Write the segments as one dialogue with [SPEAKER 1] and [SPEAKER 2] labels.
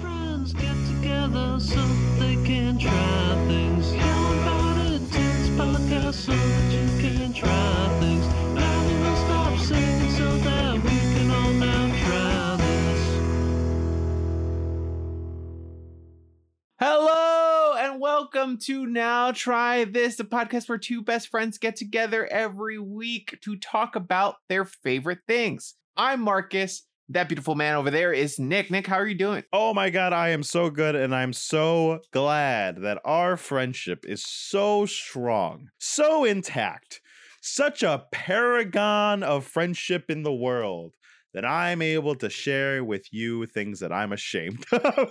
[SPEAKER 1] friends get together so they can try things. How about a dance podcast so that you can try things? Now we will stop singing so that we can all now try this.
[SPEAKER 2] Hello and welcome to Now Try This, the podcast where two best friends get together every week to talk about their favorite things. I'm Marcus. That beautiful man over there is Nick. Nick, how are you doing?
[SPEAKER 3] Oh my God, I am so good. And I'm so glad that our friendship is so strong, so intact, such a paragon of friendship in the world that I'm able to share with you things that I'm ashamed of.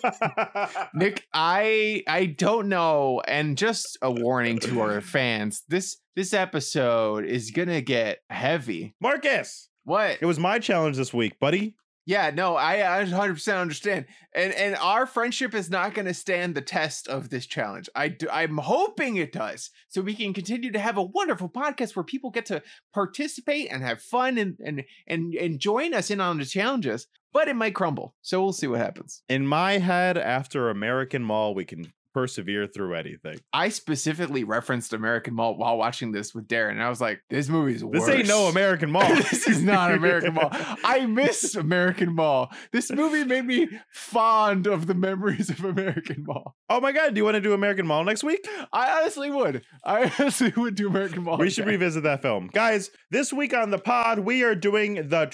[SPEAKER 2] Nick, I I don't know, and just a warning to our fans: this this episode is gonna get heavy.
[SPEAKER 3] Marcus,
[SPEAKER 2] What?
[SPEAKER 3] it was my challenge this week, buddy.
[SPEAKER 2] Yeah, no, I I 100% understand. And and our friendship is not going to stand the test of this challenge. I do, I'm hoping it does. So we can continue to have a wonderful podcast where people get to participate and have fun and and and, and join us in on the challenges, but it might crumble. So we'll see what happens.
[SPEAKER 3] In my head, after American Mall, we can persevere through anything.
[SPEAKER 2] I specifically referenced American Mall while watching this with Darren and I was like, this movie's
[SPEAKER 3] This ain't no
[SPEAKER 2] worse.
[SPEAKER 3] American Mall.
[SPEAKER 2] this is not American Mall. I miss American Mall. This movie made me fond of the memories of American Mall.
[SPEAKER 3] oh my God, do you want to do American Mall next week?
[SPEAKER 2] I honestly would. I honestly would do American Mall.
[SPEAKER 3] We should
[SPEAKER 2] again.
[SPEAKER 3] revisit that film. Guys, this week on the pod, we are doing the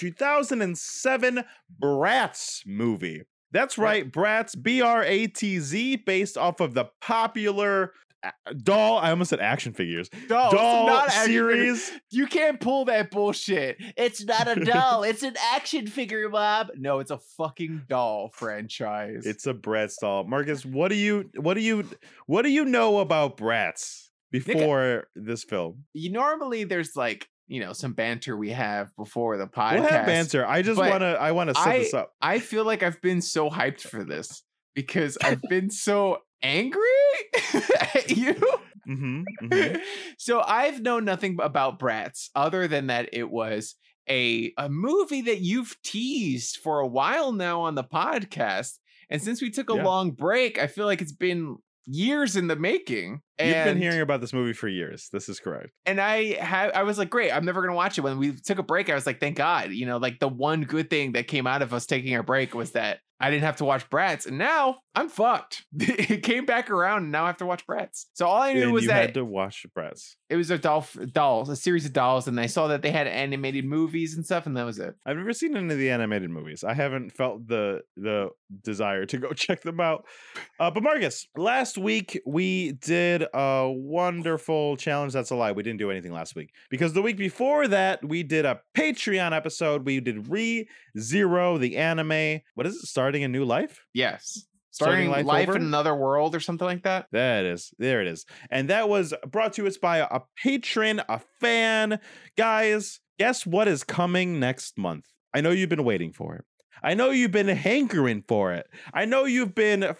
[SPEAKER 3] 2007 Bratz movie. That's right, Bratz, B R A T Z, based off of the popular a- doll, I almost said action figures,
[SPEAKER 2] No, Oh, it's
[SPEAKER 3] doll
[SPEAKER 2] not action figure.
[SPEAKER 3] series.
[SPEAKER 2] You can't pull that bullshit. It's not a doll. it's an action figure, Bob. No, it's a fucking doll franchise.
[SPEAKER 3] It's a Bratz doll. Marcus, what do you what do you what do you know about Bratz before this film?
[SPEAKER 2] you normally there's like you know some banter we have before the podcast.
[SPEAKER 3] We'll have banter. I just
[SPEAKER 2] but
[SPEAKER 3] wanna I wanna set
[SPEAKER 2] I-
[SPEAKER 3] this up.
[SPEAKER 2] I feel like I've been so hyped for this because I've been so angry at you.
[SPEAKER 3] hmm hmm
[SPEAKER 2] so I've known nothing about Bratz other than that it was a a movie that you've teased for a while now on the podcast. And since we took a
[SPEAKER 3] Yeah.
[SPEAKER 2] long break, I feel like it's been years in the making. And
[SPEAKER 3] You've been hearing about this movie for years. This is correct.
[SPEAKER 2] and I had I was like, great, I'm never gonna watch it. When we took a break, I was like, thank God, you know, like the one good thing that came out of us taking a break was that I didn't have to watch Bratz, and now I'm fucked. it came back around, and now I have to watch Bratz. So all I knew
[SPEAKER 3] and
[SPEAKER 2] was
[SPEAKER 3] you
[SPEAKER 2] that
[SPEAKER 3] had to watch Bratz.
[SPEAKER 2] it was a doll, dolls, a series of dolls, and I saw that they had animated movies and stuff, and that was it.
[SPEAKER 3] I've never seen any of the animated movies. I haven't felt the the desire to go check them out. Uh, but Marcus, last week we did a wonderful challenge. That's a lie. We didn't do anything last week because the week before that we did a Patreon episode. We did Re Zero the anime. What is it? Starting a new life.
[SPEAKER 2] Yes, starting,
[SPEAKER 3] Starting
[SPEAKER 2] life,
[SPEAKER 3] Life
[SPEAKER 2] in
[SPEAKER 3] Over?
[SPEAKER 2] another world or something like that.
[SPEAKER 3] That is, there it is. And that was brought to us by a patron, a fan. Guys, guess what is coming next month? I know you've been waiting for it. I know you've been hankering for it. I know you've been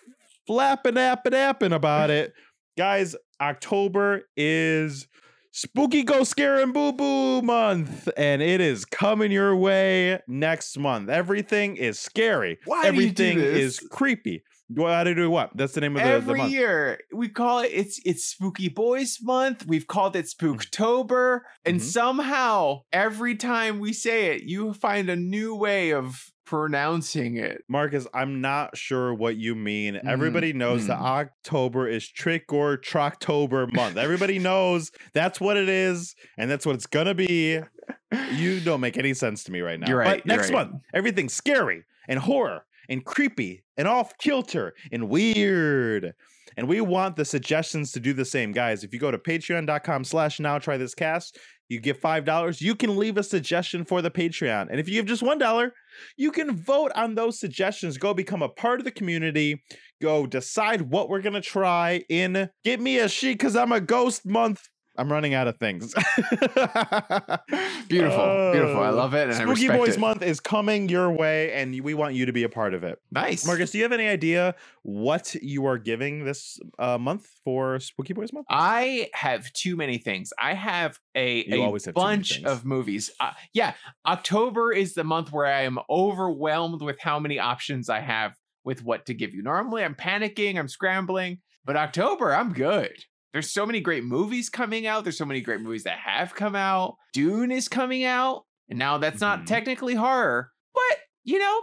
[SPEAKER 3] flapping, apping, apping about it. Guys, October is spooky, ghost, scare, and boo boo month, and it is coming your way next month. Everything is scary,
[SPEAKER 2] Why
[SPEAKER 3] everything is creepy. Why do you do what? That's the name of the, the
[SPEAKER 2] every
[SPEAKER 3] month.
[SPEAKER 2] year we call it it's it's spooky boys month we've called it
[SPEAKER 3] Mm-hmm.
[SPEAKER 2] spooktober and
[SPEAKER 3] Mhm.
[SPEAKER 2] somehow every time we say it you find a new way of pronouncing it
[SPEAKER 3] Marcus, I'm not sure what you mean.
[SPEAKER 2] Mm-hmm.
[SPEAKER 3] Everybody knows that
[SPEAKER 2] mm.
[SPEAKER 3] October is trick or Trocktober month. Everybody knows that's what it is, and that's what it's gonna be. You don't make any sense to me right now.
[SPEAKER 2] You're right,
[SPEAKER 3] But
[SPEAKER 2] you're
[SPEAKER 3] next
[SPEAKER 2] right.
[SPEAKER 3] month, everything's scary and horror and creepy and off kilter and weird. And we want the suggestions to do the same. Guys, if you go to patreon.com slash now try this cast, you give five dollars. You can leave a suggestion for the Patreon. And if you give just one dollar, you can vote on those suggestions. Go become a part of the community. Go decide what we're gonna try in Get Me a She Cause I'm a Ghost Month. I'm running out of things.
[SPEAKER 2] beautiful beautiful i
[SPEAKER 3] Oh.
[SPEAKER 2] love it and I
[SPEAKER 3] Spooky
[SPEAKER 2] respect
[SPEAKER 3] Boys
[SPEAKER 2] it.
[SPEAKER 3] Month is coming your way, and we want you to be a part of it.
[SPEAKER 2] nice
[SPEAKER 3] Marcus, do you have any idea what you are giving this uh, month for Spooky Boys Month?
[SPEAKER 2] I have too many things. I have a,
[SPEAKER 3] You
[SPEAKER 2] a
[SPEAKER 3] always have too many
[SPEAKER 2] bunch
[SPEAKER 3] things.
[SPEAKER 2] of movies. Uh, yeah, October is the month where I am overwhelmed with how many options I have with what to give you. Normally, I'm panicking, I'm scrambling, but October, I'm good. There's so many great movies coming out. There's so many great movies that have come out. Dune is coming out. And now that's
[SPEAKER 3] Mhm.
[SPEAKER 2] not technically horror, but you know,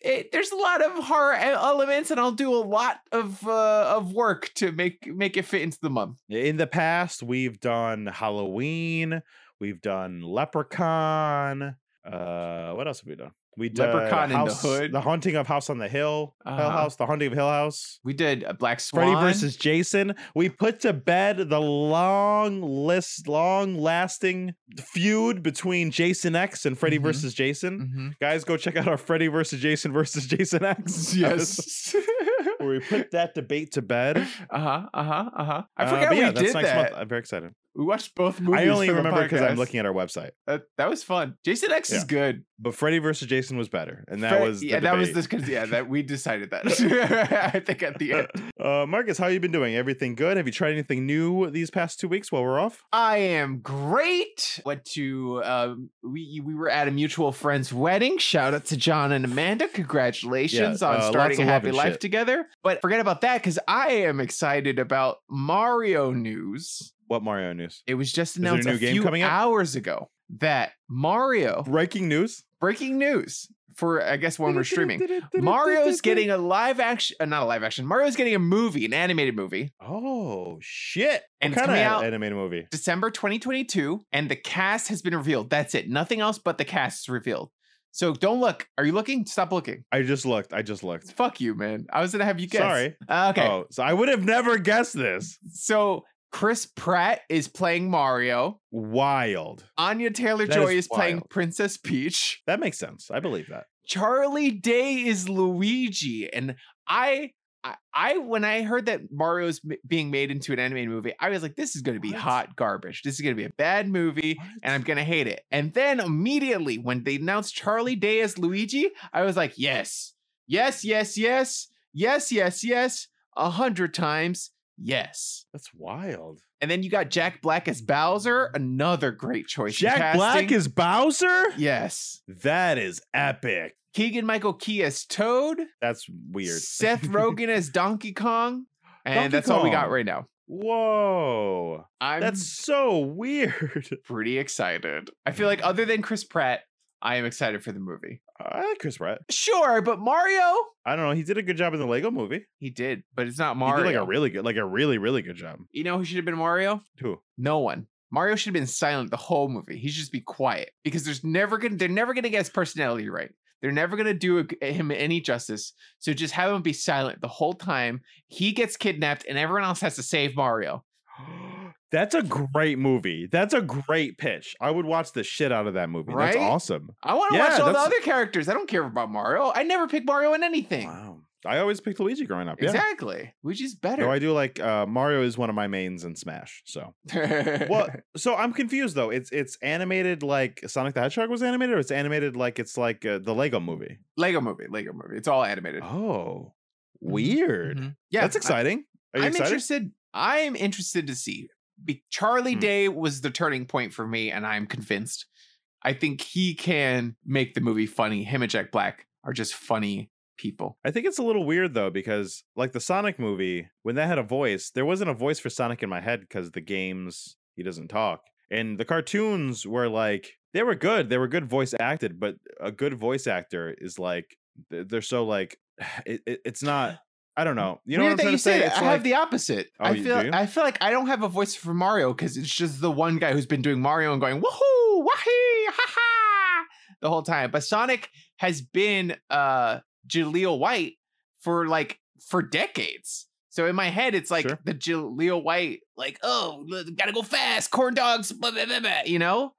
[SPEAKER 2] it, there's a lot of horror e- elements, and I'll do a lot of uh, of work to make make it fit into the month.
[SPEAKER 3] In the past, we've done Halloween, we've done Leprechaun. Uh, what else have we done? We did
[SPEAKER 2] Leprechaun in the
[SPEAKER 3] House-
[SPEAKER 2] Hood.
[SPEAKER 3] the Haunting of House on the Hill, Hill
[SPEAKER 2] Uh-huh.
[SPEAKER 3] House, the Haunting of Hill House,
[SPEAKER 2] We did a Black Swan.
[SPEAKER 3] Freddy versus Jason. We put to bed the long list, long-lasting feud between Jason X and Freddy
[SPEAKER 2] Mhm.
[SPEAKER 3] versus Jason.
[SPEAKER 2] Mhm.
[SPEAKER 3] Guys, go check out our Freddy versus Jason versus Jason X. episode
[SPEAKER 2] Yes.
[SPEAKER 3] where we put that debate to bed.
[SPEAKER 2] uh huh. Uh huh. Uh huh. I
[SPEAKER 3] Uh,
[SPEAKER 2] forgot
[SPEAKER 3] but
[SPEAKER 2] we
[SPEAKER 3] yeah, that's
[SPEAKER 2] did
[SPEAKER 3] next
[SPEAKER 2] that.
[SPEAKER 3] month. I'm very excited.
[SPEAKER 2] We watched both movies.
[SPEAKER 3] I only
[SPEAKER 2] for the
[SPEAKER 3] remember because I'm
[SPEAKER 2] podcast.
[SPEAKER 3] looking at our website.
[SPEAKER 2] That, that was fun. Jason X is
[SPEAKER 3] Yeah.
[SPEAKER 2] good.
[SPEAKER 3] But Freddy versus Jason was better, and that
[SPEAKER 2] Fre-
[SPEAKER 3] was the
[SPEAKER 2] yeah. That was
[SPEAKER 3] debate.
[SPEAKER 2] this because yeah. That we decided that. I think at the end.
[SPEAKER 3] Uh, Marcus, how you been doing? Everything good? Have you tried anything new these past two weeks while we're off?
[SPEAKER 2] I am great. Went to uh, we we were at a mutual friend's wedding. Shout out to John and Amanda. Congratulations
[SPEAKER 3] Yeah, uh,
[SPEAKER 2] on
[SPEAKER 3] lots
[SPEAKER 2] starting a
[SPEAKER 3] of love
[SPEAKER 2] happy
[SPEAKER 3] and
[SPEAKER 2] life
[SPEAKER 3] shit.
[SPEAKER 2] together. But forget about that because I am excited about Mario news.
[SPEAKER 3] What Mario news?
[SPEAKER 2] It was just
[SPEAKER 3] there a
[SPEAKER 2] announced a,
[SPEAKER 3] new game
[SPEAKER 2] few
[SPEAKER 3] coming out?
[SPEAKER 2] hours ago that Mario
[SPEAKER 3] Breaking news.
[SPEAKER 2] breaking news for I guess when we're streaming. Mario's getting a live action, uh, not a live action. Mario's getting a movie, an animated movie,
[SPEAKER 3] Oh shit!
[SPEAKER 2] and it's
[SPEAKER 3] Kind of
[SPEAKER 2] coming out
[SPEAKER 3] animated movie.
[SPEAKER 2] December 2022, and the cast has been revealed. That's it. Nothing else but the cast is revealed. So don't look. Are you looking? Stop looking.
[SPEAKER 3] I just looked. I just looked.
[SPEAKER 2] Fuck you, man. I was gonna have you guess.
[SPEAKER 3] Sorry.
[SPEAKER 2] Uh, okay.
[SPEAKER 3] Oh, so I would have never guessed this.
[SPEAKER 2] So Chris Pratt is playing Mario.
[SPEAKER 3] Wild.
[SPEAKER 2] Anya Taylor
[SPEAKER 3] That
[SPEAKER 2] Joy
[SPEAKER 3] is
[SPEAKER 2] is, playing
[SPEAKER 3] wild.
[SPEAKER 2] Princess Peach.
[SPEAKER 3] That makes sense. I believe that.
[SPEAKER 2] Charlie Day is Luigi, and I. I, I when I heard that Mario's m- being made into an animated movie, I was like, "This is going to be
[SPEAKER 3] What?
[SPEAKER 2] hot garbage. This is going to be a bad movie. and I'm gonna hate it. And then immediately when they announced Charlie Day as Luigi, I was like, yes, yes, yes, yes, yes, yes, yes, a hundred times, yes.
[SPEAKER 3] That's wild.
[SPEAKER 2] And then you got Jack Black as Bowser, another great choice. in
[SPEAKER 3] Mm. Jack Black
[SPEAKER 2] casting.
[SPEAKER 3] is Bowser.
[SPEAKER 2] yes.
[SPEAKER 3] That is epic.
[SPEAKER 2] Keegan Michael Key as Toad.
[SPEAKER 3] That's weird.
[SPEAKER 2] Seth Rogen as Donkey Kong. And
[SPEAKER 3] Donkey
[SPEAKER 2] that's all we got
[SPEAKER 3] Kong.
[SPEAKER 2] right now.
[SPEAKER 3] Whoa.
[SPEAKER 2] I'm
[SPEAKER 3] That's so weird.
[SPEAKER 2] pretty excited. I feel like other than Chris Pratt, I am excited for the movie.
[SPEAKER 3] I like Chris Pratt.
[SPEAKER 2] Sure, but Mario,
[SPEAKER 3] I don't know. He did a good job in the Lego movie.
[SPEAKER 2] He did, but it's not
[SPEAKER 3] He
[SPEAKER 2] Mario.
[SPEAKER 3] did like a really good, like a really, really good job.
[SPEAKER 2] you know who should have been Mario?
[SPEAKER 3] Who?
[SPEAKER 2] No one. Mario should have been silent the whole movie. He should just be quiet because there's never gonna they're never gonna get his personality right. They're never gonna do a- him any justice. So just have him be silent the whole time. He gets kidnapped, and everyone else has to save Mario.
[SPEAKER 3] That's a great movie. That's a great pitch. I would watch the shit out of that movie.
[SPEAKER 2] Right?
[SPEAKER 3] That's awesome.
[SPEAKER 2] I want to
[SPEAKER 3] Yeah,
[SPEAKER 2] watch all the
[SPEAKER 3] that's-
[SPEAKER 2] other characters. I don't care about Mario. I never pick Mario in anything.
[SPEAKER 3] Wow. I always picked Luigi growing up. Yeah.
[SPEAKER 2] Exactly, which is better.
[SPEAKER 3] Though I do like uh, Mario is one of my mains in Smash. So well, so I'm confused though. It's it's animated like Sonic the Hedgehog was animated, or it's animated like it's like uh, the Lego movie.
[SPEAKER 2] Lego movie, Lego movie. It's all animated.
[SPEAKER 3] Oh, weird.
[SPEAKER 2] Mhm.
[SPEAKER 3] Yeah,
[SPEAKER 2] Yeah,
[SPEAKER 3] that's
[SPEAKER 2] I-
[SPEAKER 3] exciting. Are
[SPEAKER 2] I'm
[SPEAKER 3] you excited?
[SPEAKER 2] interested. I'm interested to see. Be- Charlie
[SPEAKER 3] Hmm.
[SPEAKER 2] Day was the turning point for me, and I'm convinced. I think he can make the movie funny. Him and Jack Black are just funny people.
[SPEAKER 3] I think it's a little weird though because like the Sonic movie, when that had a voice, there wasn't a voice for Sonic in my head because the games he doesn't talk, and the cartoons were like they were good, they were good voice acted, but a good voice actor is like th- they're so like it, it- it's not. I don't know. You know
[SPEAKER 2] Weird
[SPEAKER 3] what I'm trying to say?
[SPEAKER 2] that.
[SPEAKER 3] It's
[SPEAKER 2] I
[SPEAKER 3] like,
[SPEAKER 2] have the opposite.
[SPEAKER 3] Oh,
[SPEAKER 2] I
[SPEAKER 3] you
[SPEAKER 2] feel.
[SPEAKER 3] do?
[SPEAKER 2] I feel like I don't have a voice for Mario because it's just the one guy who's been doing Mario and going woohoo, wahee, ha ha, the whole time. But Sonic has been uh Jaleel White for like for decades. So in my head, it's like
[SPEAKER 3] Sure.
[SPEAKER 2] the Jaleel White, like oh, l- gotta go fast, corn dogs, blah, blah, blah, blah, you know.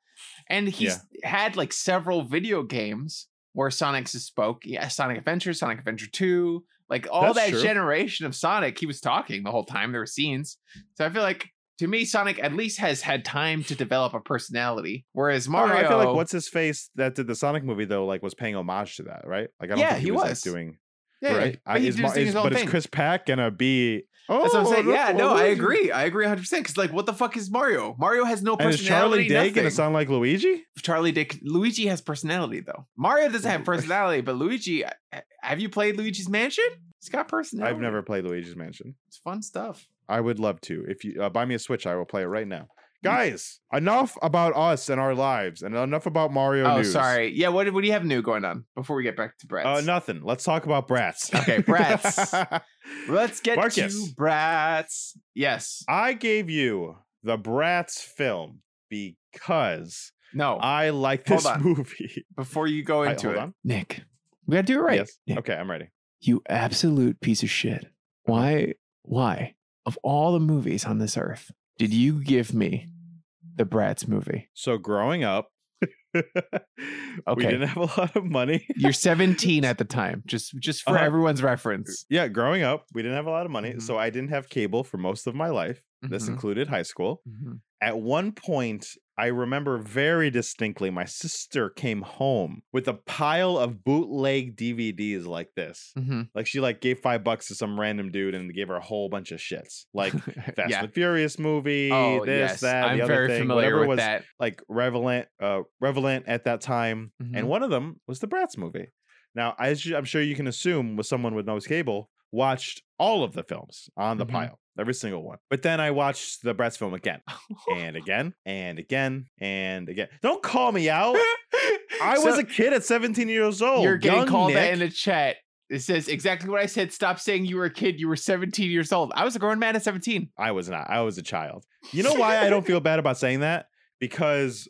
[SPEAKER 2] And he's had like several video games where Sonic's spoke. Yeah, Sonic Adventure, Sonic Adventure Two, like all
[SPEAKER 3] That's
[SPEAKER 2] that
[SPEAKER 3] true.
[SPEAKER 2] generation of Sonic, he was talking the whole time. There were scenes, so I feel like to me, Sonic at least has had time to develop a personality, whereas
[SPEAKER 3] I don't
[SPEAKER 2] Mario,
[SPEAKER 3] know, I feel like what's his face that did the Sonic movie though, like was paying homage to that, right? Like I don't
[SPEAKER 2] Yeah,
[SPEAKER 3] think he,
[SPEAKER 2] he
[SPEAKER 3] was, like,
[SPEAKER 2] was.
[SPEAKER 3] doing.
[SPEAKER 2] Yeah,
[SPEAKER 3] right?
[SPEAKER 2] right. But
[SPEAKER 3] I-
[SPEAKER 2] he
[SPEAKER 3] is
[SPEAKER 2] does
[SPEAKER 3] Ma-
[SPEAKER 2] his
[SPEAKER 3] is-
[SPEAKER 2] own
[SPEAKER 3] but
[SPEAKER 2] thing.
[SPEAKER 3] it's Chris Pack gonna be? Oh,
[SPEAKER 2] That's what I'm saying.
[SPEAKER 3] look
[SPEAKER 2] Yeah,
[SPEAKER 3] what
[SPEAKER 2] no, I
[SPEAKER 3] Luigi-
[SPEAKER 2] agree. I agree 100 percent. Because like, what the fuck is Mario? Mario has no
[SPEAKER 3] And is Charlie
[SPEAKER 2] personality.
[SPEAKER 3] Day gonna
[SPEAKER 2] nothing.
[SPEAKER 3] sound like Luigi?
[SPEAKER 2] Charlie Dick Luigi has personality though. Mario doesn't have personality, but Luigi. I- I- Have you played Luigi's Mansion? He's got personality.
[SPEAKER 3] I've never played Luigi's Mansion.
[SPEAKER 2] It's fun stuff.
[SPEAKER 3] I would love to. If you uh, buy me a Switch, I will play it right now. Guys, enough about us and our lives, and enough about Mario
[SPEAKER 2] Oh,
[SPEAKER 3] news.
[SPEAKER 2] sorry. Yeah. What, what do you have new going on before we get back to Brats?
[SPEAKER 3] Uh, nothing. Let's talk about Bratz.
[SPEAKER 2] Okay, Bratz. Let's get
[SPEAKER 3] Marcus.
[SPEAKER 2] to Brats. Yes.
[SPEAKER 3] I gave you the Bratz film because
[SPEAKER 2] No.
[SPEAKER 3] I like
[SPEAKER 2] Hold
[SPEAKER 3] this
[SPEAKER 2] on.
[SPEAKER 3] movie.
[SPEAKER 2] before you go
[SPEAKER 3] Uh, I-
[SPEAKER 2] into
[SPEAKER 3] hold
[SPEAKER 2] it,
[SPEAKER 3] on.
[SPEAKER 2] Nick, we gotta do it right.
[SPEAKER 3] Yes.
[SPEAKER 2] Nick,
[SPEAKER 3] Okay, I'm ready.
[SPEAKER 2] You absolute piece of shit. Why? Why? Of all the movies on this earth, did you give me the Bratz movie?
[SPEAKER 3] So growing up, we
[SPEAKER 2] Okay.
[SPEAKER 3] didn't have a lot of money.
[SPEAKER 2] You're 17 at the time. Just, just for
[SPEAKER 3] Uh-huh.
[SPEAKER 2] everyone's reference.
[SPEAKER 3] Yeah, growing up, we didn't have a lot of money,
[SPEAKER 2] Mhm.
[SPEAKER 3] so I didn't have cable for most of my life. This
[SPEAKER 2] Mhm.
[SPEAKER 3] included high school. At one point, I remember very distinctly my sister came home with a pile of bootleg DVDs like this.
[SPEAKER 2] Mhm.
[SPEAKER 3] Like she like gave 5 bucks to some random dude and gave her a whole bunch of shits. Like Fast
[SPEAKER 2] yeah.
[SPEAKER 3] and Furious movie,
[SPEAKER 2] Oh
[SPEAKER 3] this,
[SPEAKER 2] yes,
[SPEAKER 3] that, the
[SPEAKER 2] I'm
[SPEAKER 3] other
[SPEAKER 2] very
[SPEAKER 3] thing,
[SPEAKER 2] familiar
[SPEAKER 3] whatever
[SPEAKER 2] with
[SPEAKER 3] was
[SPEAKER 2] that.
[SPEAKER 3] like relevant, uh, relevant at that time,
[SPEAKER 2] Mhm.
[SPEAKER 3] and one of them was the Bratz movie. Now, as you, I'm sure you can assume, was someone with no cable watched all of the films on the
[SPEAKER 2] Mhm.
[SPEAKER 3] pile, every single one. But then I watched the Bratz film again and again and again and again. Don't call me out. I was a kid at 17 years old.
[SPEAKER 2] You're getting
[SPEAKER 3] Oh, Young
[SPEAKER 2] called that
[SPEAKER 3] Nick.
[SPEAKER 2] in the chat. It says exactly what I said. Stop saying you were a kid. You were 17 years old. I was a grown man at 17.
[SPEAKER 3] I was not. I was a child. You know why I don't feel bad about saying that? Because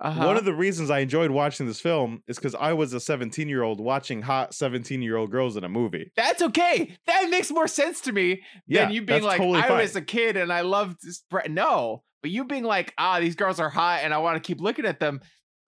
[SPEAKER 2] Uh-huh.
[SPEAKER 3] One of the reasons I enjoyed watching this film is because I was a 17 year old watching hot 17 year old girls in a movie.
[SPEAKER 2] That's okay. That makes more sense to me
[SPEAKER 3] Yeah,
[SPEAKER 2] than you being
[SPEAKER 3] that's
[SPEAKER 2] like,
[SPEAKER 3] totally
[SPEAKER 2] I
[SPEAKER 3] fine.
[SPEAKER 2] was a kid and I loved this. Bre-. No, but you being like, ah, these girls are hot and I want to keep looking at them.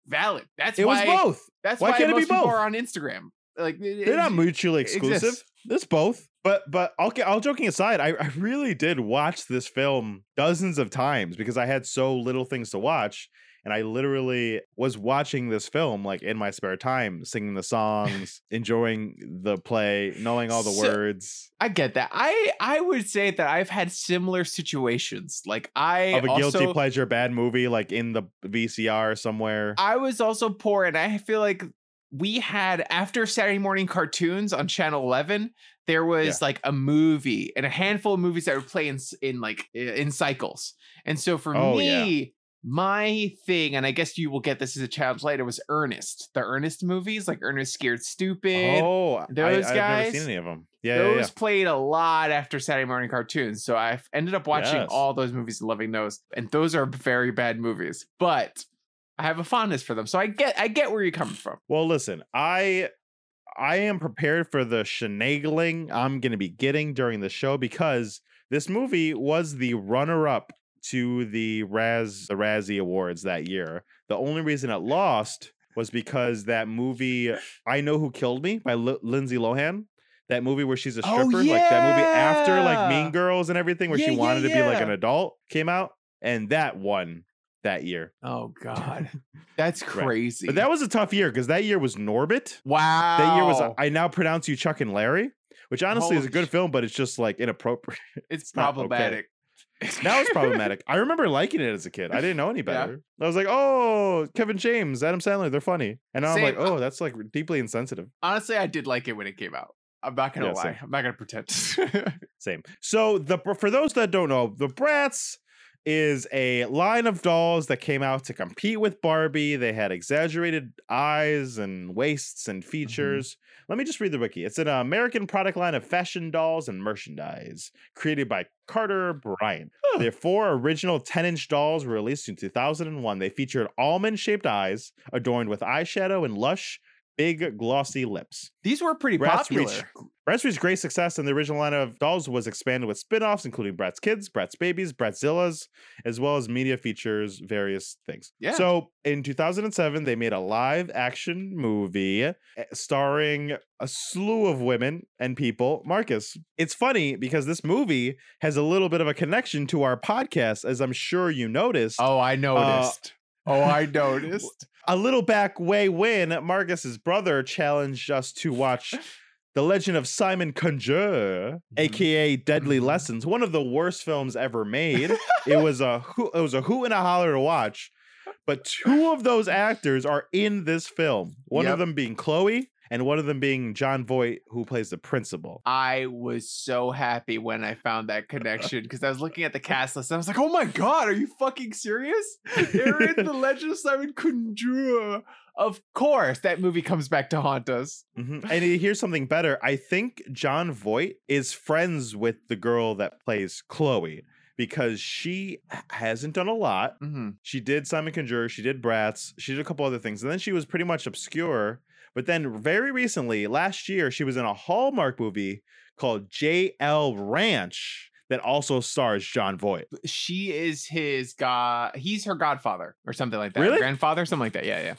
[SPEAKER 2] Valid. That's
[SPEAKER 3] it was
[SPEAKER 2] why.
[SPEAKER 3] both.
[SPEAKER 2] That's
[SPEAKER 3] Why
[SPEAKER 2] why
[SPEAKER 3] can't it be
[SPEAKER 2] most people
[SPEAKER 3] both?
[SPEAKER 2] are on Instagram. Like
[SPEAKER 3] They're not mutually exclusive.
[SPEAKER 2] exists.
[SPEAKER 3] It's both. But but okay, all joking aside, I, I really did watch this film dozens of times because I had so little things to watch. And I literally was watching this film like in my spare time, singing the songs, enjoying the play, knowing all the
[SPEAKER 2] So-
[SPEAKER 3] words
[SPEAKER 2] I get that. I I would say that I've had similar situations. Like I
[SPEAKER 3] of a guilty
[SPEAKER 2] also-
[SPEAKER 3] pleasure bad movie, like in the VCR somewhere.
[SPEAKER 2] I was also poor, and I feel like we had after Saturday morning cartoons on Channel Eleven. There was
[SPEAKER 3] Yeah.
[SPEAKER 2] like a movie and a handful of movies that would play in s- in like i- in cycles. And so for
[SPEAKER 3] Oh, yeah.
[SPEAKER 2] me, my thing, and I guess you will get this as a challenge later, was Ernest, the Ernest movies, like Ernest Scared Stupid.
[SPEAKER 3] Oh, I-
[SPEAKER 2] those
[SPEAKER 3] I've never
[SPEAKER 2] guys,
[SPEAKER 3] seen any of them. Yeah, yeah,
[SPEAKER 2] those
[SPEAKER 3] yeah.
[SPEAKER 2] played a lot after Saturday morning cartoons. So I ended up watching
[SPEAKER 3] Yes.
[SPEAKER 2] all those movies and loving those. And those are very bad movies, but I have a fondness for them. So I get I get where you're coming from.
[SPEAKER 3] Well, listen, I I am prepared for the shenagling I'm going to be getting during the show because this movie was the runner-up to the Raz the Razzie Awards that year. The only reason it lost was because that movie I Know Who Killed Me by L- Lindsay Lohan. That movie where she's a
[SPEAKER 2] Oh,
[SPEAKER 3] stripper, like that movie after like
[SPEAKER 2] yeah.
[SPEAKER 3] Mean Girls and everything, where
[SPEAKER 2] Yeah,
[SPEAKER 3] she
[SPEAKER 2] yeah,
[SPEAKER 3] wanted to be like
[SPEAKER 2] yeah.
[SPEAKER 3] an adult, came out, and that won that year.
[SPEAKER 2] Oh God, that's
[SPEAKER 3] Right.
[SPEAKER 2] crazy.
[SPEAKER 3] But that was a tough year because that year was Norbit.
[SPEAKER 2] wow.
[SPEAKER 3] That year was uh, I now pronounce you Chuck and Larry, which honestly is
[SPEAKER 2] Oh.
[SPEAKER 3] a
[SPEAKER 2] Holy
[SPEAKER 3] good
[SPEAKER 2] sh-
[SPEAKER 3] film, but it's just like inappropriate.
[SPEAKER 2] it's
[SPEAKER 3] not okay.
[SPEAKER 2] problematic.
[SPEAKER 3] Now it's problematic. I remember liking it as a kid. I didn't know any
[SPEAKER 2] Yeah.
[SPEAKER 3] better. I was like, oh, Kevin James, Adam Sandler, they're funny. And now I'm like,
[SPEAKER 2] Same.
[SPEAKER 3] oh, that's like deeply insensitive.
[SPEAKER 2] Honestly, I did like it when it came out. I'm not gonna
[SPEAKER 3] Yeah,
[SPEAKER 2] lie.
[SPEAKER 3] same.
[SPEAKER 2] I'm not gonna pretend.
[SPEAKER 3] Same. So the for those that don't know, the Bratz is a line of dolls that came out to compete with Barbie. They had exaggerated eyes and waists and features. Let me just read the wiki. It's an American product line of fashion dolls and merchandise created by Carter Bryant.
[SPEAKER 2] Huh.
[SPEAKER 3] Their four original 10-inch dolls were released in 2001. They featured almond-shaped eyes adorned with eyeshadow and lush, big, glossy lips.
[SPEAKER 2] These were pretty
[SPEAKER 3] Bratz
[SPEAKER 2] popular.
[SPEAKER 3] reached, Bratz reached great success, and the original line of dolls was expanded with spin offs, including Bratz Kids, Bratz Babies, Bratzillas, as well as media features, various things.
[SPEAKER 2] Yeah.
[SPEAKER 3] So in 2007, they made a live action movie eh, starring a slew of women and people. Marcus, it's funny because this movie has a little bit of a connection to our podcast, as I'm sure you noticed.
[SPEAKER 2] Oh, I noticed. oh, I noticed.
[SPEAKER 3] A little back way when Marcus's brother challenged us to watch The Legend of Simon Conjure, aka Deadly Lessons, one of the worst films ever made. it was a hoo- it was a hoot and a holler to watch. But two of those actors are in this film. One
[SPEAKER 2] Yep.
[SPEAKER 3] of them being Chloe, and one of them being John Voight, who plays the principal.
[SPEAKER 2] I was so happy when I found that connection because I was looking at the cast list and I was like, oh my god, are you fucking serious? They're in The Legend of Simon Conjure. Of course, that movie comes back to haunt us.
[SPEAKER 3] Mhm. And here's something better. I think John Voight is friends with the girl that plays Chloe because she h- hasn't done a lot.
[SPEAKER 2] Mm-hmm.
[SPEAKER 3] She did Simon Conjure, she did Bratz, she did a couple other things, and then she was pretty much obscure. But then very recently, last year, she was in a Hallmark movie called JL Ranch that also stars John Voight.
[SPEAKER 2] She is his god. He's her godfather or something like that.
[SPEAKER 3] Really?
[SPEAKER 2] Grandfather, something like that. Yeah, yeah.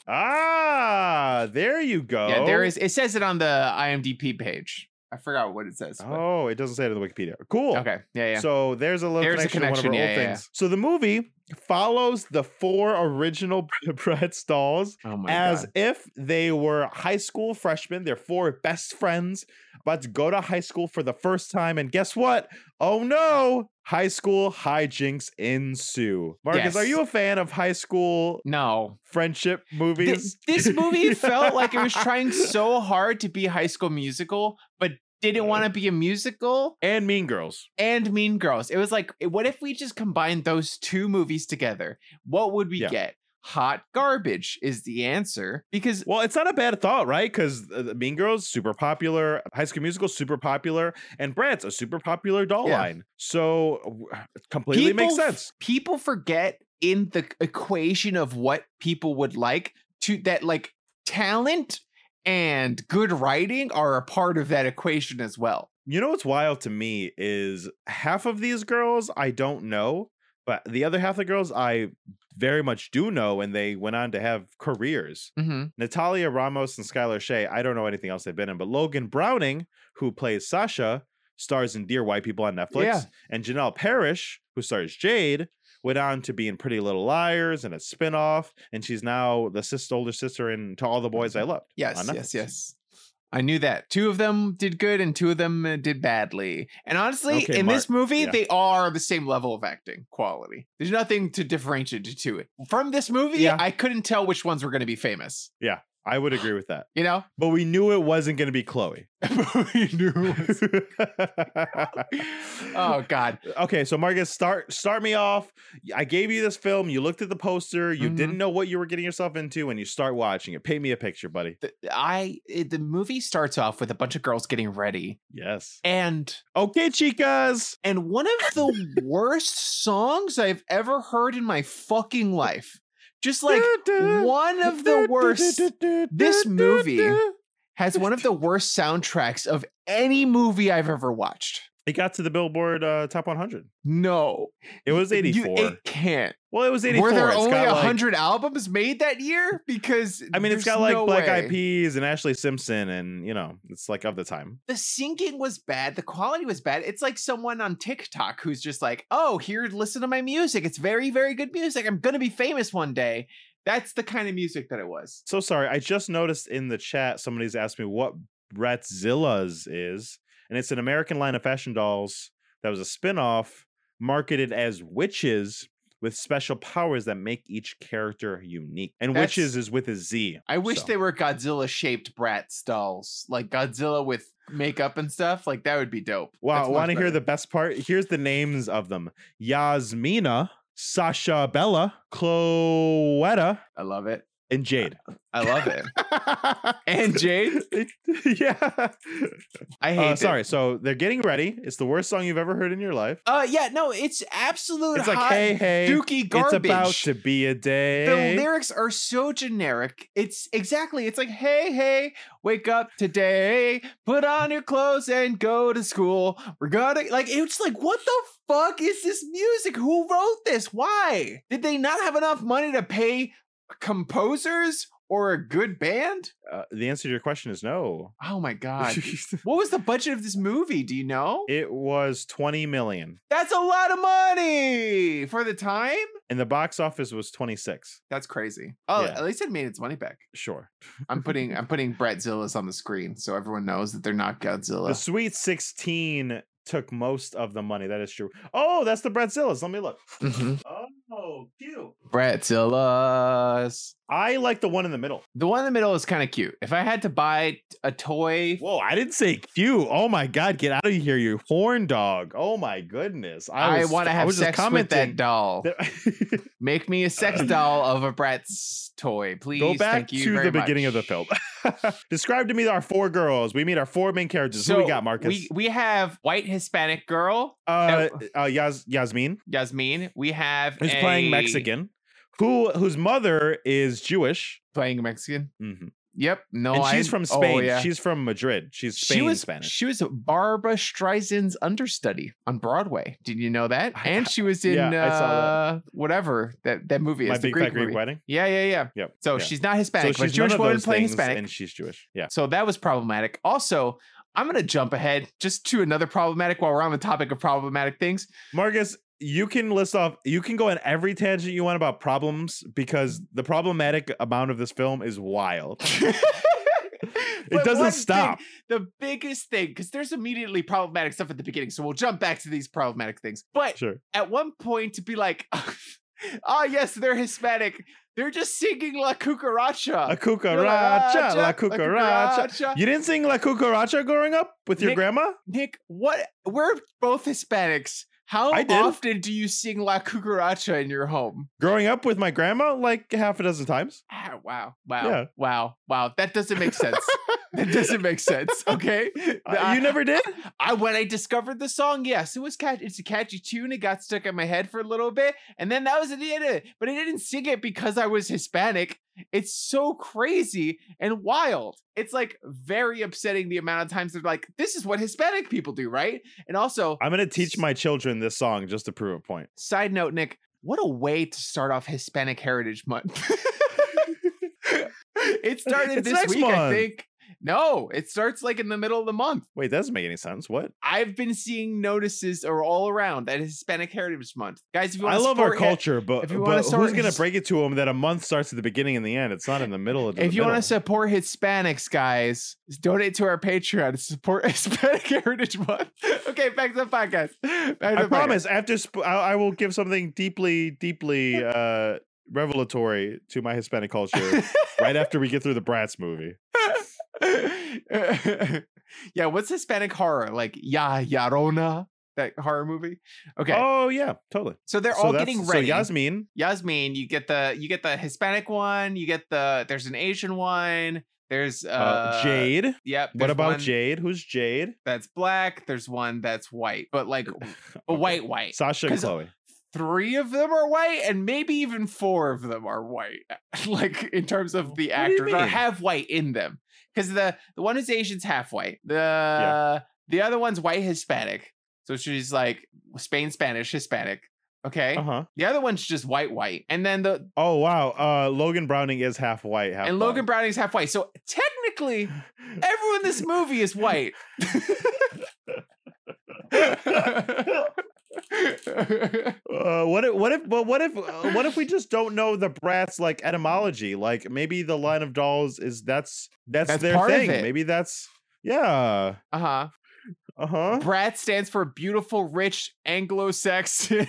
[SPEAKER 3] Ah, there you go.
[SPEAKER 2] Yeah, there is. It says it on the IMDb page. I forgot what it says. but-
[SPEAKER 3] Oh, it doesn't say it in the Wikipedia. Cool.
[SPEAKER 2] Okay. Yeah, yeah.
[SPEAKER 3] Oh. So there's a little
[SPEAKER 2] There's a
[SPEAKER 3] connection, to one of
[SPEAKER 2] connection,
[SPEAKER 3] our
[SPEAKER 2] yeah,
[SPEAKER 3] old
[SPEAKER 2] yeah, yeah.
[SPEAKER 3] things. So the movie follows the four original Brett Stalls
[SPEAKER 2] oh my
[SPEAKER 3] as
[SPEAKER 2] god.
[SPEAKER 3] if they were high school freshmen. They're four best friends about to go to high school for the first time. And guess what? Oh no, high school hijinks ensue. Marcus, are
[SPEAKER 2] Yes.
[SPEAKER 3] you a fan of high school
[SPEAKER 2] No.
[SPEAKER 3] friendship
[SPEAKER 2] Thi-
[SPEAKER 3] movies?
[SPEAKER 2] this movie felt like it was trying so hard to be High School Musical, but didn't want to be a musical
[SPEAKER 3] and Mean Girls.
[SPEAKER 2] and Mean Girls. It was like, eh, what if we just combined those two movies together? What would we
[SPEAKER 3] Yeah.
[SPEAKER 2] get? Hot garbage is the answer because
[SPEAKER 3] Well, it's not a bad thought, right? Because Mean Girls super popular, High School Musical super popular, and Bratz a super popular doll
[SPEAKER 2] Yeah.
[SPEAKER 3] line. So w- it completely makes
[SPEAKER 2] People f-
[SPEAKER 3] sense.
[SPEAKER 2] people forget in the e, equation of what people would like to that like talent and good writing are a part of that equation as well.
[SPEAKER 3] You know what's wild to me is half of these girls I don't know, but the other half of the girls I very much do know, and they went on to have careers.
[SPEAKER 2] Mm-hmm.
[SPEAKER 3] Natalia Ramos and Skylar Shea, I don't know anything else they've been in, but Logan Browning, who plays Sasha, stars in Dear White People on Netflix.
[SPEAKER 2] Yeah.
[SPEAKER 3] And Janelle Parrish, who stars Jade, went on to be in Pretty Little Liars and a spinoff. And she's now the sister, older sister in To All the Boys I Loved.
[SPEAKER 2] Mm-hmm. Yes,
[SPEAKER 3] on Netflix.
[SPEAKER 2] yes, yes. I knew that. Two of them did good and two of them uh, did badly. And honestly,
[SPEAKER 3] Okay,
[SPEAKER 2] in this movie,
[SPEAKER 3] yeah.
[SPEAKER 2] they are the same level of acting quality. There's nothing to differentiate to it. From this movie,
[SPEAKER 3] Yeah.
[SPEAKER 2] I couldn't tell which ones were going to be famous,
[SPEAKER 3] I would agree with that.
[SPEAKER 2] you know?
[SPEAKER 3] But we knew it wasn't going to be Chloe.
[SPEAKER 2] We knew. oh god.
[SPEAKER 3] okay so marcus start start me off i gave you this film you looked at the poster you
[SPEAKER 2] Mhm.
[SPEAKER 3] didn't know what you were getting yourself into and you start watching it paint me a picture buddy
[SPEAKER 2] The, I it- the movie starts off with a bunch of girls getting ready
[SPEAKER 3] yes
[SPEAKER 2] and
[SPEAKER 3] okay chicas
[SPEAKER 2] and one of the worst songs I've ever heard in my fucking life. Just like one of the worst This movie- has one of the worst soundtracks of any movie I've ever watched.
[SPEAKER 3] it got to the billboard uh, top 100
[SPEAKER 2] No,
[SPEAKER 3] it was
[SPEAKER 2] You-
[SPEAKER 3] 84
[SPEAKER 2] it can't.
[SPEAKER 3] well it was 84
[SPEAKER 2] Were there
[SPEAKER 3] It's
[SPEAKER 2] only
[SPEAKER 3] got, like-
[SPEAKER 2] hundred albums made that year? Because
[SPEAKER 3] i mean it's
[SPEAKER 2] there's
[SPEAKER 3] got like
[SPEAKER 2] no
[SPEAKER 3] black
[SPEAKER 2] way.
[SPEAKER 3] eyed peas and ashley simpson and you know it's like of the time
[SPEAKER 2] The singing was bad. The quality was bad. It's like someone on TikTok who's just like, "Oh, here, listen to my music. It's very, very good music. I'm gonna be famous one day." That's the kind of music that it was.
[SPEAKER 3] So sorry. I just noticed in the chat somebody's asked me what Bratzilla's is, and it's an American line of fashion dolls that was a spin-off marketed as witches with special powers that make each character unique. And
[SPEAKER 2] That's-
[SPEAKER 3] witches is with a Z.
[SPEAKER 2] I wish
[SPEAKER 3] so.
[SPEAKER 2] they were Godzilla shaped Bratz dolls, like Godzilla with makeup and stuff. Like that would be dope.
[SPEAKER 3] Wow,
[SPEAKER 2] That's much
[SPEAKER 3] want to hear
[SPEAKER 2] better.
[SPEAKER 3] the best part? Here's the names of them: Yasmina, Sasha Bella, Cloetta,
[SPEAKER 2] I love it.
[SPEAKER 3] and Jade.
[SPEAKER 2] I love it. and Jade,
[SPEAKER 3] yeah.
[SPEAKER 2] I hate
[SPEAKER 3] Uh,
[SPEAKER 2] it.
[SPEAKER 3] sorry. So they're getting ready. It's the worst song you've ever heard in your life.
[SPEAKER 2] Uh, yeah, no, it's absolute
[SPEAKER 3] It's like,
[SPEAKER 2] hot,
[SPEAKER 3] hey, hey,
[SPEAKER 2] dookie
[SPEAKER 3] it's
[SPEAKER 2] garbage.
[SPEAKER 3] about to be a
[SPEAKER 2] the
[SPEAKER 3] day.
[SPEAKER 2] lyrics are so generic. It's exactly. It's like, hey, hey, wake up today, put on your clothes and go to school. We're gonna like. It's like, what the fuck is this music? Who wrote this? Why did they not have enough money to pay composers or a good band?
[SPEAKER 3] Uh, the answer to your question is no.
[SPEAKER 2] Oh my god. what was the budget of this movie? Do you know?
[SPEAKER 3] it was 20 million,
[SPEAKER 2] That's a lot of money for the time.
[SPEAKER 3] and the box office was 26.
[SPEAKER 2] That's crazy. Oh,
[SPEAKER 3] Yeah.
[SPEAKER 2] at least it made its money back.
[SPEAKER 3] Sure.
[SPEAKER 2] I'm putting I'm putting Bretzilla's on the screen so everyone knows that they're not Godzilla.
[SPEAKER 3] The Sweet 16 took most of the money. That is true. Oh, that's the Bratzilla's. Let me look.
[SPEAKER 2] Mhm.
[SPEAKER 3] Oh, cute.
[SPEAKER 2] Bratzilla's.
[SPEAKER 3] I like the one in the middle.
[SPEAKER 2] The one in the middle is kind of cute. If I had to buy a toy,
[SPEAKER 3] Whoa, I didn't say cute. Oh my god, get out of here, you horn dog. Oh my goodness.
[SPEAKER 2] I,
[SPEAKER 3] was-
[SPEAKER 2] want to
[SPEAKER 3] I
[SPEAKER 2] have
[SPEAKER 3] was just
[SPEAKER 2] sex with that
[SPEAKER 3] commenting
[SPEAKER 2] doll.
[SPEAKER 3] that-
[SPEAKER 2] Make me a sex doll of a Bratz toy, please.
[SPEAKER 3] Go back
[SPEAKER 2] Thank you
[SPEAKER 3] to
[SPEAKER 2] very
[SPEAKER 3] the beginning of the
[SPEAKER 2] much.
[SPEAKER 3] film. Describe to me our four girls. We meet our four main characters. Who we got, Marcus?
[SPEAKER 2] We we have white Hispanic girl
[SPEAKER 3] uh, uh, Yas- Yasmin,
[SPEAKER 2] Yasmin. We have
[SPEAKER 3] who's playing
[SPEAKER 2] a-
[SPEAKER 3] Mexican, who whose mother is Jewish.
[SPEAKER 2] playing Mexican.
[SPEAKER 3] Mhm.
[SPEAKER 2] Yep. No,
[SPEAKER 3] and she's
[SPEAKER 2] I-
[SPEAKER 3] from
[SPEAKER 2] Mm-hmm. oh,
[SPEAKER 3] Spain.
[SPEAKER 2] yeah.
[SPEAKER 3] She's from Madrid. She's Spain
[SPEAKER 2] she was
[SPEAKER 3] Spanish.
[SPEAKER 2] she was Barbara Streisand's understudy on Broadway. Did you know that?
[SPEAKER 3] I-
[SPEAKER 2] And she was in
[SPEAKER 3] yeah, I saw that.
[SPEAKER 2] uh, whatever that that movie
[SPEAKER 3] My
[SPEAKER 2] is. the
[SPEAKER 3] big
[SPEAKER 2] Greek
[SPEAKER 3] fat Greek
[SPEAKER 2] movie.
[SPEAKER 3] wedding.
[SPEAKER 2] Yeah, yeah, yeah.
[SPEAKER 3] Yep.
[SPEAKER 2] So
[SPEAKER 3] yeah.
[SPEAKER 2] she's not
[SPEAKER 3] so
[SPEAKER 2] Hispanic,
[SPEAKER 3] she's
[SPEAKER 2] but
[SPEAKER 3] none
[SPEAKER 2] Jewish
[SPEAKER 3] of
[SPEAKER 2] woman
[SPEAKER 3] those
[SPEAKER 2] playing
[SPEAKER 3] things,
[SPEAKER 2] Hispanic.
[SPEAKER 3] and she's Jewish. Yeah.
[SPEAKER 2] So that was problematic. Also, I'm going to jump ahead just to another problematic while we're on the topic of problematic things.
[SPEAKER 3] Marcus, you can list off, you can go on every tangent you want about problems because the problematic amount of this film is wild. it
[SPEAKER 2] But one
[SPEAKER 3] doesn't
[SPEAKER 2] thing-
[SPEAKER 3] stop.
[SPEAKER 2] the biggest thing, because there's immediately problematic stuff at the beginning. So we'll jump back to these problematic things. But
[SPEAKER 3] Sure.
[SPEAKER 2] at one point, to be like, oh, yes, they're Hispanic. They're just singing La
[SPEAKER 3] La
[SPEAKER 2] Cucaracha. "Ah,
[SPEAKER 3] cucaracha, la cucaracha.
[SPEAKER 2] cucaracha.
[SPEAKER 3] You didn't sing la cucaracha growing up with your
[SPEAKER 2] Nick,
[SPEAKER 3] grandma?
[SPEAKER 2] Nick, what? We're both Hispanics. How
[SPEAKER 3] I did.
[SPEAKER 2] often do you sing La Cucaracha in your home?
[SPEAKER 3] Growing up with my grandma like half a dozen times.
[SPEAKER 2] Ah, wow, wow,
[SPEAKER 3] Yeah.
[SPEAKER 2] wow, wow. That doesn't make sense. that doesn't make sense. Okay,
[SPEAKER 3] Uh,
[SPEAKER 2] I-
[SPEAKER 3] you never did?
[SPEAKER 2] I when I discovered the song, yes, it was catch. It's a catchy tune. It got stuck in my head for a little bit, and then that was the end of it. But I didn't sing it because I was Hispanic. It's so crazy and wild. It's like very upsetting the amount of times they're like, "This is what Hispanic people do, right?" And also,
[SPEAKER 3] I'm going to teach my children this song just to prove a point.
[SPEAKER 2] Side note, Nick, what a way to start off Hispanic Heritage Month. it started
[SPEAKER 3] It's
[SPEAKER 2] this
[SPEAKER 3] next
[SPEAKER 2] week, I
[SPEAKER 3] month.
[SPEAKER 2] think. No, it starts like in the middle of the month.
[SPEAKER 3] Wait, that doesn't make any sense. What?
[SPEAKER 2] I've been seeing notices are all around that it's Hispanic Heritage Month. Guys, if you
[SPEAKER 3] I
[SPEAKER 2] want
[SPEAKER 3] love our culture, but,
[SPEAKER 2] if you wanna
[SPEAKER 3] but
[SPEAKER 2] start-
[SPEAKER 3] who's going to break it to them that a month starts at the beginning and the end? It's not in the middle of the
[SPEAKER 2] If you want
[SPEAKER 3] middle.
[SPEAKER 2] to support Hispanics, guys, donate to our Patreon to support Hispanic Heritage Month. Okay, back to the podcast. Back to
[SPEAKER 3] I
[SPEAKER 2] the podcast.
[SPEAKER 3] promise. After sp- I, I will give something deeply, deeply uh, revelatory to my Hispanic culture right after we get through the Bratz movie.
[SPEAKER 2] yeah, what's Hispanic horror? Like Ya Yarona, that horror movie? Okay.
[SPEAKER 3] Oh yeah, totally.
[SPEAKER 2] so they're
[SPEAKER 3] So
[SPEAKER 2] all
[SPEAKER 3] that's-
[SPEAKER 2] getting ready.
[SPEAKER 3] So Yasmin,
[SPEAKER 2] Yasmin, you get the you get the Hispanic one, you get the there's an Asian one, there's uh,
[SPEAKER 3] uh, Jade.
[SPEAKER 2] Yep.
[SPEAKER 3] What
[SPEAKER 2] there's
[SPEAKER 3] about
[SPEAKER 2] one
[SPEAKER 3] Jade? Who's Jade?
[SPEAKER 2] That's black, there's one that's white. But like but
[SPEAKER 3] Okay.
[SPEAKER 2] white white.
[SPEAKER 3] Sasha and
[SPEAKER 2] 'Cause, uh,
[SPEAKER 3] Chloe.
[SPEAKER 2] Three of them are white and maybe even four of them are white. like in terms of the
[SPEAKER 3] What do you
[SPEAKER 2] actors or
[SPEAKER 3] mean?
[SPEAKER 2] have white in them. Because the the one who's Asian's half white. The the other one's white Hispanic. So she's like Spain Spanish Hispanic. Okay.
[SPEAKER 3] Uh huh.
[SPEAKER 2] The other one's just white white. And then the
[SPEAKER 3] Oh wow. Uh, Logan Browning is half white, half
[SPEAKER 2] and
[SPEAKER 3] black.
[SPEAKER 2] Logan Browning's half white. So technically, everyone in this movie is white.
[SPEAKER 3] Uh, what if? What if? But what if? uh, What if we just don't know the Bratz like etymology? Like maybe the line of dolls is that's that's,
[SPEAKER 2] That's
[SPEAKER 3] their
[SPEAKER 2] part of
[SPEAKER 3] thing.
[SPEAKER 2] it.
[SPEAKER 3] Maybe that's yeah.
[SPEAKER 2] Uh huh.
[SPEAKER 3] Uh huh.
[SPEAKER 2] Brat stands for beautiful, rich, Anglo-Saxon.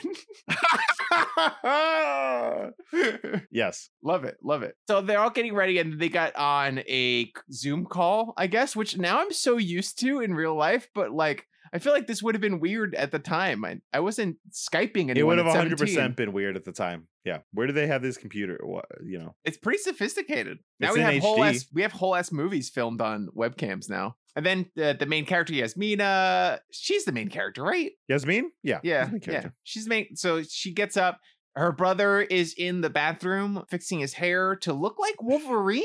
[SPEAKER 2] Ah!
[SPEAKER 3] yes.
[SPEAKER 2] love it, love it. So they're all getting ready, and they got on a Zoom call, I guess, which now I'm so used to in real life. But like, I feel like this would have been weird at the time. I, I wasn't skyping anyone.
[SPEAKER 3] it would have
[SPEAKER 2] at
[SPEAKER 3] 100
[SPEAKER 2] 17.
[SPEAKER 3] percent been weird at the time. Yeah. Where do they have this computer? What you know?
[SPEAKER 2] It's pretty sophisticated. Now
[SPEAKER 3] It's
[SPEAKER 2] we
[SPEAKER 3] in
[SPEAKER 2] have whole
[SPEAKER 3] HD.
[SPEAKER 2] ass we have whole ass movies filmed on webcams now. And then uh, the, the main character Yasmina, she's the main character, right?
[SPEAKER 3] Yasmin? Yeah. he's
[SPEAKER 2] Yeah,
[SPEAKER 3] my
[SPEAKER 2] yeah.
[SPEAKER 3] character.
[SPEAKER 2] She's main. So she gets up. Her brother is in the bathroom fixing his hair to look like Wolverine.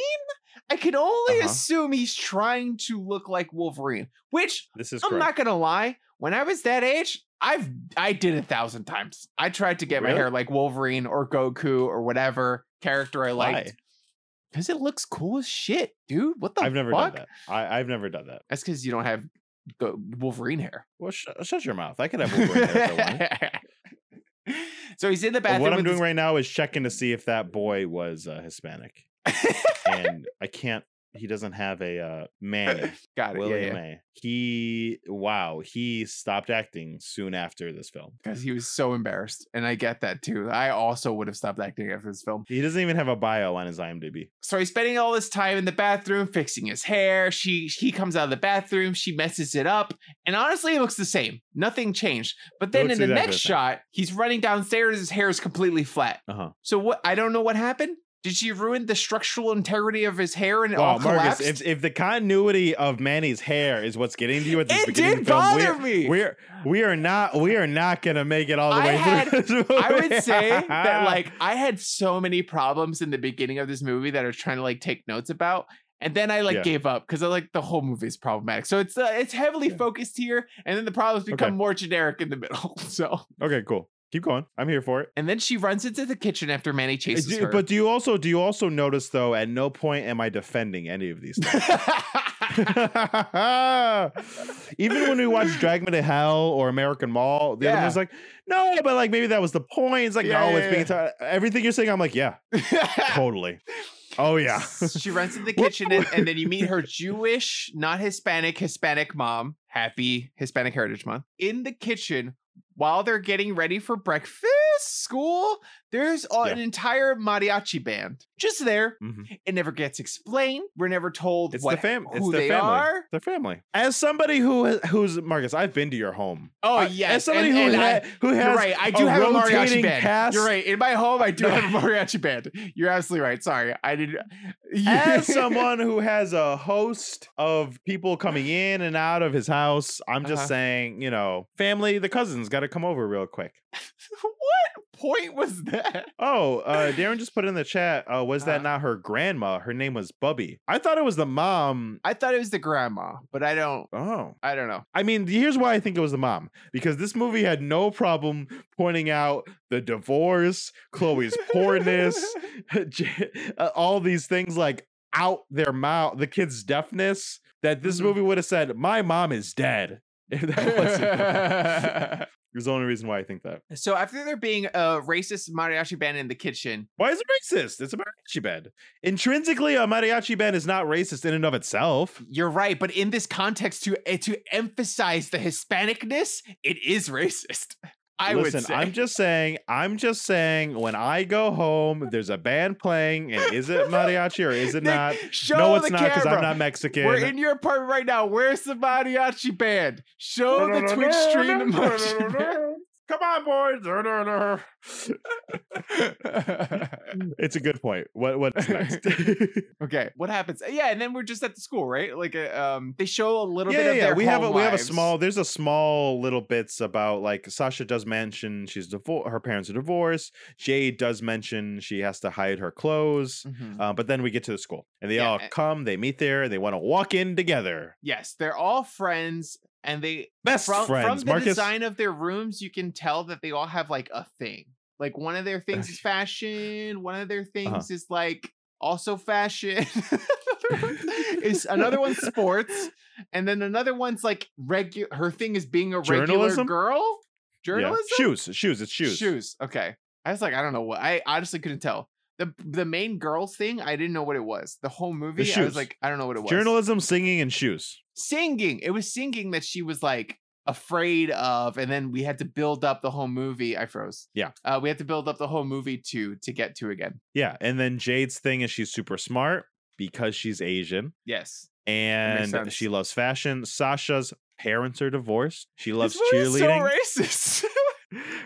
[SPEAKER 2] I can only
[SPEAKER 3] Uh-huh.
[SPEAKER 2] assume he's trying to look like Wolverine, which
[SPEAKER 3] This is
[SPEAKER 2] I'm
[SPEAKER 3] correct.
[SPEAKER 2] not gonna lie. When I was that age, I've I did a thousand times. I tried to get my
[SPEAKER 3] Really?
[SPEAKER 2] hair like Wolverine or Goku or whatever character I liked.
[SPEAKER 3] Why?
[SPEAKER 2] Because it looks cool as shit, dude. What the
[SPEAKER 3] I've never
[SPEAKER 2] fuck?
[SPEAKER 3] done that. I, I've never done that.
[SPEAKER 2] That's because you don't have go- Wolverine hair.
[SPEAKER 3] Well, sh- shut your mouth. I could have Wolverine hair if I wanted.
[SPEAKER 2] so he's in the
[SPEAKER 3] But
[SPEAKER 2] bathroom.
[SPEAKER 3] what I'm
[SPEAKER 2] with
[SPEAKER 3] doing
[SPEAKER 2] his-
[SPEAKER 3] right now is checking to see if that boy was uh, Hispanic, and I can't. He doesn't have a uh, man.
[SPEAKER 2] Got it. yeah,
[SPEAKER 3] William
[SPEAKER 2] yeah.
[SPEAKER 3] A. He wow. He stopped acting soon after this film.
[SPEAKER 2] Because he was so embarrassed, and I get that too. I also would have stopped acting after this film.
[SPEAKER 3] He doesn't even have a bio on his IMDb.
[SPEAKER 2] So he's spending all this time in the bathroom fixing his hair. She he comes out of the bathroom, she messes it up, and honestly, it looks the same. Nothing changed. But then in
[SPEAKER 3] looks
[SPEAKER 2] the
[SPEAKER 3] exactly
[SPEAKER 2] next
[SPEAKER 3] the same.
[SPEAKER 2] shot, he's running downstairs. His hair is completely flat.
[SPEAKER 3] Uh huh.
[SPEAKER 2] So what? I don't know what happened. Did she ruin the structural integrity of his hair and it
[SPEAKER 3] Wow,
[SPEAKER 2] all collapsed?
[SPEAKER 3] Marcus, if, if the continuity of Manny's hair is what's getting to you at the
[SPEAKER 2] It
[SPEAKER 3] beginning
[SPEAKER 2] did
[SPEAKER 3] of the film,
[SPEAKER 2] bother me.
[SPEAKER 3] we're, We're we are not we are not gonna make it all the
[SPEAKER 2] I
[SPEAKER 3] way
[SPEAKER 2] had-
[SPEAKER 3] through. this
[SPEAKER 2] I
[SPEAKER 3] movie.
[SPEAKER 2] would say that like I had so many problems in the beginning of this movie that I was trying to like take notes about, and then I like
[SPEAKER 3] Yeah.
[SPEAKER 2] gave up because I like the whole movie is problematic. So it's uh, it's heavily
[SPEAKER 3] Yeah.
[SPEAKER 2] focused here, and then the problems become
[SPEAKER 3] Okay.
[SPEAKER 2] more generic in the middle. So
[SPEAKER 3] okay, cool. Keep going. I'm here for it.
[SPEAKER 2] and then she runs into the kitchen after Manny chases
[SPEAKER 3] Do-
[SPEAKER 2] her.
[SPEAKER 3] But do you also do you also notice though? At no point am I defending any of these. things. Even when we watch Drag Me to Hell or American Mall, the other
[SPEAKER 2] Yeah.
[SPEAKER 3] one's like, no, but like maybe that was the point. It's like
[SPEAKER 2] Yeah,
[SPEAKER 3] no,
[SPEAKER 2] yeah,
[SPEAKER 3] it's being ti- everything you're saying. I'm like, yeah, totally. Oh yeah.
[SPEAKER 2] she runs into the kitchen, and, and then you meet her Jewish, not Hispanic, Hispanic mom. Happy Hispanic Heritage Month. In the kitchen, while they're getting ready for breakfast, school, there's a- an entire mariachi band just there.
[SPEAKER 3] Mhm.
[SPEAKER 2] It never gets explained. We're never told
[SPEAKER 3] It's
[SPEAKER 2] what,
[SPEAKER 3] the fam. It's
[SPEAKER 2] who
[SPEAKER 3] the
[SPEAKER 2] they
[SPEAKER 3] family.
[SPEAKER 2] are.
[SPEAKER 3] Their family. As somebody who has- who's Marcus, I've been to your home.
[SPEAKER 2] Oh,
[SPEAKER 3] I-
[SPEAKER 2] yes,
[SPEAKER 3] As somebody
[SPEAKER 2] and-
[SPEAKER 3] who
[SPEAKER 2] and
[SPEAKER 3] ha-
[SPEAKER 2] I-
[SPEAKER 3] who has
[SPEAKER 2] You're right. I do
[SPEAKER 3] a
[SPEAKER 2] have a
[SPEAKER 3] rotating
[SPEAKER 2] mariachi band.
[SPEAKER 3] cast.
[SPEAKER 2] You're right. In my home, I do
[SPEAKER 3] No.
[SPEAKER 2] have a mariachi band. You're absolutely right. Sorry, I did.
[SPEAKER 3] as someone who has a host of people coming in and out of his house, I'm just
[SPEAKER 2] Uh-huh.
[SPEAKER 3] saying, you know, family, the cousins got to come over real quick.
[SPEAKER 2] what point was that?
[SPEAKER 3] Oh, uh, Darren just put in the chat. Uh, was that
[SPEAKER 2] Uh.
[SPEAKER 3] not her grandma? Her name was Bubby. I thought it was the mom.
[SPEAKER 2] I thought it was the grandma, but I don't.
[SPEAKER 3] Oh,
[SPEAKER 2] I don't know.
[SPEAKER 3] I mean, here's why I think it was the mom because this movie had no problem pointing out the divorce, Chloe's poorness, J- uh, all these things like out their mouth, the kid's deafness. That this
[SPEAKER 2] Mhm.
[SPEAKER 3] movie would have said, "My mom is dead." If that wasn't was the only reason why I think that.
[SPEAKER 2] so after there being a racist mariachi band in the kitchen,
[SPEAKER 3] Why is it racist? It's a mariachi band. Intrinsically, a mariachi band is not racist in and of itself.
[SPEAKER 2] you're right. But in this context, to eh, to emphasize the Hispanicness, it is racist. I
[SPEAKER 3] Listen,
[SPEAKER 2] would say.
[SPEAKER 3] I'm just saying, I'm just saying, when I go home, there's a band playing, and is it mariachi or is it
[SPEAKER 2] Nick,
[SPEAKER 3] not?
[SPEAKER 2] Show
[SPEAKER 3] no, it's
[SPEAKER 2] the
[SPEAKER 3] not because I'm
[SPEAKER 2] camera.
[SPEAKER 3] not Mexican.
[SPEAKER 2] We're in your apartment right now. Where's the mariachi band? Show the Twitch stream. mariachi band.
[SPEAKER 3] Come on, boys. it's a good point. What what's next?
[SPEAKER 2] okay, what happens? Yeah, and then we're just at the school, right? Like, uh, um, they show a little bit
[SPEAKER 3] yeah,
[SPEAKER 2] of
[SPEAKER 3] yeah.
[SPEAKER 2] their
[SPEAKER 3] We have a,
[SPEAKER 2] home
[SPEAKER 3] we have a
[SPEAKER 2] lives.
[SPEAKER 3] small. There's a small little bits about like Sasha does mention she's divor- her parents are divorced. Jade does mention she has to hide her clothes.
[SPEAKER 2] Mhm.
[SPEAKER 3] Uh, but then we get to the school, and they
[SPEAKER 2] Yeah, eh
[SPEAKER 3] all
[SPEAKER 2] a-
[SPEAKER 3] come. They meet there, and they want to walk in together.
[SPEAKER 2] Yes, they're all friends, and they
[SPEAKER 3] Best
[SPEAKER 2] from,
[SPEAKER 3] friends,
[SPEAKER 2] from the
[SPEAKER 3] Marcus.
[SPEAKER 2] design of their rooms, you can tell that they all have like a thing. Like one of their things is fashion. One of their
[SPEAKER 3] Uh-huh.
[SPEAKER 2] things is like also fashion. Another one is another one's sports, and then another one's like regular. Her thing is being a regular
[SPEAKER 3] Journalism?
[SPEAKER 2] girl.
[SPEAKER 3] Yeah.
[SPEAKER 2] Journalism.
[SPEAKER 3] Shoes, shoes. It's shoes.
[SPEAKER 2] Shoes. Okay. I was like, I don't know what. I honestly couldn't tell. The, the main girls thing, I didn't know what it was. The whole movie, I
[SPEAKER 3] shoes.
[SPEAKER 2] was like, I don't know what it was
[SPEAKER 3] Journalism, singing, and shoes.
[SPEAKER 2] singing. It was singing that she was like afraid of, and then we had to build up the whole movie. I froze.
[SPEAKER 3] Yeah.
[SPEAKER 2] uh, we had to build up the whole movie to to get to again.
[SPEAKER 3] Yeah, and then Jade's thing is she's super smart because she's Asian
[SPEAKER 2] Yes,
[SPEAKER 3] and
[SPEAKER 2] sense.
[SPEAKER 3] she loves fashion. Sasha's parents are divorced. She
[SPEAKER 2] This
[SPEAKER 3] loves
[SPEAKER 2] movie is
[SPEAKER 3] cheerleading.
[SPEAKER 2] So racist.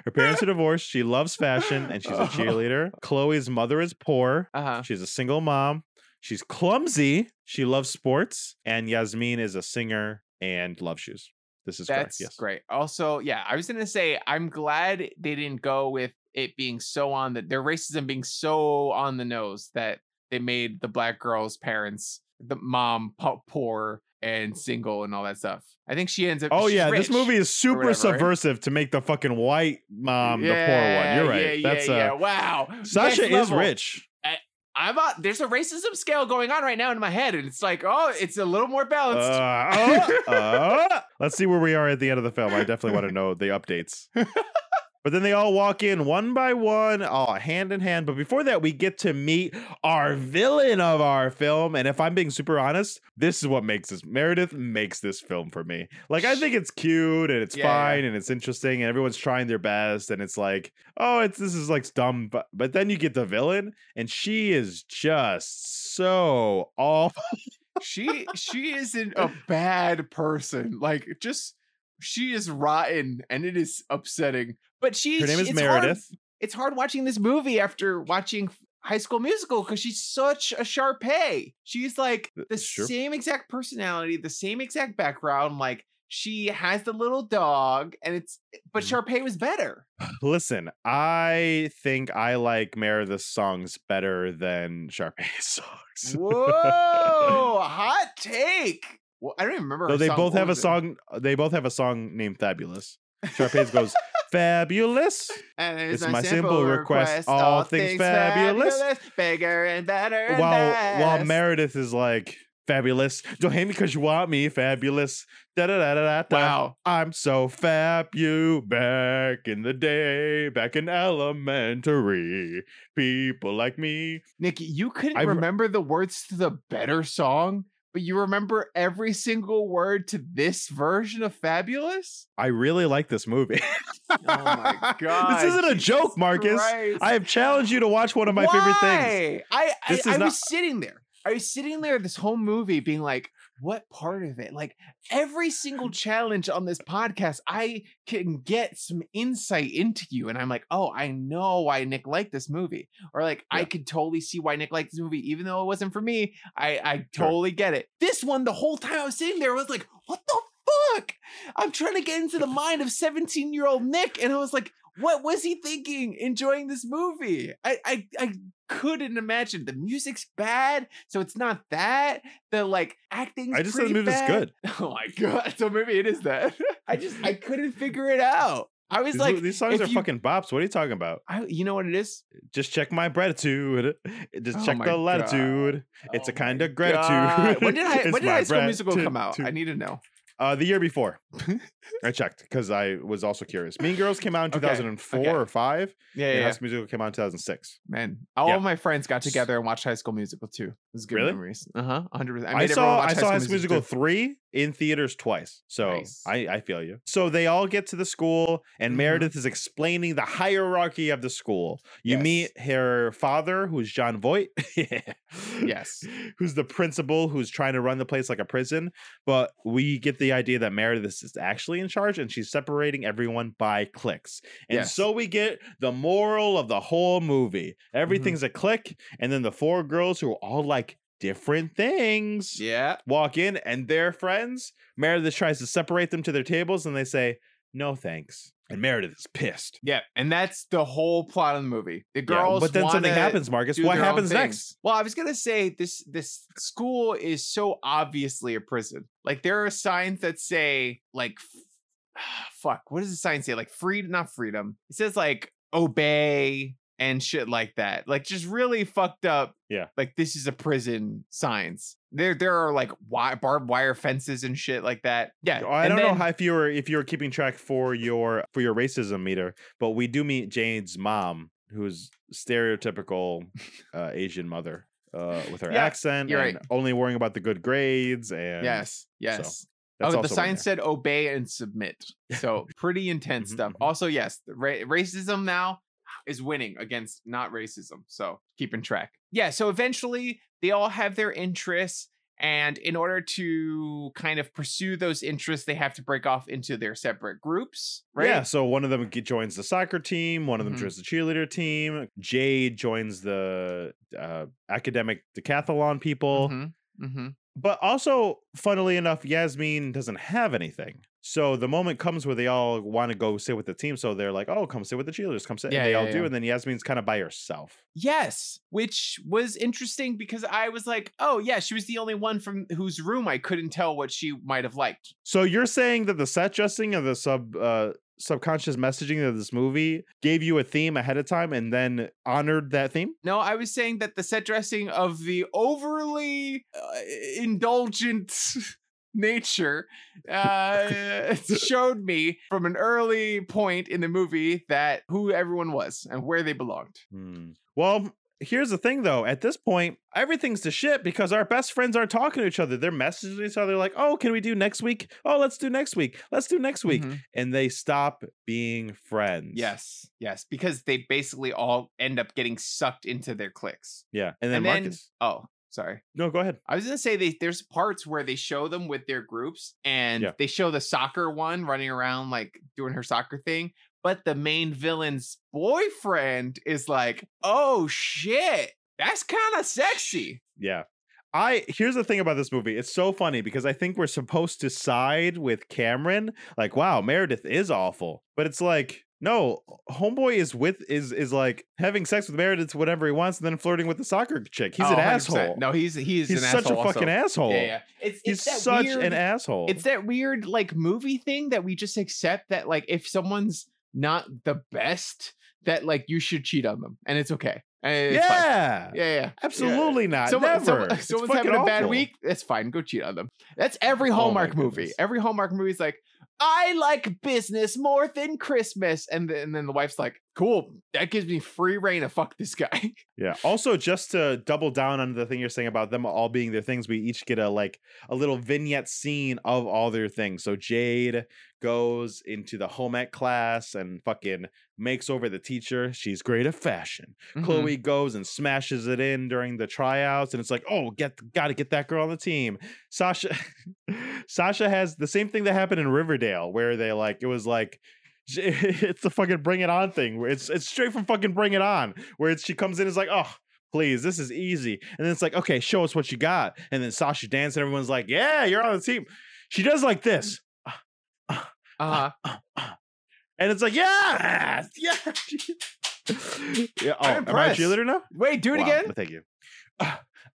[SPEAKER 3] Her parents are divorced. She loves fashion and she's a
[SPEAKER 2] Oh.
[SPEAKER 3] cheerleader. Chloe's mother is poor.
[SPEAKER 2] uh huh.
[SPEAKER 3] She's a single mom. She's clumsy. She loves sports. And Yasmin is a singer and loves shoes. This is
[SPEAKER 2] That's
[SPEAKER 3] correct. Yes.
[SPEAKER 2] great. Also, yeah, I was gonna say I'm glad they didn't go with it being so on the their racism being so on the nose that they made the black girl's parents, the mom, po- poor and single and all that stuff. I think she ends up.
[SPEAKER 3] Oh
[SPEAKER 2] she's
[SPEAKER 3] yeah,
[SPEAKER 2] rich.
[SPEAKER 3] this movie is super
[SPEAKER 2] whatever, right?
[SPEAKER 3] subversive to make the fucking white mom Um, the poor one. You're right.
[SPEAKER 2] Yeah,
[SPEAKER 3] That's
[SPEAKER 2] yeah,
[SPEAKER 3] uh,
[SPEAKER 2] yeah. Wow.
[SPEAKER 3] Sasha
[SPEAKER 2] Next
[SPEAKER 3] is
[SPEAKER 2] level.
[SPEAKER 3] rich.
[SPEAKER 2] I'm on, there's a racism scale going on right now in my head, and it's like, oh, it's a little more balanced.
[SPEAKER 3] Uh, uh, uh. Let's see where we are at the end of the film. I definitely want to know the updates. But then they all walk in one by one, all hand in hand. But before that, we get to meet our villain of our film. And if I'm being super honest, this is what makes this Meredith makes this film for me. Like I think it's cute and it's
[SPEAKER 2] Yeah, yeah.
[SPEAKER 3] fine and it's interesting and everyone's trying their best and it's like, oh, it's this is like dumb. But but then you get the villain and she is just so awful.
[SPEAKER 2] she she isn't a bad person. Like just she is rotten and it is upsetting. But she
[SPEAKER 3] Her name is
[SPEAKER 2] it's hard-
[SPEAKER 3] Meredith.
[SPEAKER 2] it's hard watching this movie after watching High School Musical because she's such a Sharpay. She's like
[SPEAKER 3] Th-
[SPEAKER 2] the
[SPEAKER 3] sure.
[SPEAKER 2] same exact personality, the same exact background. Like she has the little dog, and it's but
[SPEAKER 3] Mm-hmm.
[SPEAKER 2] Sharpay was better.
[SPEAKER 3] Listen, I think I like Meredith's songs better than Sharpay's songs.
[SPEAKER 2] Whoa, hot take. Well, I don't even remember.
[SPEAKER 3] Though
[SPEAKER 2] her
[SPEAKER 3] they
[SPEAKER 2] song.
[SPEAKER 3] both
[SPEAKER 2] What
[SPEAKER 3] have a
[SPEAKER 2] was it?
[SPEAKER 3] song. uh, They both have a song named "Fabulous." Sharpay's goes "Fabulous."
[SPEAKER 2] And
[SPEAKER 3] It's my simple request, all things fabulous.
[SPEAKER 2] bigger and better. And
[SPEAKER 3] While while
[SPEAKER 2] best.
[SPEAKER 3] Meredith is like "Fabulous." Don't hate me because you want me. Fabulous. Da da da da da.
[SPEAKER 2] wow,
[SPEAKER 3] I'm so fab you back in the day, back in elementary. People like me.
[SPEAKER 2] Nikki, you couldn't
[SPEAKER 3] I re-
[SPEAKER 2] remember the words to the better song, but you remember every single word to this version of fabulous.
[SPEAKER 3] I really like this movie.
[SPEAKER 2] Oh my god,
[SPEAKER 3] this isn't a
[SPEAKER 2] Jesus
[SPEAKER 3] joke, Marcus.
[SPEAKER 2] Christ.
[SPEAKER 3] I have challenged you to watch one of my favorite things.
[SPEAKER 2] Why? I I,
[SPEAKER 3] This
[SPEAKER 2] I
[SPEAKER 3] is not-
[SPEAKER 2] was sitting there. I was sitting there this whole movie being like, what part of it? Like every single challenge on this podcast, I can get some insight into you. And I'm like, oh, I know why Nick liked this movie. Or like, I
[SPEAKER 3] Yeah.
[SPEAKER 2] could totally see why Nick liked this movie, even though it wasn't for me. I, I
[SPEAKER 3] Sure.
[SPEAKER 2] totally get it. This one, the whole time I was sitting there, I was like, what the fuck? I'm trying to get into the mind of 17 year old Nick. And I was like, what was he thinking enjoying this movie? I, I, I couldn't imagine. The music's bad, so it's not that. The like acting's
[SPEAKER 3] I just said the
[SPEAKER 2] pretty
[SPEAKER 3] movie's
[SPEAKER 2] bad.
[SPEAKER 3] good.
[SPEAKER 2] Oh my god! So maybe it is that. I just I couldn't figure it out. I was
[SPEAKER 3] These,
[SPEAKER 2] like,
[SPEAKER 3] these songs
[SPEAKER 2] if
[SPEAKER 3] are
[SPEAKER 2] you-
[SPEAKER 3] fucking bops. What are you talking about?
[SPEAKER 2] I, you know what it is?
[SPEAKER 3] Just check my gratitude. Just
[SPEAKER 2] Oh
[SPEAKER 3] check
[SPEAKER 2] my
[SPEAKER 3] the
[SPEAKER 2] God.
[SPEAKER 3] latitude. It's
[SPEAKER 2] Oh
[SPEAKER 3] a kind
[SPEAKER 2] my
[SPEAKER 3] of gratitude.
[SPEAKER 2] God. When did I?
[SPEAKER 3] It's
[SPEAKER 2] when did
[SPEAKER 3] my
[SPEAKER 2] High School Musical come out?
[SPEAKER 3] gratitude.
[SPEAKER 2] I need to know.
[SPEAKER 3] Uh, the year before. I checked because I was also curious. Mean Girls came out in
[SPEAKER 2] Okay,
[SPEAKER 3] 2004
[SPEAKER 2] okay.
[SPEAKER 3] or 5.
[SPEAKER 2] Yeah, yeah,
[SPEAKER 3] and
[SPEAKER 2] yeah.
[SPEAKER 3] High School Musical came out in 2006.
[SPEAKER 2] man. All
[SPEAKER 3] Yeah.
[SPEAKER 2] of my friends got together and watched High School Musical too. It was good
[SPEAKER 3] Really? Uh-huh.
[SPEAKER 2] memories. Uh huh. 100. percent
[SPEAKER 3] I, saw I saw High School Musical three in theaters twice, so
[SPEAKER 2] Nice.
[SPEAKER 3] I I feel you. So they all get to the school, and
[SPEAKER 2] Mhm.
[SPEAKER 3] Meredith is explaining the hierarchy of the school. You
[SPEAKER 2] Yes.
[SPEAKER 3] meet her father, who's John Voight, yeah,
[SPEAKER 2] Yes.
[SPEAKER 3] who's the principal, who's trying to run the place like a prison. But we get the idea that Meredith is actually in charge, and she's separating everyone by clicks. And
[SPEAKER 2] Yes.
[SPEAKER 3] so we get the moral of the whole movie. Everything's a click, and then the four girls who are all like. Different things
[SPEAKER 2] Yeah.
[SPEAKER 3] walk in and their friends. Meredith tries to separate them to their tables and they say, no thanks. And Meredith is pissed.
[SPEAKER 2] Yeah, and that's the whole plot of the movie. The
[SPEAKER 3] Yeah,
[SPEAKER 2] girls,
[SPEAKER 3] but then something
[SPEAKER 2] wanna
[SPEAKER 3] happens, Marcus.
[SPEAKER 2] do
[SPEAKER 3] What
[SPEAKER 2] their own
[SPEAKER 3] happens
[SPEAKER 2] thing.
[SPEAKER 3] next?
[SPEAKER 2] Well, I was gonna say this: this school is so obviously a prison. Like there are signs that say like, f- "Fuck," what does the sign say? Like free, not freedom. It says like obey and shit like that. Like just really fucked up.
[SPEAKER 3] Yeah.
[SPEAKER 2] Like this is a prison signs. There, there are like wi- barbed wire fences and shit like that. Yeah,
[SPEAKER 3] Oh, I
[SPEAKER 2] and
[SPEAKER 3] don't know
[SPEAKER 2] then-
[SPEAKER 3] how if you were if you were keeping track for your for your racism meter, but we do meet Jane's mom, who's stereotypical uh, Asian mother uh, with her
[SPEAKER 2] Yeah,
[SPEAKER 3] accent
[SPEAKER 2] you're
[SPEAKER 3] and
[SPEAKER 2] right.
[SPEAKER 3] only worrying about the good grades. And
[SPEAKER 2] Yes, yes.
[SPEAKER 3] that's
[SPEAKER 2] oh,
[SPEAKER 3] also
[SPEAKER 2] the
[SPEAKER 3] in
[SPEAKER 2] sign
[SPEAKER 3] there.
[SPEAKER 2] said obey and submit. So pretty intense
[SPEAKER 3] Mhm,
[SPEAKER 2] stuff.
[SPEAKER 3] mhm.
[SPEAKER 2] Also, yes, the ra- racism now is winning against not racism. So keeping track. Yeah. So eventually, they all have their interests, and in order to kind of pursue those interests, they have to break off into their separate groups. Right.
[SPEAKER 3] Yeah, so one of them ge- joins the soccer team, one of them
[SPEAKER 2] Mhm.
[SPEAKER 3] joins the cheerleader team. Jade joins the uh, academic decathlon people.
[SPEAKER 2] Mm-hmm.
[SPEAKER 3] But also, funnily enough, Yasmin doesn't have anything. So the moment comes where they all want to go sit with the team. So they're like, oh, come sit with the cheerleaders, come sit.
[SPEAKER 2] Yeah,
[SPEAKER 3] and they
[SPEAKER 2] yeah,
[SPEAKER 3] all do.
[SPEAKER 2] yeah.
[SPEAKER 3] And then Yasmin's kind of by herself.
[SPEAKER 2] Yes, which was interesting because I was like, oh yeah, she was the only one from whose room I couldn't tell what she might have liked.
[SPEAKER 3] So you're saying that the set dressing and the sub uh, subconscious messaging of this movie gave you a theme ahead of time and then honored that theme?
[SPEAKER 2] No, I was saying that the set dressing of the overly uh, indulgent nature uh, showed me from an early point in the movie that who everyone was and where they belonged.
[SPEAKER 3] Hmm. Well, here's the thing though. At this point, everything's to shit because our best friends aren't talking to each other. They're messaging each other like, oh, can we do next week? Oh, let's do next week. Let's do next week.
[SPEAKER 2] Mhm.
[SPEAKER 3] And they stop being friends.
[SPEAKER 2] Yes, yes, because they basically all end up getting sucked into their cliques.
[SPEAKER 3] Yeah. And then
[SPEAKER 2] And then-
[SPEAKER 3] Marcus.
[SPEAKER 2] Oh, sorry.
[SPEAKER 3] No, go ahead.
[SPEAKER 2] I was gonna say they, there's parts where they show them with their groups, and
[SPEAKER 3] Yeah.
[SPEAKER 2] they show the soccer one running around like doing her soccer thing. But the main villain's boyfriend is like, "Oh shit, that's kind of sexy."
[SPEAKER 3] Yeah. I here's the thing about this movie. It's so funny because I think we're supposed to side with Cameron. Like, wow, Meredith is awful. But it's like, no, homeboy is with is is like having sex with Meredith whenever he wants and then flirting with the soccer chick. He's
[SPEAKER 2] Oh,
[SPEAKER 3] an
[SPEAKER 2] 100%.
[SPEAKER 3] asshole.
[SPEAKER 2] No, he's he's,
[SPEAKER 3] he's,
[SPEAKER 2] an
[SPEAKER 3] such
[SPEAKER 2] asshole
[SPEAKER 3] a fucking
[SPEAKER 2] also.
[SPEAKER 3] asshole.
[SPEAKER 2] Yeah, yeah. It's,
[SPEAKER 3] He's
[SPEAKER 2] it's that
[SPEAKER 3] such
[SPEAKER 2] weird,
[SPEAKER 3] an asshole.
[SPEAKER 2] It's that weird like movie thing that we just accept that like if someone's not the best, that like you should cheat on them, and it's okay. And it's fine.
[SPEAKER 3] yeah.
[SPEAKER 2] yeah, yeah, yeah.
[SPEAKER 3] Absolutely not.
[SPEAKER 2] Someone-
[SPEAKER 3] Never.
[SPEAKER 2] someone-
[SPEAKER 3] It's
[SPEAKER 2] someone's
[SPEAKER 3] fucking
[SPEAKER 2] having a bad
[SPEAKER 3] awful.
[SPEAKER 2] week. That's fine. Go cheat on them. That's every
[SPEAKER 3] Oh my
[SPEAKER 2] Hallmark movie.
[SPEAKER 3] goodness.
[SPEAKER 2] Every Hallmark movie is like, I like business more than Christmas, and then, and then the wife's like, Cool, that gives me free reign to fuck this guy.
[SPEAKER 3] Yeah. Also, just to double down on the thing you're saying about them all being their things, we each get a like a little vignette scene of all their things. So Jade goes into the home ec class and fucking makes over the teacher. She's great at fashion.
[SPEAKER 2] Mm-hmm.
[SPEAKER 3] Chloe goes and smashes it in during the tryouts, and it's like, oh, get gotta get that girl on the team. Sasha, Sasha has the same thing that happened in Riverdale, where they like it was like. j- It's the fucking Bring It On thing. Where it's it's straight from fucking Bring It On, where it's, she comes in and is like, oh, please, this is easy. And then it's like, okay, show us what you got. And then Sasha dances, and everyone's like, yeah, you're on the team. She does like this, uh,
[SPEAKER 2] Uh-huh. Mm-hmm.
[SPEAKER 3] and it's like, yeah, yeah. yeah oh, am I a
[SPEAKER 2] impressed.
[SPEAKER 3] cheerleader now?
[SPEAKER 2] Wait, do it
[SPEAKER 3] Wow,
[SPEAKER 2] again.
[SPEAKER 3] Thank you.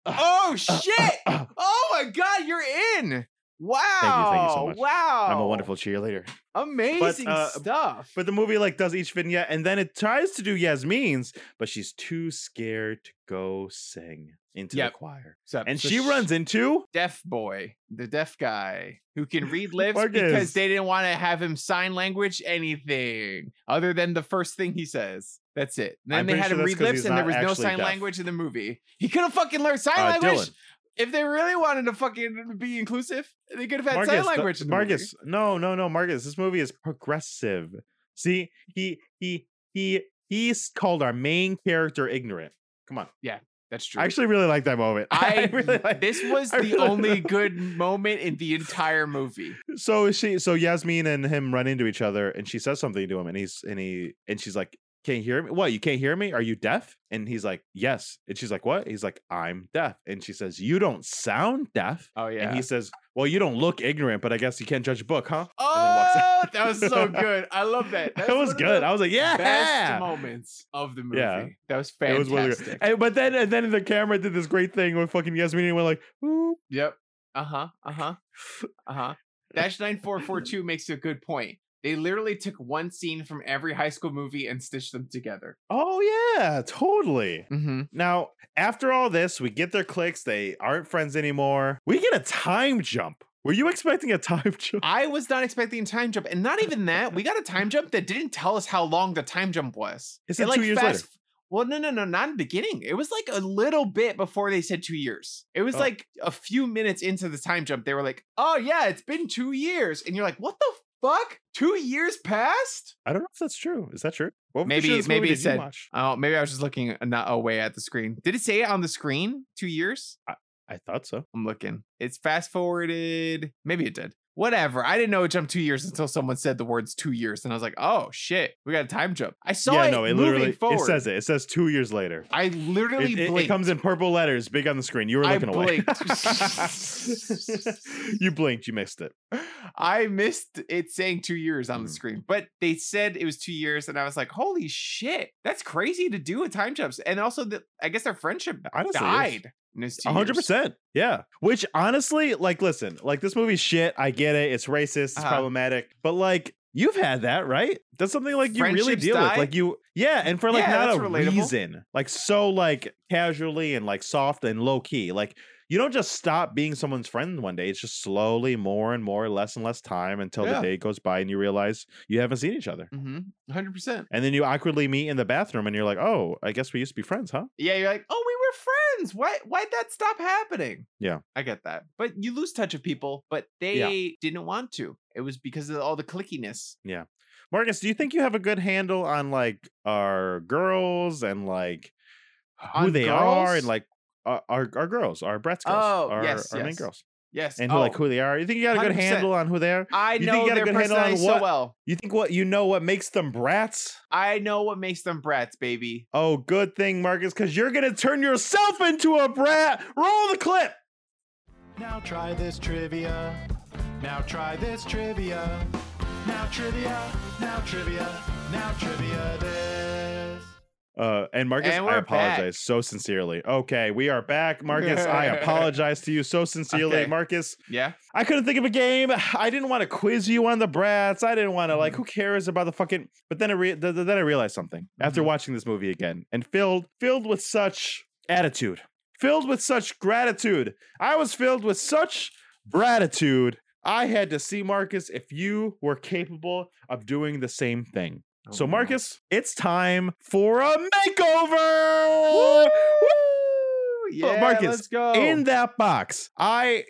[SPEAKER 2] Oh shit!
[SPEAKER 3] uh.
[SPEAKER 2] Oh my god, you're in. Wow.
[SPEAKER 3] so much.
[SPEAKER 2] Wow.
[SPEAKER 3] I'm a wonderful cheerleader.
[SPEAKER 2] amazing
[SPEAKER 3] uh,
[SPEAKER 2] stuff.
[SPEAKER 3] Oh. But the movie like does each vignette and then it tries to do Yasmin's, but she's too scared to go sing into
[SPEAKER 2] Yep.
[SPEAKER 3] the choir.
[SPEAKER 2] So-
[SPEAKER 3] And
[SPEAKER 2] so
[SPEAKER 3] she runs into
[SPEAKER 2] deaf boy, the deaf guy who can read lips
[SPEAKER 3] Marcus.
[SPEAKER 2] because they didn't want to have him sign language anything other than the first thing he says. That's it. Then
[SPEAKER 3] I'm
[SPEAKER 2] they
[SPEAKER 3] pretty
[SPEAKER 2] had him
[SPEAKER 3] sure that's
[SPEAKER 2] read
[SPEAKER 3] 'cause
[SPEAKER 2] lips
[SPEAKER 3] he's
[SPEAKER 2] and there
[SPEAKER 3] not
[SPEAKER 2] was no
[SPEAKER 3] actually
[SPEAKER 2] sign
[SPEAKER 3] deaf.
[SPEAKER 2] language in the movie. He could have fucking learned sign
[SPEAKER 3] uh,
[SPEAKER 2] language
[SPEAKER 3] Dylan.
[SPEAKER 2] if they really wanted to fucking be inclusive. They could have had sign
[SPEAKER 3] the-
[SPEAKER 2] language. in the movie.
[SPEAKER 3] Marcus, no, no, no, Marcus. This movie is progressive. See, he he he he's called our main character ignorant. Come on.
[SPEAKER 2] that's true.
[SPEAKER 3] I actually really like that moment.
[SPEAKER 2] I, this was
[SPEAKER 3] I
[SPEAKER 2] the
[SPEAKER 3] really
[SPEAKER 2] only
[SPEAKER 3] like-
[SPEAKER 2] good moment in the entire movie.
[SPEAKER 3] so she so Yasmin and him run into each other and she says something to him and he's and he and she's like can't hear me what you can't hear me are you deaf and he's like yes and she's like what he's like i'm deaf and she says you don't sound deaf
[SPEAKER 2] Oh yeah.
[SPEAKER 3] and he says well you don't look ignorant but i guess you can't judge a book huh walks
[SPEAKER 2] oh, that was so good. I love that. That's
[SPEAKER 3] that was
[SPEAKER 2] one of
[SPEAKER 3] good
[SPEAKER 2] the-
[SPEAKER 3] i was like
[SPEAKER 2] best
[SPEAKER 3] yeah
[SPEAKER 2] moments of the movie.
[SPEAKER 3] Yeah.
[SPEAKER 2] That was
[SPEAKER 3] it was
[SPEAKER 2] fantastic.
[SPEAKER 3] really good. And- but then and then the camera did this great thing with fucking Yasmin and went like ooh
[SPEAKER 2] Yep. Uh huh. Uh huh. Uh huh. Dash nine four four two makes a good point. They literally took one scene from every high school movie and stitched them together.
[SPEAKER 3] oh yeah totally
[SPEAKER 2] Mm-hmm.
[SPEAKER 3] Now, after all this, we get their clicks. They aren't friends anymore. We get a time jump. Were you expecting a time jump?
[SPEAKER 2] I was not expecting a time jump, and not even that. We got a time jump that didn't tell us how long the time jump was.
[SPEAKER 3] It
[SPEAKER 2] It's
[SPEAKER 3] said two years later.
[SPEAKER 2] Well, no, no, no, not in the beginning. It was like a little bit before they said two years. It was
[SPEAKER 3] Oh.
[SPEAKER 2] like a few minutes into the time jump. They were like, "Oh yeah, it's been two years," and you're like, "What the fuck? Two years passed?"
[SPEAKER 3] I don't know if that's true. Is that true? What
[SPEAKER 2] Maybe-
[SPEAKER 3] version of this
[SPEAKER 2] maybe
[SPEAKER 3] movie
[SPEAKER 2] it
[SPEAKER 3] did you
[SPEAKER 2] said-
[SPEAKER 3] watch?
[SPEAKER 2] Oh, maybe I was just looking a- not away at the screen. Did it say it on the screen? Two years?
[SPEAKER 3] I thought so.
[SPEAKER 2] I'm looking. It's fast forwarded. Maybe it did. Whatever. I didn't know it jumped two years until someone said the words two years, and I was like, "Oh shit, we got a time jump." I saw
[SPEAKER 3] yeah,
[SPEAKER 2] it.
[SPEAKER 3] no, it
[SPEAKER 2] moving
[SPEAKER 3] literally
[SPEAKER 2] forward.
[SPEAKER 3] it says it. It says two years later.
[SPEAKER 2] I
[SPEAKER 3] It,
[SPEAKER 2] literally
[SPEAKER 3] it- it
[SPEAKER 2] blinked.
[SPEAKER 3] comes in purple letters, big on the screen. You were
[SPEAKER 2] I
[SPEAKER 3] looking away.
[SPEAKER 2] blinked.
[SPEAKER 3] you blinked. You missed it.
[SPEAKER 2] I missed it saying two years on the
[SPEAKER 3] Mm.
[SPEAKER 2] screen, but they said it was two years, and I was like, "Holy shit, that's crazy to do with time jumps." And also, the, I guess their friendship
[SPEAKER 3] Honestly, it is.
[SPEAKER 2] died. in those two
[SPEAKER 3] A hundred
[SPEAKER 2] years.
[SPEAKER 3] percent. Yeah. Which honestly, like, listen, like this movie's shit. I get it. It's racist. It's
[SPEAKER 2] Uh-huh.
[SPEAKER 3] problematic. But like, You've had that, right? That's something like you really
[SPEAKER 2] Friendships
[SPEAKER 3] deal
[SPEAKER 2] die?
[SPEAKER 3] with. Like you Yeah, and for like
[SPEAKER 2] Yeah,
[SPEAKER 3] not
[SPEAKER 2] that's
[SPEAKER 3] a
[SPEAKER 2] relatable.
[SPEAKER 3] reason. Like so like casually and like soft and low key. Like you don't just stop being someone's friend one day. It's just slowly more and more, less and less time until
[SPEAKER 2] Yeah.
[SPEAKER 3] the day goes by and you realize you haven't seen each other.
[SPEAKER 2] Mm-hmm. 100%.
[SPEAKER 3] And then you awkwardly meet in the bathroom and you're like, "Oh, I guess we used to be friends, huh?"
[SPEAKER 2] Yeah, you're like, oh, we were friends. Why why'd that stop happening?
[SPEAKER 3] Yeah.
[SPEAKER 2] I get that. But you lose touch of people, but they
[SPEAKER 3] Yeah.
[SPEAKER 2] didn't want to. It was because of all the clickiness.
[SPEAKER 3] Marcus, do you think you have a good handle on like our girls and like who
[SPEAKER 2] On
[SPEAKER 3] they are
[SPEAKER 2] girls?
[SPEAKER 3] and like our our, our girls, our Brett's girls,
[SPEAKER 2] Oh,
[SPEAKER 3] our,
[SPEAKER 2] yes,
[SPEAKER 3] our main
[SPEAKER 2] yes.
[SPEAKER 3] girls,
[SPEAKER 2] Yes.
[SPEAKER 3] and who, like
[SPEAKER 2] oh,
[SPEAKER 3] who they are? You think you got a good
[SPEAKER 2] 100%.
[SPEAKER 3] handle on who they are?
[SPEAKER 2] I
[SPEAKER 3] you think
[SPEAKER 2] know
[SPEAKER 3] you got a
[SPEAKER 2] their
[SPEAKER 3] good handle on
[SPEAKER 2] personality so
[SPEAKER 3] what-
[SPEAKER 2] well.
[SPEAKER 3] You think what you know what makes them brats?
[SPEAKER 2] I know what makes them brats, baby.
[SPEAKER 3] Oh, good thing, Marcus, because you're gonna turn yourself into a brat. Roll the clip.
[SPEAKER 4] Now try this trivia. Now try this trivia. Now trivia. Now trivia. Now trivia this.
[SPEAKER 3] Uh, and Marcus,
[SPEAKER 2] And
[SPEAKER 3] I
[SPEAKER 2] we're back.
[SPEAKER 3] apologize so sincerely. Okay, we are back, Marcus. I apologize to you so sincerely,
[SPEAKER 2] Okay.
[SPEAKER 3] Marcus.
[SPEAKER 2] Yeah.
[SPEAKER 3] I couldn't think of a game. I didn't want to quiz you on the brats. I didn't want to like. Who cares about the fucking? But then I re- th- th- then I realized something after
[SPEAKER 2] Mhm.
[SPEAKER 3] watching this movie again and filled filled with such attitude, filled with such gratitude. I was filled with such gratitude. I had to see Marcus if you were capable of doing the same thing.
[SPEAKER 1] Oh,
[SPEAKER 3] so Marcus, it's time for a makeover. Woo!
[SPEAKER 2] yeah,
[SPEAKER 3] Oh, Marcus,
[SPEAKER 2] let's go.
[SPEAKER 3] in that box i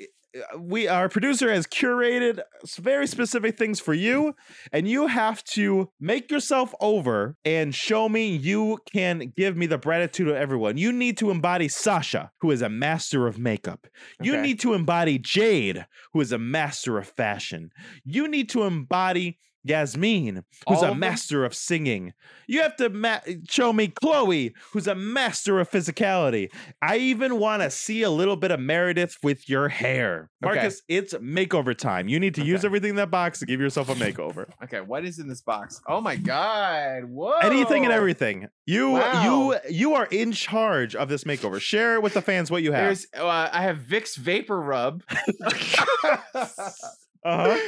[SPEAKER 3] we our producer has curated s- very specific things for you and you have to make yourself over and show me you can give me the gratitude of everyone you need to embody sasha who is a master of makeup you
[SPEAKER 2] Okay.
[SPEAKER 3] need to embody jade who is a master of fashion you need to embody Yasmin,
[SPEAKER 2] All
[SPEAKER 3] who's a
[SPEAKER 2] of them?
[SPEAKER 3] master of singing. You have to ma- show me Chloe, who's a master of physicality. I even want to see a little bit of Meredith with your hair.
[SPEAKER 2] Okay.
[SPEAKER 3] Marcus, it's makeover time. You need to use
[SPEAKER 2] Okay.
[SPEAKER 3] everything in that box to give yourself a makeover.
[SPEAKER 2] okay, what is in this box? Oh my god. Whoa.
[SPEAKER 3] Anything and everything. You
[SPEAKER 2] Oh. Wow.
[SPEAKER 3] you you are in charge of this makeover. Share with the fans what you have.
[SPEAKER 2] There's uh, I have Vicks Vapor Rub.
[SPEAKER 3] Uh-huh.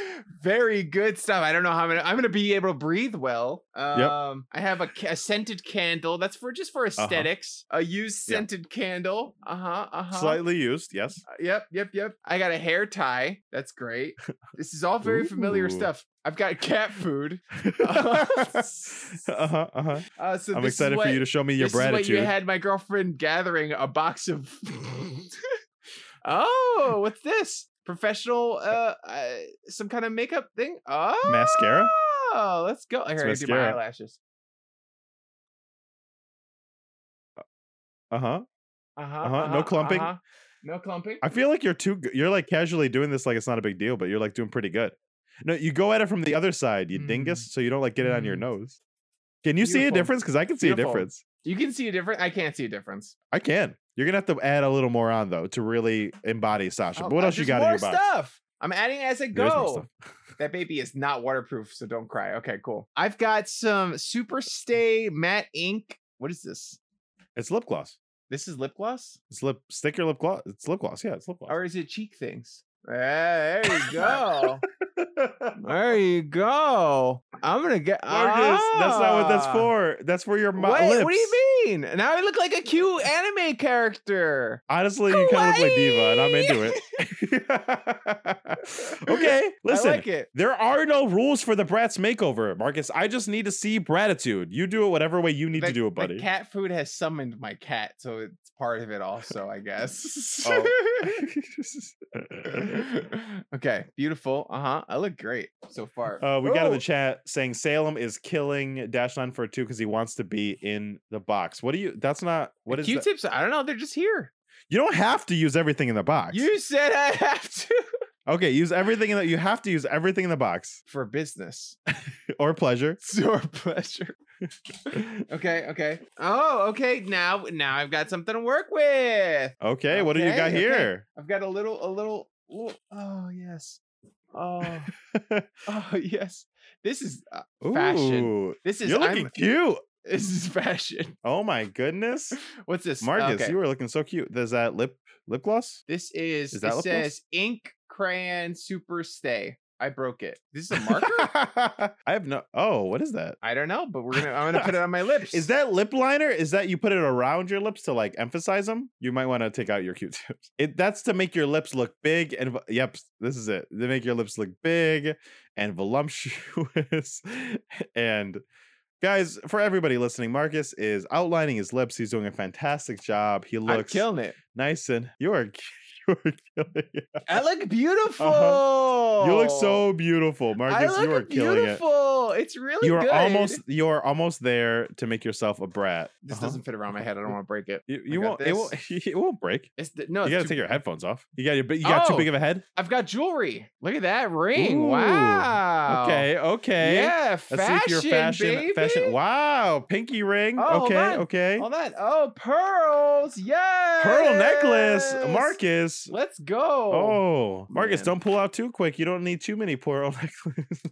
[SPEAKER 2] Very good stuff. I don't know how I'm gonna, I'm gonna be able to breathe well. Um, I have a, ca- a scented candle. That's for just for aesthetics. A used
[SPEAKER 3] Uh-huh. Yeah.
[SPEAKER 2] scented candle. Uh huh. Uh huh.
[SPEAKER 3] Slightly used, yes.
[SPEAKER 2] Yep. Yep. Yep. I got a hair tie. That's great. This is all very familiar
[SPEAKER 3] Ooh.
[SPEAKER 2] stuff. I've got cat food.
[SPEAKER 3] uh-huh, uh-huh.
[SPEAKER 2] Uh, so
[SPEAKER 3] I'm
[SPEAKER 2] this is
[SPEAKER 3] excited
[SPEAKER 2] what-
[SPEAKER 3] for you to show me your
[SPEAKER 2] this
[SPEAKER 3] gratitude.
[SPEAKER 2] Is what you had my girlfriend gathering a box of. oh, what's this? Professional, uh, uh, some kind of makeup thing. Oh,
[SPEAKER 3] Mascara?
[SPEAKER 2] Oh, let's go. Here, I gotta do my
[SPEAKER 3] mascara.
[SPEAKER 2] eyelashes.
[SPEAKER 3] Uh-huh.
[SPEAKER 2] Uh huh.
[SPEAKER 3] Uh-huh, no clumping?
[SPEAKER 2] uh-huh. No clumping.
[SPEAKER 3] I feel like you're too. g- You're like casually doing this like it's not a big deal, but you're like doing pretty good. No, you go at it from the other side, you dingus. So you don't like get it on your
[SPEAKER 2] Mm.
[SPEAKER 3] nose. Can you see a
[SPEAKER 2] Beautiful.
[SPEAKER 3] difference? Because I can see
[SPEAKER 2] Beautiful.
[SPEAKER 3] a difference.
[SPEAKER 2] You can see a difference. I can't see a difference.
[SPEAKER 3] I can. You're gonna have to add a little more on though to really embody Sasha.
[SPEAKER 2] Oh,
[SPEAKER 3] but what
[SPEAKER 2] uh,
[SPEAKER 3] else you
[SPEAKER 2] there's
[SPEAKER 3] got in your
[SPEAKER 2] more
[SPEAKER 3] box?
[SPEAKER 2] Stuff. I'm adding as I
[SPEAKER 3] There's more
[SPEAKER 2] go. That baby is not waterproof, so don't cry. Okay, cool. I've got some Superstay matte ink. What is this?
[SPEAKER 3] It's lip gloss.
[SPEAKER 2] This is lip gloss.
[SPEAKER 3] It's lip sticker lip gloss. It's lip gloss. Yeah, it's lip gloss.
[SPEAKER 2] Or is it cheek things? Yeah, there you go. there you go. I'm gonna get.
[SPEAKER 3] Marcus, that's not what that's
[SPEAKER 2] Ah.
[SPEAKER 3] for. That's for your mouth.
[SPEAKER 2] Wait, what do you mean? Now I look like a cute anime character.
[SPEAKER 3] Honestly, you kind of look like diva, and I'm into it. okay, listen.
[SPEAKER 2] I like it.
[SPEAKER 3] There are no rules for the Bratz makeover, Marcus. I just need to see gratitude. You do it whatever way you need to
[SPEAKER 2] The-
[SPEAKER 3] do it,
[SPEAKER 2] the
[SPEAKER 3] buddy.
[SPEAKER 2] cat food has summoned my cat, so it's part of it, also, I guess.
[SPEAKER 3] Oh.
[SPEAKER 2] okay, beautiful. Uh huh. I look great so far.
[SPEAKER 3] uh, we got in the
[SPEAKER 2] Ooh,
[SPEAKER 3] chat saying Salem is killing Dash Nine for two because he wants to be in the box. What do you? That's not what is. that?
[SPEAKER 2] Q-tips. I don't know. They're just here.
[SPEAKER 3] You don't have to use everything in the box.
[SPEAKER 2] You said I have to
[SPEAKER 3] okay, use everything in the. You have to use everything in the box
[SPEAKER 2] for business.
[SPEAKER 3] or pleasure.
[SPEAKER 2] It's your pleasure. okay, okay. Oh, okay. Now now I've got something to work with.
[SPEAKER 3] Okay, what do you
[SPEAKER 2] Okay,
[SPEAKER 3] got
[SPEAKER 2] okay.
[SPEAKER 3] here?
[SPEAKER 2] I've got a little a little, little oh yes. Oh. oh yes. This is uh, Fashion.
[SPEAKER 3] Ooh,
[SPEAKER 2] this is
[SPEAKER 3] you're looking
[SPEAKER 2] I'm,
[SPEAKER 3] cute.
[SPEAKER 2] this is fashion.
[SPEAKER 3] Oh my goodness,
[SPEAKER 2] What's this?
[SPEAKER 3] Marcus,
[SPEAKER 2] Okay.
[SPEAKER 3] you were looking so cute. Does that lip lip gloss?
[SPEAKER 2] This is,
[SPEAKER 3] Is that
[SPEAKER 2] it
[SPEAKER 3] lip gloss?
[SPEAKER 2] says ink crayon super stay. I broke it. This is a marker?
[SPEAKER 3] I have no. Oh, what is that?
[SPEAKER 2] I don't know, but we're gonna. I'm gonna put it on my lips.
[SPEAKER 3] Is that lip liner? Is that you put it around your lips to like emphasize them? You might want to take out your Q-tips. It that's to make your lips look big and vo- yep, this is it. They make your lips look big and voluptuous. and guys, for everybody listening, Marcus is outlining his lips. He's doing a fantastic job. He
[SPEAKER 2] I'm
[SPEAKER 3] looks
[SPEAKER 2] killing it.
[SPEAKER 3] nice and you are you are killing it.
[SPEAKER 2] I look beautiful.
[SPEAKER 3] Uh-huh. You look so beautiful,
[SPEAKER 2] Oh. I
[SPEAKER 3] Marcus.
[SPEAKER 2] look
[SPEAKER 3] You are killing it.
[SPEAKER 2] beautiful. It's really
[SPEAKER 3] You are
[SPEAKER 2] good.
[SPEAKER 3] almost you are almost there to make yourself a brat.
[SPEAKER 2] This
[SPEAKER 3] Uh-huh.
[SPEAKER 2] doesn't fit around my head. I don't want to break it.
[SPEAKER 3] You, you
[SPEAKER 2] got
[SPEAKER 3] won't. It won't. It won't break.
[SPEAKER 2] It's the, no.
[SPEAKER 3] you
[SPEAKER 2] It's
[SPEAKER 3] gotta
[SPEAKER 2] too,
[SPEAKER 3] take your headphones off. You got your. bi- You got too big
[SPEAKER 2] Oh.
[SPEAKER 3] of a head.
[SPEAKER 2] I've got jewelry. Look at that ring.
[SPEAKER 3] Ooh.
[SPEAKER 2] Wow.
[SPEAKER 3] Okay. Okay.
[SPEAKER 2] Oh. Yeah. Fashion,
[SPEAKER 3] Let's see if you're fashion.
[SPEAKER 2] baby.
[SPEAKER 3] Fashion. Wow. Pinky ring.
[SPEAKER 2] Oh, hold
[SPEAKER 3] okay.
[SPEAKER 2] on.
[SPEAKER 3] Okay.
[SPEAKER 2] Hold on. Oh, pearls. Yeah.
[SPEAKER 3] Pearl necklace. Marcus.
[SPEAKER 2] Let's go.
[SPEAKER 3] Oh, Marcus,
[SPEAKER 2] man.
[SPEAKER 3] don't pull out too quick. You don't need too many pearl necklaces.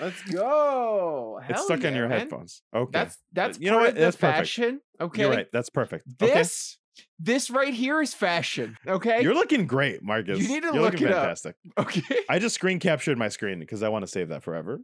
[SPEAKER 2] Let's go.
[SPEAKER 3] it's
[SPEAKER 2] Hell
[SPEAKER 3] stuck on
[SPEAKER 2] yeah,
[SPEAKER 3] your
[SPEAKER 2] man.
[SPEAKER 3] headphones. Okay.
[SPEAKER 2] That's that's
[SPEAKER 3] you know
[SPEAKER 2] part
[SPEAKER 3] what?
[SPEAKER 2] of the
[SPEAKER 3] That's perfect.
[SPEAKER 2] fashion. Okay.
[SPEAKER 3] You're right. That's perfect. okay.
[SPEAKER 2] This this right here is fashion. Okay.
[SPEAKER 3] You're looking great, Marcus.
[SPEAKER 2] need to
[SPEAKER 3] You're
[SPEAKER 2] look
[SPEAKER 3] looking
[SPEAKER 2] it up.
[SPEAKER 3] fantastic.
[SPEAKER 2] okay.
[SPEAKER 3] I just screen captured my screen because I want to save that forever.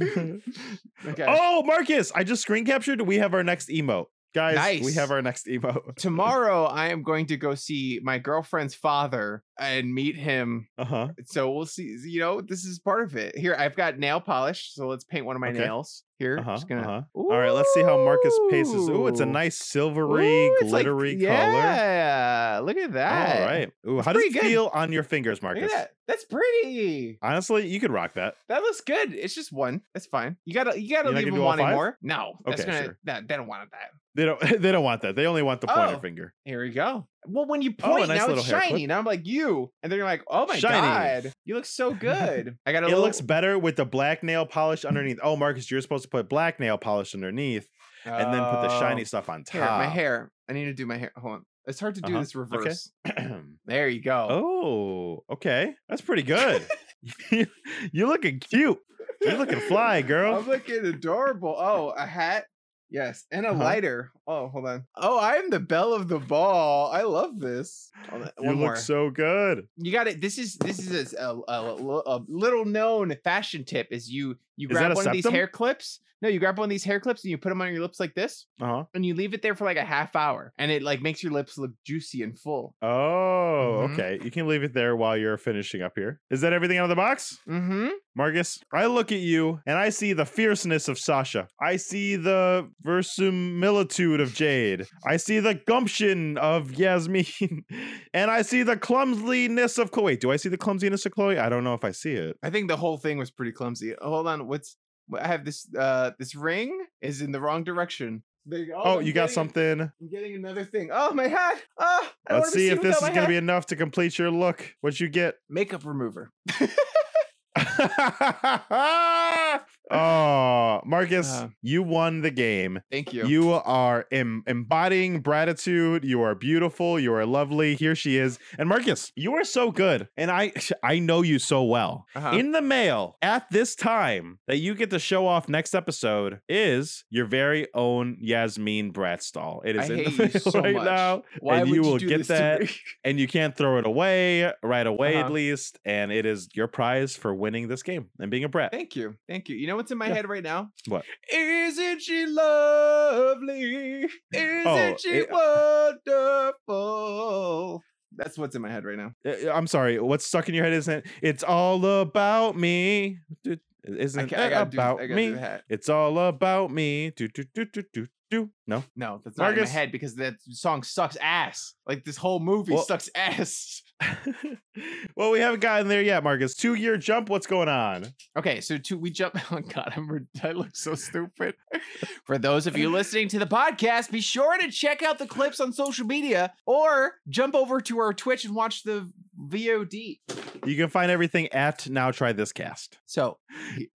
[SPEAKER 2] Okay.
[SPEAKER 3] Oh, Marcus, I just screen captured. We have our next emote. Guys, we
[SPEAKER 2] Nice.
[SPEAKER 3] have our next emote.
[SPEAKER 2] Tomorrow I am going to go see my girlfriend's father and meet him.
[SPEAKER 3] Uh-huh.
[SPEAKER 2] So we'll see. You know, this is part of it. Here, I've got nail polish, so let's paint one of my
[SPEAKER 3] Okay.
[SPEAKER 2] nails. Here,
[SPEAKER 3] Uh-huh.
[SPEAKER 2] just gonna.
[SPEAKER 3] uh-huh. All right, let's see how Marcus paces. Oh, it's a
[SPEAKER 2] Ooh.
[SPEAKER 3] nice silvery,
[SPEAKER 2] Ooh, it's like-
[SPEAKER 3] glittery color.
[SPEAKER 2] Yeah, look at that.
[SPEAKER 3] All right. Ooh, how does it
[SPEAKER 2] pretty good.
[SPEAKER 3] feel on your fingers,
[SPEAKER 2] Look
[SPEAKER 3] Marcus?
[SPEAKER 2] at that. That's pretty.
[SPEAKER 3] Honestly, you could rock that.
[SPEAKER 2] That looks good. It's just one. That's fine. You gotta you gotta
[SPEAKER 3] You're not
[SPEAKER 2] leave
[SPEAKER 3] gonna
[SPEAKER 2] them
[SPEAKER 3] do all
[SPEAKER 2] wanting
[SPEAKER 3] five?
[SPEAKER 2] more. No. That's
[SPEAKER 3] Okay,
[SPEAKER 2] gonna
[SPEAKER 3] sure.
[SPEAKER 2] no, they don't want that.
[SPEAKER 3] They don't they don't want that. They only want the pointer
[SPEAKER 2] Oh.
[SPEAKER 3] finger.
[SPEAKER 2] Here we go. Well, when you
[SPEAKER 3] Oh, a
[SPEAKER 2] point,
[SPEAKER 3] nice
[SPEAKER 2] now
[SPEAKER 3] little
[SPEAKER 2] it's
[SPEAKER 3] hair clip.
[SPEAKER 2] shiny. Now I'm like you, and then you're like, oh my
[SPEAKER 3] Shiny.
[SPEAKER 2] god, you look so good. I got a
[SPEAKER 3] It
[SPEAKER 2] little.
[SPEAKER 3] looks better with the black nail polish underneath. Oh, Marcus, you're supposed to put black nail polish underneath and then put the shiny
[SPEAKER 2] Oh.
[SPEAKER 3] stuff on
[SPEAKER 2] Here, my
[SPEAKER 3] top.
[SPEAKER 2] hair. I need to do my hair. Hold on. It's hard to do
[SPEAKER 3] Uh-huh.
[SPEAKER 2] this reverse. There you go.
[SPEAKER 3] Oh, okay. That's pretty good. You're looking cute. You're looking fly, girl.
[SPEAKER 2] I'm looking adorable. Oh, a hat. Yes, and a
[SPEAKER 3] Uh-huh.
[SPEAKER 2] lighter. Oh, hold on. Oh, I'm the belle of the ball. I love this. Hold on,
[SPEAKER 3] you
[SPEAKER 2] One
[SPEAKER 3] look
[SPEAKER 2] more.
[SPEAKER 3] so good.
[SPEAKER 2] you got it. This is this is a, a- a- a little known fashion tip. Is you you
[SPEAKER 3] Is that
[SPEAKER 2] grab
[SPEAKER 3] a
[SPEAKER 2] one of these
[SPEAKER 3] septum?
[SPEAKER 2] hair clips. No, you grab one of these hair clips and you put them on your lips like this,
[SPEAKER 3] Uh
[SPEAKER 2] and you leave it there for like a half hour, and it like makes your lips look juicy and full.
[SPEAKER 3] huh. Oh,
[SPEAKER 2] Mhm.
[SPEAKER 3] okay. You can leave it there while you're finishing up here. Is that everything out of the box,
[SPEAKER 2] Mm-hmm.
[SPEAKER 3] Marcus? I look at you and I see the fierceness of Sasha. I see the verisimilitude of Jade. I see the gumption of Yasmin, and I see the clumsiness of Chloe. Wait, do I see the clumsiness of Chloe? I don't know if I see it.
[SPEAKER 2] I think the whole thing was pretty clumsy. Oh, Hold on, what's wh- I have this uh this ring is in the wrong direction. They-
[SPEAKER 3] Oh,
[SPEAKER 2] I'm
[SPEAKER 3] you got
[SPEAKER 2] getting-
[SPEAKER 3] something.
[SPEAKER 2] I'm getting another thing. Oh, my hat. Oh, I don't
[SPEAKER 3] Let's
[SPEAKER 2] wanna be
[SPEAKER 3] see if
[SPEAKER 2] seen
[SPEAKER 3] this is
[SPEAKER 2] without my
[SPEAKER 3] going to be
[SPEAKER 2] hat.
[SPEAKER 3] enough to complete your look. What'd you get?
[SPEAKER 2] makeup remover.
[SPEAKER 3] oh, Marcus,
[SPEAKER 2] Uh,
[SPEAKER 3] you won the game.
[SPEAKER 2] Thank you.
[SPEAKER 3] You, are em- embodying gratitude. You are beautiful. You are lovely. Here she is. And Marcus, you are so good. And I I know you so well.
[SPEAKER 2] Uh-huh.
[SPEAKER 3] In the mail at this time that you get to show off next episode is your very own Yasmin Bratstall. It is
[SPEAKER 2] I
[SPEAKER 3] in
[SPEAKER 2] hate
[SPEAKER 3] the
[SPEAKER 2] you
[SPEAKER 3] mail
[SPEAKER 2] so
[SPEAKER 3] right
[SPEAKER 2] much.
[SPEAKER 3] now.
[SPEAKER 2] Why
[SPEAKER 3] and
[SPEAKER 2] would
[SPEAKER 3] you will
[SPEAKER 2] do
[SPEAKER 3] get
[SPEAKER 2] this to
[SPEAKER 3] that
[SPEAKER 2] me?
[SPEAKER 3] and you can't throw it away right away at
[SPEAKER 2] Uh-huh.
[SPEAKER 3] least and it is your prize for winning this game and being a brat
[SPEAKER 2] Thank you. Thank you. You know what's in my
[SPEAKER 3] Yeah.
[SPEAKER 2] head right now?
[SPEAKER 3] What?
[SPEAKER 2] Isn't she lovely? Isn't
[SPEAKER 3] Oh, eh,
[SPEAKER 2] she
[SPEAKER 3] it-
[SPEAKER 2] wonderful? That's what's in my head right now.
[SPEAKER 3] Uh, i'm sorry what's stuck in your head isn't it's all about me Du- isn't
[SPEAKER 2] ca-
[SPEAKER 3] it
[SPEAKER 2] gotta do-
[SPEAKER 3] about
[SPEAKER 2] I gotta do
[SPEAKER 3] me
[SPEAKER 2] the hat.
[SPEAKER 3] it's all about me do, do, do, do, do, do. no
[SPEAKER 2] No, that's not in my
[SPEAKER 3] Marcus-
[SPEAKER 2] head because that song sucks ass. Like this whole movie
[SPEAKER 3] Well-
[SPEAKER 2] sucks ass.
[SPEAKER 3] well we haven't gotten there yet marcus two year jump what's going on
[SPEAKER 2] Okay, so to we jump. Oh God, I'm re- I look so stupid. For those of you listening to the podcast, be sure to check out the clips on social media or jump over to our Twitch and watch the VOD.
[SPEAKER 3] you can find everything at now try this cast
[SPEAKER 2] So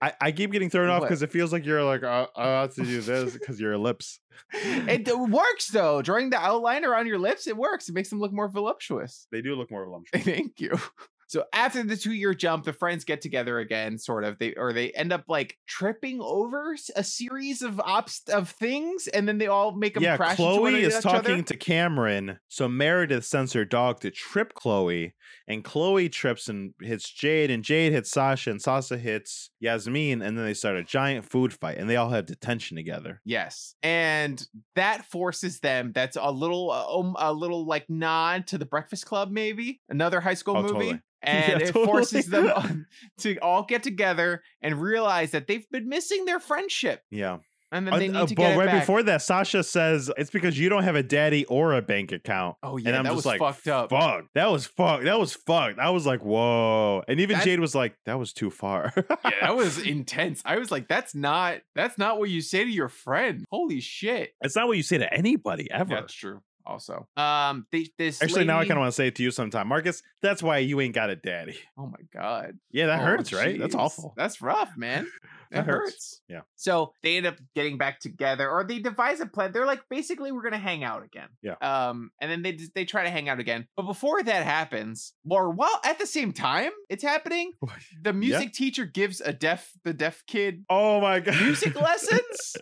[SPEAKER 3] i, I keep getting thrown off
[SPEAKER 2] What?
[SPEAKER 3] because it feels like you're like uh, i have to do this because your lips
[SPEAKER 2] it d- works though. Drawing the outline around your lips, it works. It makes them look more voluptuous.
[SPEAKER 3] they do look more voluptuous
[SPEAKER 2] Thank you. So after the two year jump, the friends get together again, sort of. They or they end up like tripping over s- a series of obst of things, and then they all make them
[SPEAKER 3] yeah,
[SPEAKER 2] crash. into one
[SPEAKER 3] Chloe is
[SPEAKER 2] each other.
[SPEAKER 3] talking to Cameron, so Meredith sends her dog to trip Chloe, and Chloe trips and hits Jade, and Jade hits Sasha, and Sasha hits Yasmin, and then they start a giant food fight, and they all have detention together.
[SPEAKER 2] Yes, and that forces them. That's a little, uh, um, a little like nod to the Breakfast Club, maybe another high school
[SPEAKER 3] Oh,
[SPEAKER 2] movie,
[SPEAKER 3] totally.
[SPEAKER 2] and
[SPEAKER 3] Yeah,
[SPEAKER 2] it
[SPEAKER 3] totally.
[SPEAKER 2] forces them on- to all get together and realize that they've been missing their friendship,
[SPEAKER 3] Yeah,
[SPEAKER 2] and then
[SPEAKER 3] Uh,
[SPEAKER 2] they need
[SPEAKER 3] uh,
[SPEAKER 2] to get
[SPEAKER 3] but
[SPEAKER 2] it
[SPEAKER 3] right
[SPEAKER 2] back.
[SPEAKER 3] before that, Sasha says it's because you don't have a daddy or a bank account.
[SPEAKER 2] oh yeah,
[SPEAKER 3] and I'm
[SPEAKER 2] that
[SPEAKER 3] just
[SPEAKER 2] was
[SPEAKER 3] like,
[SPEAKER 2] fucked up.
[SPEAKER 3] Fuck, that was fucked. That was fucked. I was like, whoa. And even
[SPEAKER 2] That-
[SPEAKER 3] Jade was like, that was too far.
[SPEAKER 2] yeah, that was intense. I was like, that's not that's not what you say to your friend. Holy shit.
[SPEAKER 3] it's not what you say to anybody ever.
[SPEAKER 2] That's true. Also. Um they this
[SPEAKER 3] Actually, now I
[SPEAKER 2] lady-
[SPEAKER 3] kind of want to say it to you sometime, Marcus. That's why you ain't got a daddy.
[SPEAKER 2] Oh my god.
[SPEAKER 3] Yeah, that
[SPEAKER 2] Oh,
[SPEAKER 3] hurts, right? That's
[SPEAKER 2] jeez.
[SPEAKER 3] awful.
[SPEAKER 2] That's rough, man. That,
[SPEAKER 3] That hurts.
[SPEAKER 2] hurts.
[SPEAKER 3] Yeah.
[SPEAKER 2] So they end up getting back together, or they devise a plan. They're like, basically, we're gonna hang out again.
[SPEAKER 3] Yeah.
[SPEAKER 2] Um, and then they just- they try to hang out again, but before that happens, or while at the same time it's happening, the music teacher gives a deaf the deaf kid
[SPEAKER 3] Oh my god.
[SPEAKER 2] music lessons.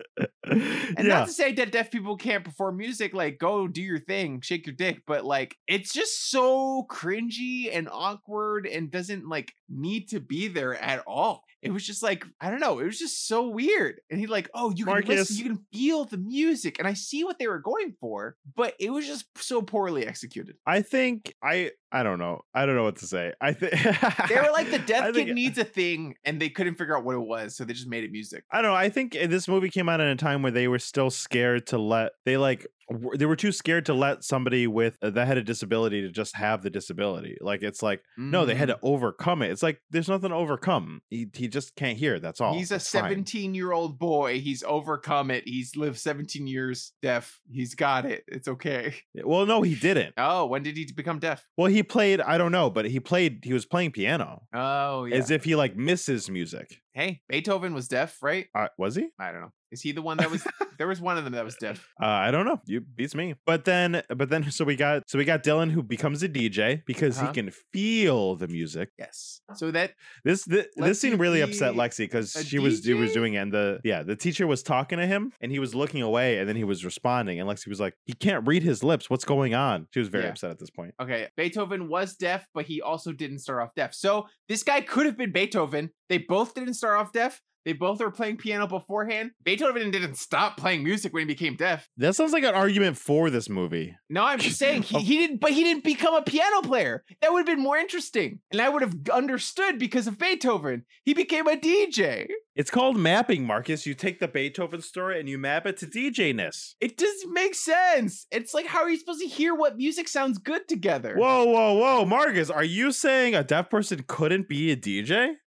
[SPEAKER 2] And
[SPEAKER 3] yeah.
[SPEAKER 2] not to say that deaf people can't perform music, like go do your thing, shake your dick, but like it's just so cringy and awkward and doesn't like need to be there at all. It was just like, I don't know, it was just so weird. And he like, oh, you can listen,
[SPEAKER 3] Marcus.
[SPEAKER 2] you can feel the music. And I see what they were going for, but it was just so poorly executed.
[SPEAKER 3] I think I I don't know. I don't know what to say. I think
[SPEAKER 2] They were like, the deaf
[SPEAKER 3] I
[SPEAKER 2] kid
[SPEAKER 3] think-
[SPEAKER 2] needs a thing, and they couldn't figure out what it was, so they just made it music.
[SPEAKER 3] I don't know. I think uh, this movie came out in a time where they were still scared to let they like w- they were too scared to let somebody with uh, that had a disability to just have the disability. Like it's like no, they had
[SPEAKER 2] Mm.
[SPEAKER 3] to overcome it. It's like there's nothing to overcome. He he just can't hear. Oh, That's all.
[SPEAKER 2] He's a
[SPEAKER 3] It's fine.
[SPEAKER 2] 17 year old boy. He's overcome it. He's lived 17 years deaf. He's got it. It's okay.
[SPEAKER 3] Well, no, he didn't.
[SPEAKER 2] Oh, when did he become deaf?
[SPEAKER 3] Well, he played. I don't know, but he played. He was playing piano.
[SPEAKER 2] Oh, yeah.
[SPEAKER 3] as if he like misses music.
[SPEAKER 2] hey, Beethoven was deaf, right?
[SPEAKER 3] Uh, was he?
[SPEAKER 2] I don't know. Is he the one that was? there was one of them that was deaf.
[SPEAKER 3] Uh, I don't know. You beats me. But then, but then, so we got so we got Dylan who becomes a DJ because
[SPEAKER 2] Uh-huh.
[SPEAKER 3] he can feel the music.
[SPEAKER 2] Yes. So that
[SPEAKER 3] This this, this
[SPEAKER 2] Lexi
[SPEAKER 3] scene really upset
[SPEAKER 2] be
[SPEAKER 3] Lexi because
[SPEAKER 2] a
[SPEAKER 3] she was she was
[SPEAKER 2] DJ?
[SPEAKER 3] doing it and the yeah the teacher was talking to him and he was looking away and then he was responding and Lexi was like he can't read his lips. What's going on? She was very
[SPEAKER 2] Yeah.
[SPEAKER 3] upset at this point.
[SPEAKER 2] okay. Beethoven was deaf, but he also didn't start off deaf. So this guy could have been Beethoven. They both didn't start off deaf. They both were playing piano beforehand. Beethoven didn't stop playing music when he became deaf.
[SPEAKER 3] That sounds like an argument for this movie.
[SPEAKER 2] No, I'm just saying he,
[SPEAKER 3] Of-
[SPEAKER 2] he didn't, but he didn't become a piano player. That would have been more interesting, and I would have understood because of Beethoven. He became a DJ.
[SPEAKER 3] It's called mapping, Marcus. You take the Beethoven story and you map it to DJ ness.
[SPEAKER 2] It doesn't make sense. It's like how are you supposed to hear what music sounds good together?
[SPEAKER 3] Whoa, whoa, whoa, Marcus! Are you saying a deaf person couldn't be a DJ?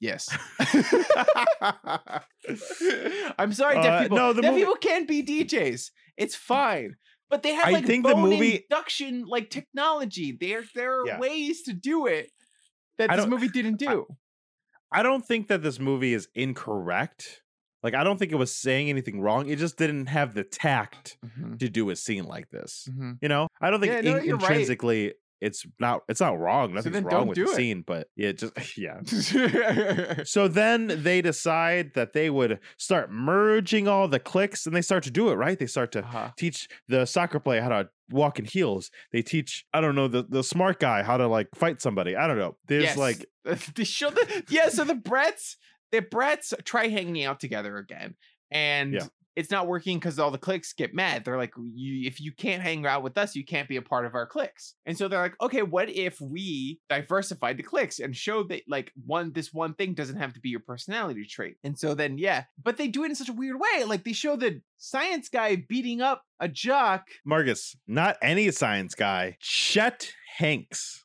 [SPEAKER 2] Yes. I'm sorry, deaf
[SPEAKER 3] Uh,
[SPEAKER 2] people.
[SPEAKER 3] no, the
[SPEAKER 2] deaf
[SPEAKER 3] movie-
[SPEAKER 2] people can be DJs. It's fine. But they have
[SPEAKER 3] I
[SPEAKER 2] like
[SPEAKER 3] think the
[SPEAKER 2] bone
[SPEAKER 3] movie-
[SPEAKER 2] induction like technology. There there are
[SPEAKER 3] Yeah.
[SPEAKER 2] ways to do it that
[SPEAKER 3] I
[SPEAKER 2] this
[SPEAKER 3] don't-
[SPEAKER 2] movie didn't do.
[SPEAKER 3] I don't think that this movie is incorrect. Like, I don't think it was saying anything wrong. It just didn't have the tact
[SPEAKER 2] Mhm,
[SPEAKER 3] to do a scene like this.
[SPEAKER 2] mhm.
[SPEAKER 3] You know, I don't think
[SPEAKER 2] Yeah, no,
[SPEAKER 3] in-
[SPEAKER 2] you're right.
[SPEAKER 3] intrinsically it's not it's not wrong. Nothing's
[SPEAKER 2] then
[SPEAKER 3] wrong
[SPEAKER 2] don't
[SPEAKER 3] with
[SPEAKER 2] do
[SPEAKER 3] the
[SPEAKER 2] it.
[SPEAKER 3] scene, but yeah, it just yeah. So then they decide that they would start merging all the clicks, and they start to do it right. They start to
[SPEAKER 2] Uh-huh.
[SPEAKER 3] teach the soccer player how to walk in heels. They teach, I don't know, the, the smart guy how to like fight somebody. I don't know. There's like,
[SPEAKER 2] they show the yeah. So the Bretts, the Bretts try hanging out together again, and
[SPEAKER 3] Yeah.
[SPEAKER 2] it's not working because all the cliques get mad. They're like, you, if you can't hang out with us, you can't be a part of our cliques. And so they're like, okay, what if we diversified the cliques and showed that like one this one thing doesn't have to be your personality trait? And so then yeah, but they do it in such a weird way. Like they show the science guy beating up a jock.
[SPEAKER 3] Marcus, not any science guy, Chet Hanks.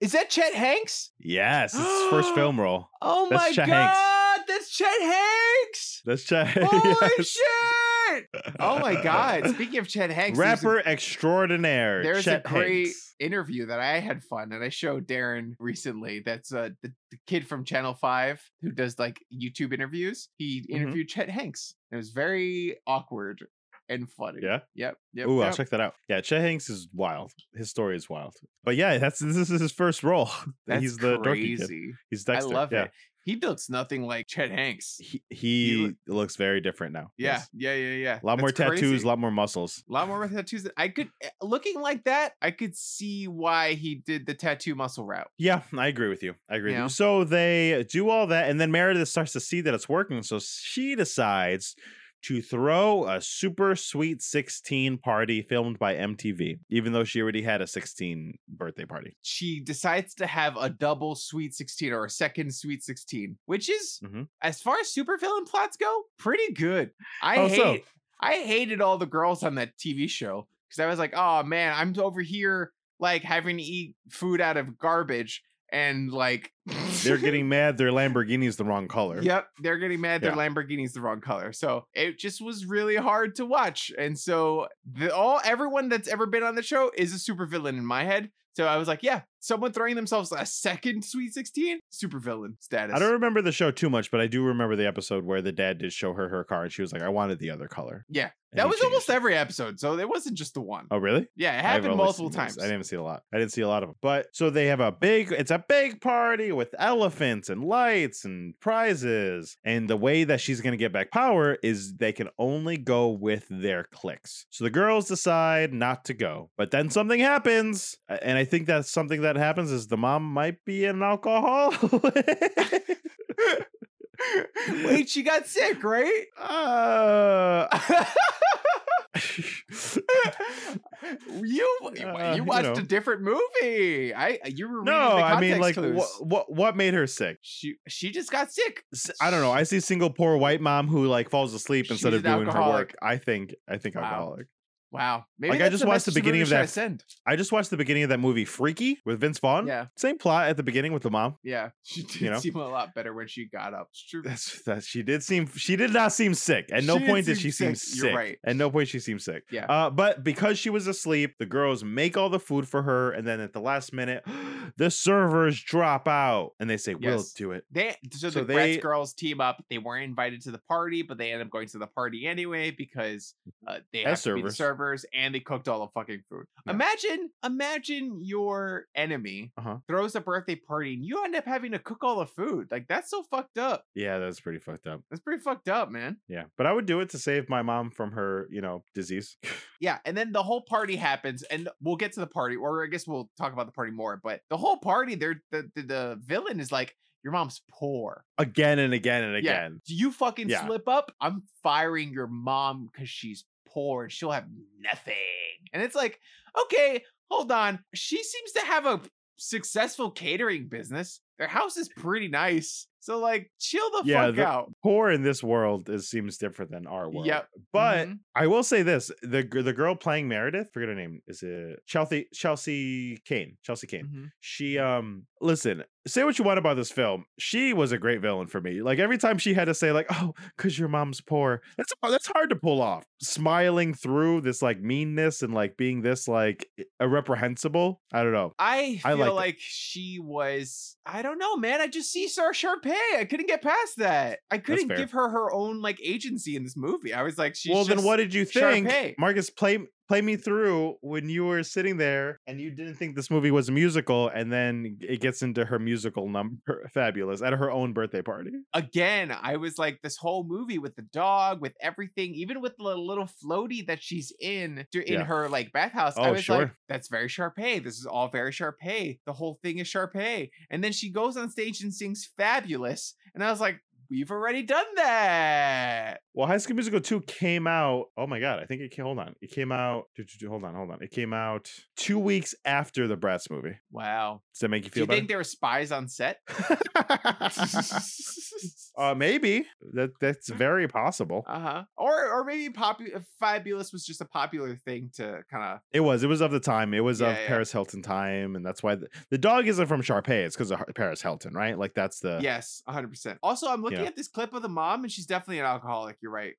[SPEAKER 2] Is that Chet Hanks?
[SPEAKER 3] Yes, it's his first film role.
[SPEAKER 2] Oh
[SPEAKER 3] That's
[SPEAKER 2] my
[SPEAKER 3] Chet Hanks.
[SPEAKER 2] god, that's Chet Hanks!
[SPEAKER 3] That's Chet.
[SPEAKER 2] Holy
[SPEAKER 3] yes.
[SPEAKER 2] shit! Oh my god! Speaking of Chet Hanks, there's a-
[SPEAKER 3] Rapper extraordinaire.
[SPEAKER 2] there's a,
[SPEAKER 3] Chet
[SPEAKER 2] great
[SPEAKER 3] Hanks.
[SPEAKER 2] interview that I had fun and I showed Darren recently. That's uh, the, the kid from Channel Five who does like YouTube interviews. He
[SPEAKER 3] Mhm.
[SPEAKER 2] interviewed Chet Hanks. It was very awkward and funny.
[SPEAKER 3] Yeah?
[SPEAKER 2] Yep. Yep.
[SPEAKER 3] Ooh, I'll
[SPEAKER 2] yep.
[SPEAKER 3] check that out. Yeah, Chet Hanks is wild. His story is wild. But yeah, that's this is his first role.
[SPEAKER 2] That's
[SPEAKER 3] He's the dorky kid.
[SPEAKER 2] crazy.
[SPEAKER 3] He's
[SPEAKER 2] I
[SPEAKER 3] Dexter.
[SPEAKER 2] love
[SPEAKER 3] yeah.
[SPEAKER 2] it. He looks nothing like Chet Hanks.
[SPEAKER 3] He,
[SPEAKER 2] lo-
[SPEAKER 3] he looks very different now.
[SPEAKER 2] Yeah.
[SPEAKER 3] Yes.
[SPEAKER 2] Yeah. Yeah. Yeah.
[SPEAKER 3] A lot more
[SPEAKER 2] That's
[SPEAKER 3] tattoos,
[SPEAKER 2] crazy.
[SPEAKER 3] a lot more muscles.
[SPEAKER 2] A lot more tattoos. I could eh, looking like that. I could see why he did the tattoo muscle route.
[SPEAKER 3] Yeah, I agree with you. I agree.
[SPEAKER 2] Yeah.
[SPEAKER 3] With you. So they do all that, and then Meredith starts to see that it's working. So she decides to throw a super sweet 16 party filmed by MTV, even though she already had a 16 birthday party.
[SPEAKER 2] She decides to have a double Sweet 16 or a second Sweet 16, which is,
[SPEAKER 3] Mhm.
[SPEAKER 2] as far as super villain plots go, pretty good. I
[SPEAKER 3] Oh,
[SPEAKER 2] hate,
[SPEAKER 3] so-
[SPEAKER 2] I hated all the girls on that TV show because I was like, oh man, I'm over here like having to eat food out of garbage and like
[SPEAKER 3] They're getting mad their Lamborghini's the wrong color.
[SPEAKER 2] Yep, they're getting mad. Their
[SPEAKER 3] Yeah.
[SPEAKER 2] Lamborghini's the wrong color, so it just was really hard to watch. And so the, all everyone that's ever been on the show is a supervillain in my head. So I was like, yeah, someone throwing themselves a second Sweet Sixteen, supervillain status.
[SPEAKER 3] I don't remember the show too much, but I do remember the episode where the dad did show her her car and she was like, I wanted the other color.
[SPEAKER 2] Yeah,
[SPEAKER 3] And
[SPEAKER 2] that
[SPEAKER 3] he
[SPEAKER 2] was
[SPEAKER 3] changed
[SPEAKER 2] almost
[SPEAKER 3] it.
[SPEAKER 2] every episode, so it wasn't just the one.
[SPEAKER 3] Oh, really?
[SPEAKER 2] Yeah, it
[SPEAKER 3] I've
[SPEAKER 2] happened
[SPEAKER 3] only
[SPEAKER 2] multiple
[SPEAKER 3] seen those.
[SPEAKER 2] times.
[SPEAKER 3] I didn't see a lot. I didn't see a lot of them. But so they have a big, it's a big party with elephants and lights and prizes. And the way that she's going to get back power is they can only go with their clicks. So the girls decide not to go. But then something happens. a- And I think that's something that happens is the mom might be an alcoholic.
[SPEAKER 2] Wait, she got sick, right?
[SPEAKER 3] uh,
[SPEAKER 2] you
[SPEAKER 3] Uh,
[SPEAKER 2] you
[SPEAKER 3] you
[SPEAKER 2] watched
[SPEAKER 3] know.
[SPEAKER 2] a different movie. I you were reading
[SPEAKER 3] no,
[SPEAKER 2] the
[SPEAKER 3] I mean,
[SPEAKER 2] context
[SPEAKER 3] like,
[SPEAKER 2] clues.
[SPEAKER 3] what what what made her sick?
[SPEAKER 2] she she just got sick.
[SPEAKER 3] s- I don't know. I see single poor white mom who like falls asleep instead
[SPEAKER 2] She's
[SPEAKER 3] of
[SPEAKER 2] an
[SPEAKER 3] doing her
[SPEAKER 2] alcoholic.
[SPEAKER 3] work. I think I think
[SPEAKER 2] Wow.
[SPEAKER 3] alcoholic.
[SPEAKER 2] Wow, maybe
[SPEAKER 3] Like, I
[SPEAKER 2] that's
[SPEAKER 3] just watched the
[SPEAKER 2] message
[SPEAKER 3] beginning
[SPEAKER 2] movie
[SPEAKER 3] of
[SPEAKER 2] should I
[SPEAKER 3] that-
[SPEAKER 2] Send.
[SPEAKER 3] I just watched the beginning of that movie Freaky with Vince Vaughn.
[SPEAKER 2] Yeah,
[SPEAKER 3] Same plot at the beginning with the mom.
[SPEAKER 2] yeah, she did
[SPEAKER 3] know?
[SPEAKER 2] seem a lot better when she got up. It's true.
[SPEAKER 3] That's that she did seem she did not seem sick. At no
[SPEAKER 2] She did
[SPEAKER 3] point did
[SPEAKER 2] seem
[SPEAKER 3] she seem
[SPEAKER 2] sick.
[SPEAKER 3] sick.
[SPEAKER 2] You're right.
[SPEAKER 3] At no point she seemed sick.
[SPEAKER 2] Yeah.
[SPEAKER 3] Uh, but because she was asleep, the girls make all the food for her, and then at the last minute, the servers drop out and they say, "We'll
[SPEAKER 2] Yes.
[SPEAKER 3] do it."
[SPEAKER 2] They so,
[SPEAKER 3] So
[SPEAKER 2] the Bratz
[SPEAKER 3] they-
[SPEAKER 2] girls team up. They weren't invited to the party, but they end up going to the party anyway because uh, they have
[SPEAKER 3] Mm-hmm. As
[SPEAKER 2] to be the
[SPEAKER 3] servers.
[SPEAKER 2] servers and they cooked all the fucking food.
[SPEAKER 3] Yeah.
[SPEAKER 2] Imagine, imagine your enemy
[SPEAKER 3] Uh-huh.
[SPEAKER 2] throws a birthday party and you end up having to cook all the food. Like that's so fucked up.
[SPEAKER 3] Yeah, that's pretty fucked up.
[SPEAKER 2] That's pretty fucked up, man.
[SPEAKER 3] Yeah, but I would do it to save my mom from her, you know, disease.
[SPEAKER 2] Yeah, and then the whole party happens, and we'll get to the party, or I guess we'll talk about the party more. But the whole party, they're the the, the villain is like, "Your mom's poor.
[SPEAKER 3] again and again and
[SPEAKER 2] Yeah.
[SPEAKER 3] again.
[SPEAKER 2] Do you fucking
[SPEAKER 3] Yeah.
[SPEAKER 2] slip up? I'm firing your mom because she's poor and she'll have nothing." And it's like, okay, hold on. She seems to have a successful catering business. Their house is pretty nice, so like, chill the
[SPEAKER 3] Yeah,
[SPEAKER 2] fuck
[SPEAKER 3] the
[SPEAKER 2] out.
[SPEAKER 3] Poor in this world is seems different than our world.
[SPEAKER 2] Yep.
[SPEAKER 3] But
[SPEAKER 2] Mhm.
[SPEAKER 3] I will say this: the gr- the girl playing Meredith, forget her name, is it Chelsea Chelsea Kane? Chelsea Kane.
[SPEAKER 2] Mhm.
[SPEAKER 3] She um listen, say what you want about this film. She was a great villain for me. Like every time she had to say like, "Oh, cuz your mom's poor." That's that's hard to pull off. Smiling through this like meanness and like being this like irreprehensible. I don't know.
[SPEAKER 2] I feel
[SPEAKER 3] I liked it.
[SPEAKER 2] like she was. I don't know, man. I just see Sir Sharpay. I couldn't get past that. I couldn't
[SPEAKER 3] fair.
[SPEAKER 2] give her her own like agency in this movie. I was like, she's
[SPEAKER 3] well, then
[SPEAKER 2] just-
[SPEAKER 3] what did you think,
[SPEAKER 2] Sharpay.
[SPEAKER 3] Marcus? Play play me through when you were sitting there and you didn't think this movie was a musical, and then it gets into her musical number, fabulous, at her own birthday party.
[SPEAKER 2] Again, I was like, this whole movie with the dog, with everything, even with the little floaty that she's in to, in
[SPEAKER 3] Yeah.
[SPEAKER 2] her like bathhouse. I
[SPEAKER 3] Oh,
[SPEAKER 2] was like,
[SPEAKER 3] sure.
[SPEAKER 2] that's very Sharpay. This is all very Sharpay. The whole thing is Sharpay. And then she goes on stage and sings "Fabulous," and I was like, we've already done that.
[SPEAKER 3] Well, High School Musical two came out. Oh my god, I think it came. Hold on, it came out. do, do, do, Hold on, hold on. It came out two weeks after the Bratz movie.
[SPEAKER 2] Wow.
[SPEAKER 3] Does that make you
[SPEAKER 2] Do you
[SPEAKER 3] feel
[SPEAKER 2] think
[SPEAKER 3] better?
[SPEAKER 2] there were spies on set?
[SPEAKER 3] uh, maybe that that's very possible.
[SPEAKER 2] Hmm. Uh huh. Or or maybe popu- fabulous was just a popular thing to kind of.
[SPEAKER 3] It was. It was of the time. It was of
[SPEAKER 2] Yeah, yeah.
[SPEAKER 3] Paris Hilton time, and that's why the, the dog isn't from Sharpay. It's because of Har- Paris Hilton, right? Like that's the.
[SPEAKER 2] Yes, one hundred percent. Also, I'm looking
[SPEAKER 3] Yeah.
[SPEAKER 2] at this clip of the mom, and she's definitely an alcoholic. You're right.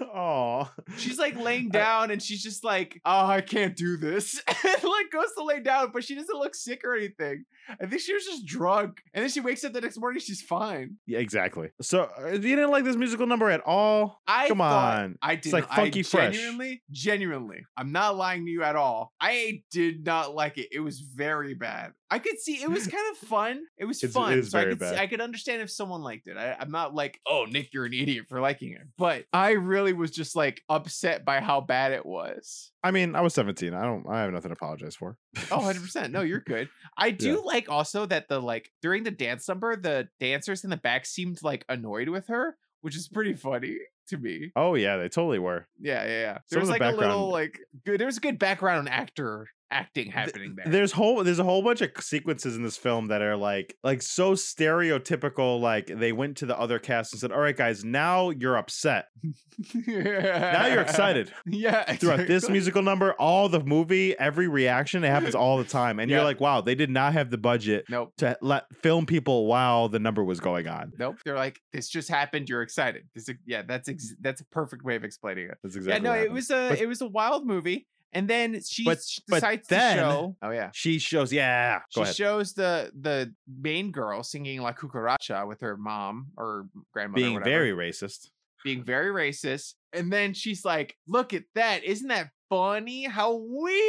[SPEAKER 3] Oh.
[SPEAKER 2] She's like laying
[SPEAKER 3] I-
[SPEAKER 2] down, and she's just like, "Oh, I can't do this." and like goes to lay down, but she doesn't look sick or anything. I think she was just drunk, and then she wakes up the next morning. She's fine.
[SPEAKER 3] Yeah, exactly. So uh, you didn't like this musical number at all.
[SPEAKER 2] I
[SPEAKER 3] Come
[SPEAKER 2] thought-
[SPEAKER 3] on.
[SPEAKER 2] I did.
[SPEAKER 3] like
[SPEAKER 2] not-
[SPEAKER 3] funky
[SPEAKER 2] I
[SPEAKER 3] fresh.
[SPEAKER 2] Genuinely, genuinely, I'm not lying to you at all. I did not like it. It was very bad. I could see it was kind of fun. It was
[SPEAKER 3] It's- it
[SPEAKER 2] fun.
[SPEAKER 3] is
[SPEAKER 2] so I
[SPEAKER 3] very
[SPEAKER 2] could see-
[SPEAKER 3] bad.
[SPEAKER 2] I could understand if someone liked it. I, I'm not like, oh Nick, you're an idiot for liking it. But I really was just like upset by how bad it was.
[SPEAKER 3] I mean, I was 17. I don't I have nothing to apologize for.
[SPEAKER 2] Oh, 100%. No, you're good. I do like also that the like during the dance number, the dancers in the back seemed like annoyed with her, which is pretty funny to me.
[SPEAKER 3] Oh yeah, they totally were.
[SPEAKER 2] Yeah, yeah, yeah.
[SPEAKER 3] Some
[SPEAKER 2] There was
[SPEAKER 3] of the
[SPEAKER 2] like a little
[SPEAKER 3] background-
[SPEAKER 2] like good there was good background actor acting happening there.
[SPEAKER 3] There's whole there's a whole bunch of sequences in this film that are like like so stereotypical. Like they went to the other cast and said, "All right, guys, now you're upset. Now you're excited."
[SPEAKER 2] Yeah.
[SPEAKER 3] Throughout this
[SPEAKER 2] exactly.
[SPEAKER 3] musical number, all the movie, every reaction, it happens all the time, and
[SPEAKER 2] Yeah.
[SPEAKER 3] you're like, "Wow, they did not have the budget
[SPEAKER 2] Nope.
[SPEAKER 3] to let film people while the number was going on."
[SPEAKER 2] Nope. They're like, this just happened. You're excited. This, yeah, that's ex- that's a perfect way of explaining it.
[SPEAKER 3] That's exactly.
[SPEAKER 2] yeah,
[SPEAKER 3] what
[SPEAKER 2] no, it
[SPEAKER 3] happened.
[SPEAKER 2] was a
[SPEAKER 3] But-
[SPEAKER 2] it was a wild movie, and then she
[SPEAKER 3] But-
[SPEAKER 2] s-
[SPEAKER 3] but
[SPEAKER 2] decides
[SPEAKER 3] then-
[SPEAKER 2] to show. Oh yeah,
[SPEAKER 3] She shows, yeah. Go
[SPEAKER 2] she
[SPEAKER 3] ahead.
[SPEAKER 2] shows the the main girl singing La Cucaracha with her mom or grandmother, or
[SPEAKER 3] being
[SPEAKER 2] whatever.
[SPEAKER 3] very racist.
[SPEAKER 2] being very racist. And then she's like, look at that. Isn't that funny? How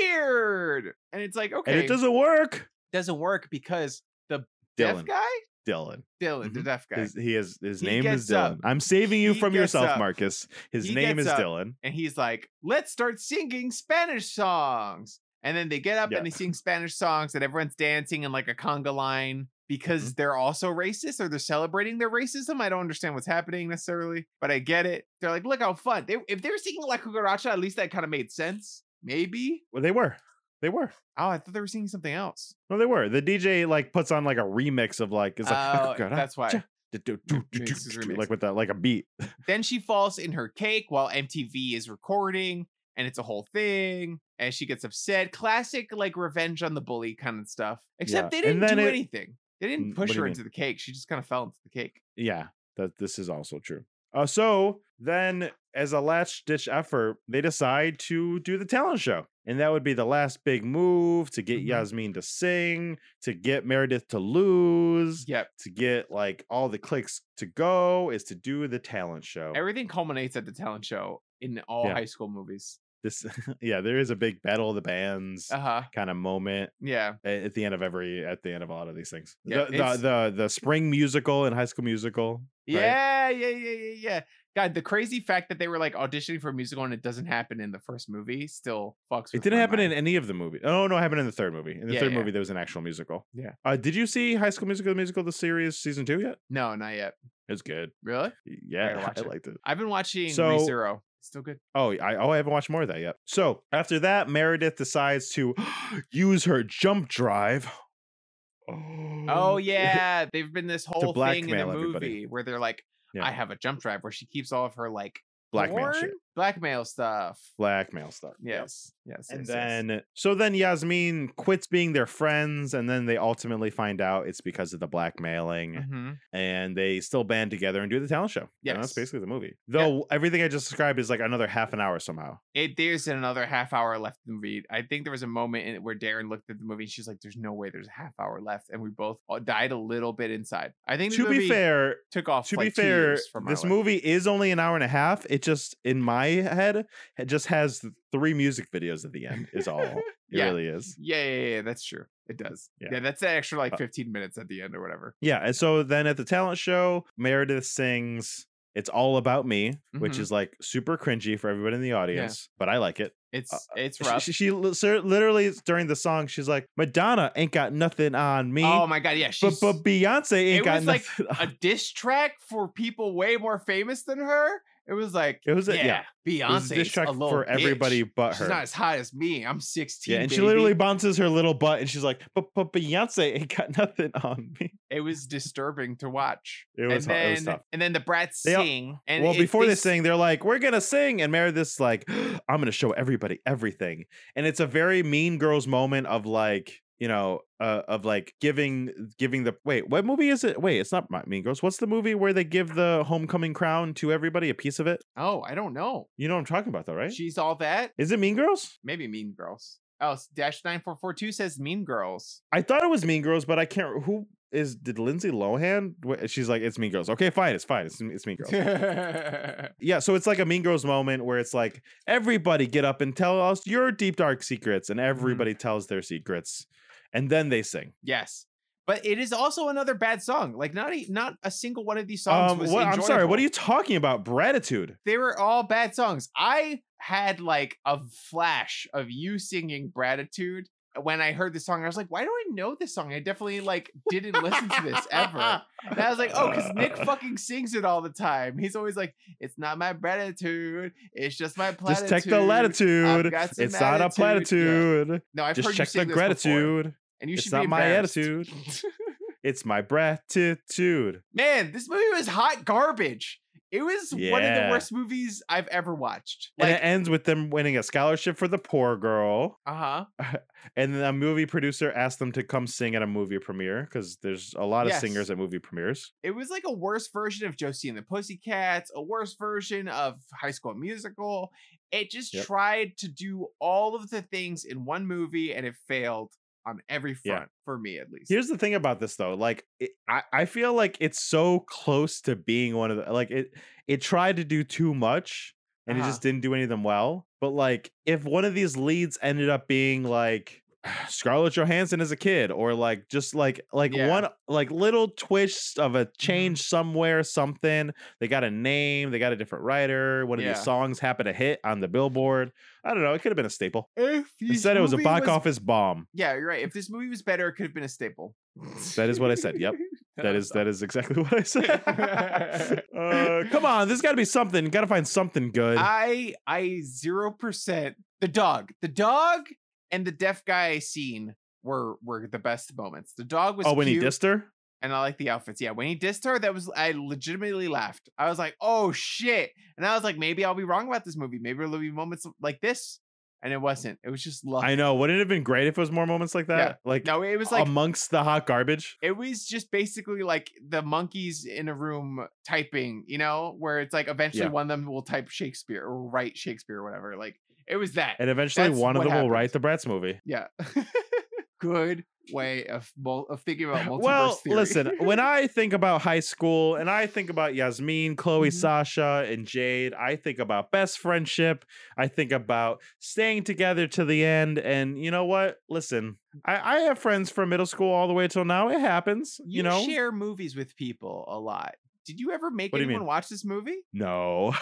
[SPEAKER 2] weird. And it's like, okay,
[SPEAKER 3] And it doesn't work.
[SPEAKER 2] doesn't work because deaf
[SPEAKER 3] Dylan.
[SPEAKER 2] guy?
[SPEAKER 3] Dylan.
[SPEAKER 2] Dylan, the
[SPEAKER 3] Mhm.
[SPEAKER 2] deaf guy.
[SPEAKER 3] His, he is his
[SPEAKER 2] He
[SPEAKER 3] name is
[SPEAKER 2] gets up.
[SPEAKER 3] Dylan. I'm saving you
[SPEAKER 2] He
[SPEAKER 3] from
[SPEAKER 2] gets
[SPEAKER 3] yourself,
[SPEAKER 2] up.
[SPEAKER 3] Marcus. His
[SPEAKER 2] He
[SPEAKER 3] name is
[SPEAKER 2] gets up.
[SPEAKER 3] Dylan.
[SPEAKER 2] and he's like, let's start singing Spanish songs. And then they get up
[SPEAKER 3] Yeah.
[SPEAKER 2] and they sing Spanish songs, and everyone's dancing in like a conga line because
[SPEAKER 3] Mm-hmm.
[SPEAKER 2] they're also racist or they're celebrating their racism. I don't understand what's happening necessarily, but I get it. They're like, look how fun. They, if they were singing La Cucaracha, at least that kind of made sense. Maybe.
[SPEAKER 3] Well, they were. They were.
[SPEAKER 2] Oh, I thought they were singing something else.
[SPEAKER 3] No, they were. The DJ like puts on like a remix of like it's like ah,
[SPEAKER 2] Oh, that's why.
[SPEAKER 3] do- do- do- do-
[SPEAKER 2] Remix is
[SPEAKER 3] do-
[SPEAKER 2] remix.
[SPEAKER 3] like with that like a beat.
[SPEAKER 2] Then she falls in her cake while MTV is recording, and it's a whole thing. And she gets upset. Classic like revenge on the bully kind of stuff. Except
[SPEAKER 3] Yeah,
[SPEAKER 2] they
[SPEAKER 3] and
[SPEAKER 2] didn't
[SPEAKER 3] then
[SPEAKER 2] do
[SPEAKER 3] it-
[SPEAKER 2] anything. They
[SPEAKER 3] Mm,
[SPEAKER 2] didn't
[SPEAKER 3] what
[SPEAKER 2] push
[SPEAKER 3] do you
[SPEAKER 2] her
[SPEAKER 3] mean?
[SPEAKER 2] into the cake. She just kind of fell into the cake.
[SPEAKER 3] Yeah, that this is also true. Uh, so then, as a last ditch effort, they decide to do the talent show. And that would be the last big move to get
[SPEAKER 2] Mhm.
[SPEAKER 3] Yasmin to sing, to get Meredith to lose,
[SPEAKER 2] Yep.
[SPEAKER 3] to get like all the clicks to go is to do the talent show.
[SPEAKER 2] Everything culminates at the talent show in all
[SPEAKER 3] Yeah.
[SPEAKER 2] high school movies.
[SPEAKER 3] this, yeah, there is a big battle of the bands
[SPEAKER 2] Uh huh.
[SPEAKER 3] kind of moment
[SPEAKER 2] Yeah.
[SPEAKER 3] a- at the end of every, at the end of a lot of these things.
[SPEAKER 2] Yeah,
[SPEAKER 3] the, the
[SPEAKER 2] it's-
[SPEAKER 3] the the spring musical and High School Musical. right?
[SPEAKER 2] Yeah. Yeah. Yeah. Yeah. Yeah. God, the crazy fact that they were like auditioning for a musical and it doesn't happen in the first movie still fucks.
[SPEAKER 3] It
[SPEAKER 2] with
[SPEAKER 3] didn't
[SPEAKER 2] my
[SPEAKER 3] happen
[SPEAKER 2] mind.
[SPEAKER 3] in any of the movies. Oh no, it happened in the third movie. In the
[SPEAKER 2] Yeah,
[SPEAKER 3] third
[SPEAKER 2] yeah.
[SPEAKER 3] movie, there was an actual musical.
[SPEAKER 2] Yeah.
[SPEAKER 3] Uh, did you see High School Musical: The Musical: The Series Season Two yet?
[SPEAKER 2] No, not yet.
[SPEAKER 3] It's good.
[SPEAKER 2] Really? gotta
[SPEAKER 3] Yeah,
[SPEAKER 2] watch
[SPEAKER 3] I
[SPEAKER 2] it.
[SPEAKER 3] liked it.
[SPEAKER 2] I've been watching
[SPEAKER 3] So-
[SPEAKER 2] ReZero. Still good.
[SPEAKER 3] Oh, I oh I haven't watched more of that yet. So after that, Meredith decides to use her jump drive.
[SPEAKER 2] Oh yeah, they've been this whole thing in the
[SPEAKER 3] Mm, blackmail
[SPEAKER 2] movie
[SPEAKER 3] everybody.
[SPEAKER 2] where they're like,
[SPEAKER 3] Yeah.
[SPEAKER 2] "I have a jump drive," where she keeps all of her like
[SPEAKER 3] blackmail
[SPEAKER 2] porn?
[SPEAKER 3] shit,
[SPEAKER 2] blackmail stuff.
[SPEAKER 3] blackmail stuff. Yep.
[SPEAKER 2] Yes, yes,
[SPEAKER 3] And
[SPEAKER 2] yes, yes.
[SPEAKER 3] then, so then Yasmin quits being their friends, and then they ultimately find out it's because of the blackmailing.
[SPEAKER 2] Mhm.
[SPEAKER 3] and they still band together and do the talent show. Yeah, that's
[SPEAKER 2] Yes.
[SPEAKER 3] basically the movie.
[SPEAKER 2] Yeah.
[SPEAKER 3] Though everything I just described is like another half an hour somehow.
[SPEAKER 2] it there's another half hour left in the movie. I think there was a moment in it where Darren looked at the movie and she's like, "There's no way there's a half hour left," and we both all died a little bit inside. I think the
[SPEAKER 3] To be
[SPEAKER 2] movie
[SPEAKER 3] fair,
[SPEAKER 2] took off.
[SPEAKER 3] to
[SPEAKER 2] like, two
[SPEAKER 3] be fair,
[SPEAKER 2] years from our
[SPEAKER 3] this
[SPEAKER 2] life.
[SPEAKER 3] movie is only an hour and a half. It just in my head, it just has th- three music videos at the end. Is all it
[SPEAKER 2] Yeah.
[SPEAKER 3] really is.
[SPEAKER 2] Yeah, yeah, yeah, yeah, that's true. It does.
[SPEAKER 3] Yeah.
[SPEAKER 2] Yeah, that's an extra like
[SPEAKER 3] Uh,
[SPEAKER 2] 15 minutes at the end or whatever.
[SPEAKER 3] Yeah, and so then at the talent show, Meredith sings "It's All About Me," which
[SPEAKER 2] Mhm.
[SPEAKER 3] is like super cringy for everybody in the audience, but I like it.
[SPEAKER 2] It's
[SPEAKER 3] uh,
[SPEAKER 2] it's
[SPEAKER 3] She-
[SPEAKER 2] rough.
[SPEAKER 3] She, she li- sir- literally during the song, she's like, "Madonna ain't got nothing on me."
[SPEAKER 2] oh my god, yeah,
[SPEAKER 3] but
[SPEAKER 2] she's
[SPEAKER 3] but Beyonce ain't
[SPEAKER 2] it
[SPEAKER 3] got
[SPEAKER 2] was like
[SPEAKER 3] nothing.
[SPEAKER 2] a diss track for people way more famous than her. It was like
[SPEAKER 3] It was a-
[SPEAKER 2] yeah,
[SPEAKER 3] yeah. It was
[SPEAKER 2] Beyonce
[SPEAKER 3] a diss track
[SPEAKER 2] a little
[SPEAKER 3] for everybody
[SPEAKER 2] bitch.
[SPEAKER 3] but
[SPEAKER 2] She's not
[SPEAKER 3] her.
[SPEAKER 2] as hot as me. I'm 16.
[SPEAKER 3] Yeah, and she
[SPEAKER 2] baby."
[SPEAKER 3] literally bounces her little butt, and she's like, "But but Beyonce ain't got nothing on me."
[SPEAKER 2] it was disturbing to watch.
[SPEAKER 3] It was
[SPEAKER 2] and
[SPEAKER 3] hu-
[SPEAKER 2] then
[SPEAKER 3] it was tough.
[SPEAKER 2] and then the brats
[SPEAKER 3] They all-
[SPEAKER 2] sing. And
[SPEAKER 3] well,
[SPEAKER 2] it-
[SPEAKER 3] before they
[SPEAKER 2] s-
[SPEAKER 3] sing, they're like, "We're gonna sing," and Meredith's like, "I'm gonna show everybody everything," and it's a very Mean Girls moment of like, you know, uh, of like giving giving the wait, what movie is it? Wait, it's not Mi- Mean Girls. What's the movie where they give the homecoming crown to everybody, a piece of it?
[SPEAKER 2] oh, I don't know.
[SPEAKER 3] You know what I'm talking about, though, right?
[SPEAKER 2] She's all that.
[SPEAKER 3] is it Mean Girls?
[SPEAKER 2] Maybe Mean Girls. Oh, s- dash nine four four two says Mean Girls.
[SPEAKER 3] I thought it was Mean Girls, but I can't. Who is did Lindsay Lohan? Wh- She's like, it's Mean Girls. Okay, fine, it's fine, it's it's Mean Girls. Yeah, so it's like a Mean Girls moment where it's like everybody get up and tell us your deep dark secrets,
[SPEAKER 2] Mm-hmm.
[SPEAKER 3] and everybody tells their secrets, and then they sing.
[SPEAKER 2] yes. But it is also another bad song. Like not a, not a single one of these songs
[SPEAKER 3] Um,
[SPEAKER 2] was
[SPEAKER 3] what- I'm sorry, what
[SPEAKER 2] enjoyable.
[SPEAKER 3] are you talking about? Gratitude.
[SPEAKER 2] they were all bad songs. I had like a flash of you singing Gratitude when I heard the song. I was like, why do I know this song? I definitely like didn't listen to this ever. And I was like, oh, because Nick fucking sings it all the time. He's always like, it's not my gratitude. It's just my platitude.
[SPEAKER 3] Just check the latitude.
[SPEAKER 2] got some
[SPEAKER 3] It's not a
[SPEAKER 2] attitude."
[SPEAKER 3] platitude.
[SPEAKER 2] No, I've
[SPEAKER 3] Just
[SPEAKER 2] heard
[SPEAKER 3] check
[SPEAKER 2] you sing this
[SPEAKER 3] the
[SPEAKER 2] before,
[SPEAKER 3] gratitude.
[SPEAKER 2] and you
[SPEAKER 3] It's
[SPEAKER 2] should
[SPEAKER 3] not
[SPEAKER 2] be
[SPEAKER 3] my
[SPEAKER 2] embarrassed.
[SPEAKER 3] attitude. It's my gratitude.
[SPEAKER 2] Man, this movie was hot garbage. It was one of the
[SPEAKER 3] Yeah.
[SPEAKER 2] worst movies I've ever watched.
[SPEAKER 3] and it
[SPEAKER 2] Like,
[SPEAKER 3] ends with them winning a scholarship for the poor girl.
[SPEAKER 2] uh huh.
[SPEAKER 3] And then a movie producer asked them to come sing at a movie premiere because there's a lot of
[SPEAKER 2] Yes.
[SPEAKER 3] singers at movie premieres.
[SPEAKER 2] it was like a worse version of Josie and the Pussycats, a worse version of High School Musical. It just
[SPEAKER 3] Yep.
[SPEAKER 2] tried to do all of the things in one movie and it failed on every
[SPEAKER 3] Yeah.
[SPEAKER 2] front, for me at least.
[SPEAKER 3] Here's the thing about this though, like it, I, I feel like it's so close to being one of the like it it tried to do too much and
[SPEAKER 2] Uh-huh.
[SPEAKER 3] it just didn't do any of them well. But like if one of these leads ended up being like Scarlett Johansson as a kid or like just like like
[SPEAKER 2] Yeah. Mm-hmm.
[SPEAKER 3] one like little twist of a change somewhere something they got a name they got a different writer one of
[SPEAKER 2] Yeah.
[SPEAKER 3] these songs happened to hit on the billboard I don't know it could have been a staple
[SPEAKER 2] if this
[SPEAKER 3] instead it was a
[SPEAKER 2] movie
[SPEAKER 3] box office bomb
[SPEAKER 2] Yeah, you're right. If this movie was better, it could have been a staple.
[SPEAKER 3] that is what I said yep That is that is exactly what I said. uh, come on, there's got to be something. Got to find something good.
[SPEAKER 2] I I zero percent the dog. The dog and the deaf guy scene were were the best moments. The dog was
[SPEAKER 3] oh, when
[SPEAKER 2] cute.
[SPEAKER 3] he dissed her.
[SPEAKER 2] and I like the outfits. Yeah, when he dissed her, that was I legitimately laughed. I was like, "Oh shit!" And I was like, "Maybe I'll be wrong about this movie. Maybe there'll be moments like this." And it wasn't. It was just love.
[SPEAKER 3] I know. Wouldn't it have been great if it was more moments like
[SPEAKER 2] Yeah.
[SPEAKER 3] that? Like,
[SPEAKER 2] No, it was like
[SPEAKER 3] amongst the hot garbage.
[SPEAKER 2] it was just basically like the monkeys in a room typing. You know, where it's like eventually
[SPEAKER 3] Yeah.
[SPEAKER 2] one of them will type Shakespeare or write Shakespeare or whatever. Like it was that.
[SPEAKER 3] And eventually,
[SPEAKER 2] That's
[SPEAKER 3] one of
[SPEAKER 2] what
[SPEAKER 3] them will
[SPEAKER 2] happens.
[SPEAKER 3] write the Bratz movie.
[SPEAKER 2] yeah. Good way of mul- of thinking about multiverse
[SPEAKER 3] Well,
[SPEAKER 2] theory.
[SPEAKER 3] listen. When I think about high school, and I think about Yasmin, Chloe,
[SPEAKER 2] Mhm.
[SPEAKER 3] Sasha, and Jade, I think about best friendship. I think about staying together to the end. And you know what? Listen, I, I have friends from middle school all the way till now. It happens. You,
[SPEAKER 2] you
[SPEAKER 3] know,
[SPEAKER 2] share movies with people a lot. Did you ever make
[SPEAKER 3] What do you
[SPEAKER 2] anyone
[SPEAKER 3] mean?
[SPEAKER 2] watch this movie?
[SPEAKER 3] No.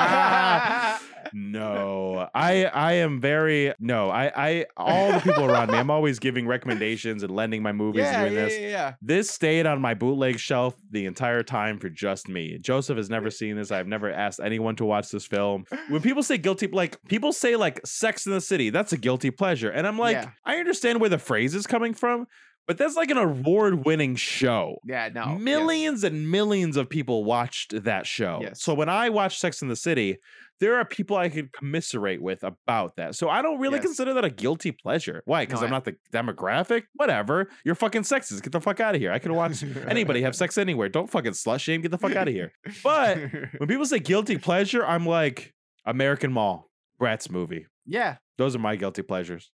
[SPEAKER 2] yeah,
[SPEAKER 3] no. I I am very no. I I all the people around me, I'm always giving recommendations and lending my movies
[SPEAKER 2] yeah,
[SPEAKER 3] and doing
[SPEAKER 2] yeah,
[SPEAKER 3] this.
[SPEAKER 2] yeah.
[SPEAKER 3] This stayed on my bootleg shelf the entire time for just me. Joseph has never seen this. I've never asked anyone to watch this film. When people say guilty, like people say like Sex in the City, that's a guilty pleasure. And I'm like,
[SPEAKER 2] Yeah.
[SPEAKER 3] I understand where the phrase is coming from, but that's like an award-winning show.
[SPEAKER 2] Yeah, no. yeah.
[SPEAKER 3] Millions and millions of people watched that show.
[SPEAKER 2] Yes.
[SPEAKER 3] So when I watch Sex in the City, there are people I could commiserate with about that. So I don't really
[SPEAKER 2] Yes.
[SPEAKER 3] consider that a guilty pleasure. Why? Because
[SPEAKER 2] No,
[SPEAKER 3] I'm
[SPEAKER 2] I-
[SPEAKER 3] not the demographic? Whatever. You're fucking sexist. Get the fuck out of here. I could watch anybody have sex anywhere. Don't fucking slut shame. Get the fuck out of here. But when people say guilty pleasure, I'm like, American Mall, Bratz movie.
[SPEAKER 2] yeah,
[SPEAKER 3] Those are my guilty pleasures.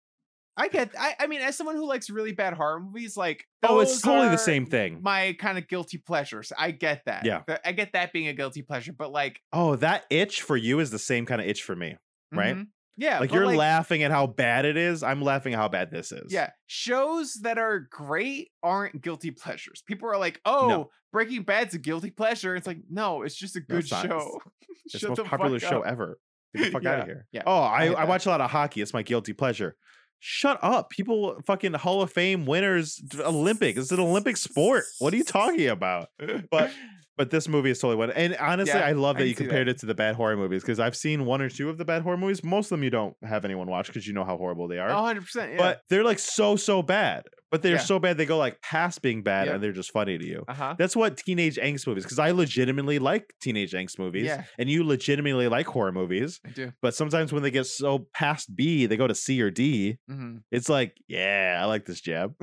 [SPEAKER 2] I get I I mean as someone who likes really bad horror movies like
[SPEAKER 3] Oh, it's
[SPEAKER 2] those
[SPEAKER 3] totally
[SPEAKER 2] are
[SPEAKER 3] the same thing.
[SPEAKER 2] my kind of guilty pleasures. I get that.
[SPEAKER 3] Yeah.
[SPEAKER 2] Th- I get that being a guilty pleasure, but like
[SPEAKER 3] oh, that itch for you is the same kind of itch for me. Right?
[SPEAKER 2] mhm. Yeah,
[SPEAKER 3] like
[SPEAKER 2] but,
[SPEAKER 3] you're laughing at how bad it is. I'm laughing at how bad this is.
[SPEAKER 2] Yeah, shows that are great aren't guilty pleasures. People are like, "Oh, Breaking Bad's a guilty pleasure." It's like, no, it's just a
[SPEAKER 3] No,
[SPEAKER 2] good
[SPEAKER 3] it's not. It's-
[SPEAKER 2] show.
[SPEAKER 3] it's the most popular
[SPEAKER 2] fuck
[SPEAKER 3] show
[SPEAKER 2] up.
[SPEAKER 3] ever. Get the fuck out
[SPEAKER 2] Yeah,
[SPEAKER 3] of here.
[SPEAKER 2] yeah,
[SPEAKER 3] Oh, I,
[SPEAKER 2] hate
[SPEAKER 3] I
[SPEAKER 2] that.
[SPEAKER 3] watch a lot of hockey. It's my guilty pleasure. Shut up. People fucking Hall of Fame winners d- Olympic. It's an Olympic sport. What are you talking about? But but this movie is totally one. And honestly,
[SPEAKER 2] Yeah,
[SPEAKER 3] I love
[SPEAKER 2] I
[SPEAKER 3] that
[SPEAKER 2] can
[SPEAKER 3] you
[SPEAKER 2] see that.
[SPEAKER 3] compared it to the bad horror movies because I've seen one or two of the bad horror movies. Most of them you don't have anyone watch because you know how horrible they are.
[SPEAKER 2] 100. percent Oh, Yeah.
[SPEAKER 3] But they're like so so bad. But they're
[SPEAKER 2] Yeah.
[SPEAKER 3] so bad they go like past being bad
[SPEAKER 2] Yeah.
[SPEAKER 3] and they're just funny to you.
[SPEAKER 2] uh huh.
[SPEAKER 3] That's what teenage angst movies, because I legitimately like teenage angst movies,
[SPEAKER 2] Yeah.
[SPEAKER 3] and you legitimately like horror movies.
[SPEAKER 2] I do.
[SPEAKER 3] But sometimes when they get so past B, they go to C or D.
[SPEAKER 2] hmm
[SPEAKER 3] It's like, yeah, I like this jab.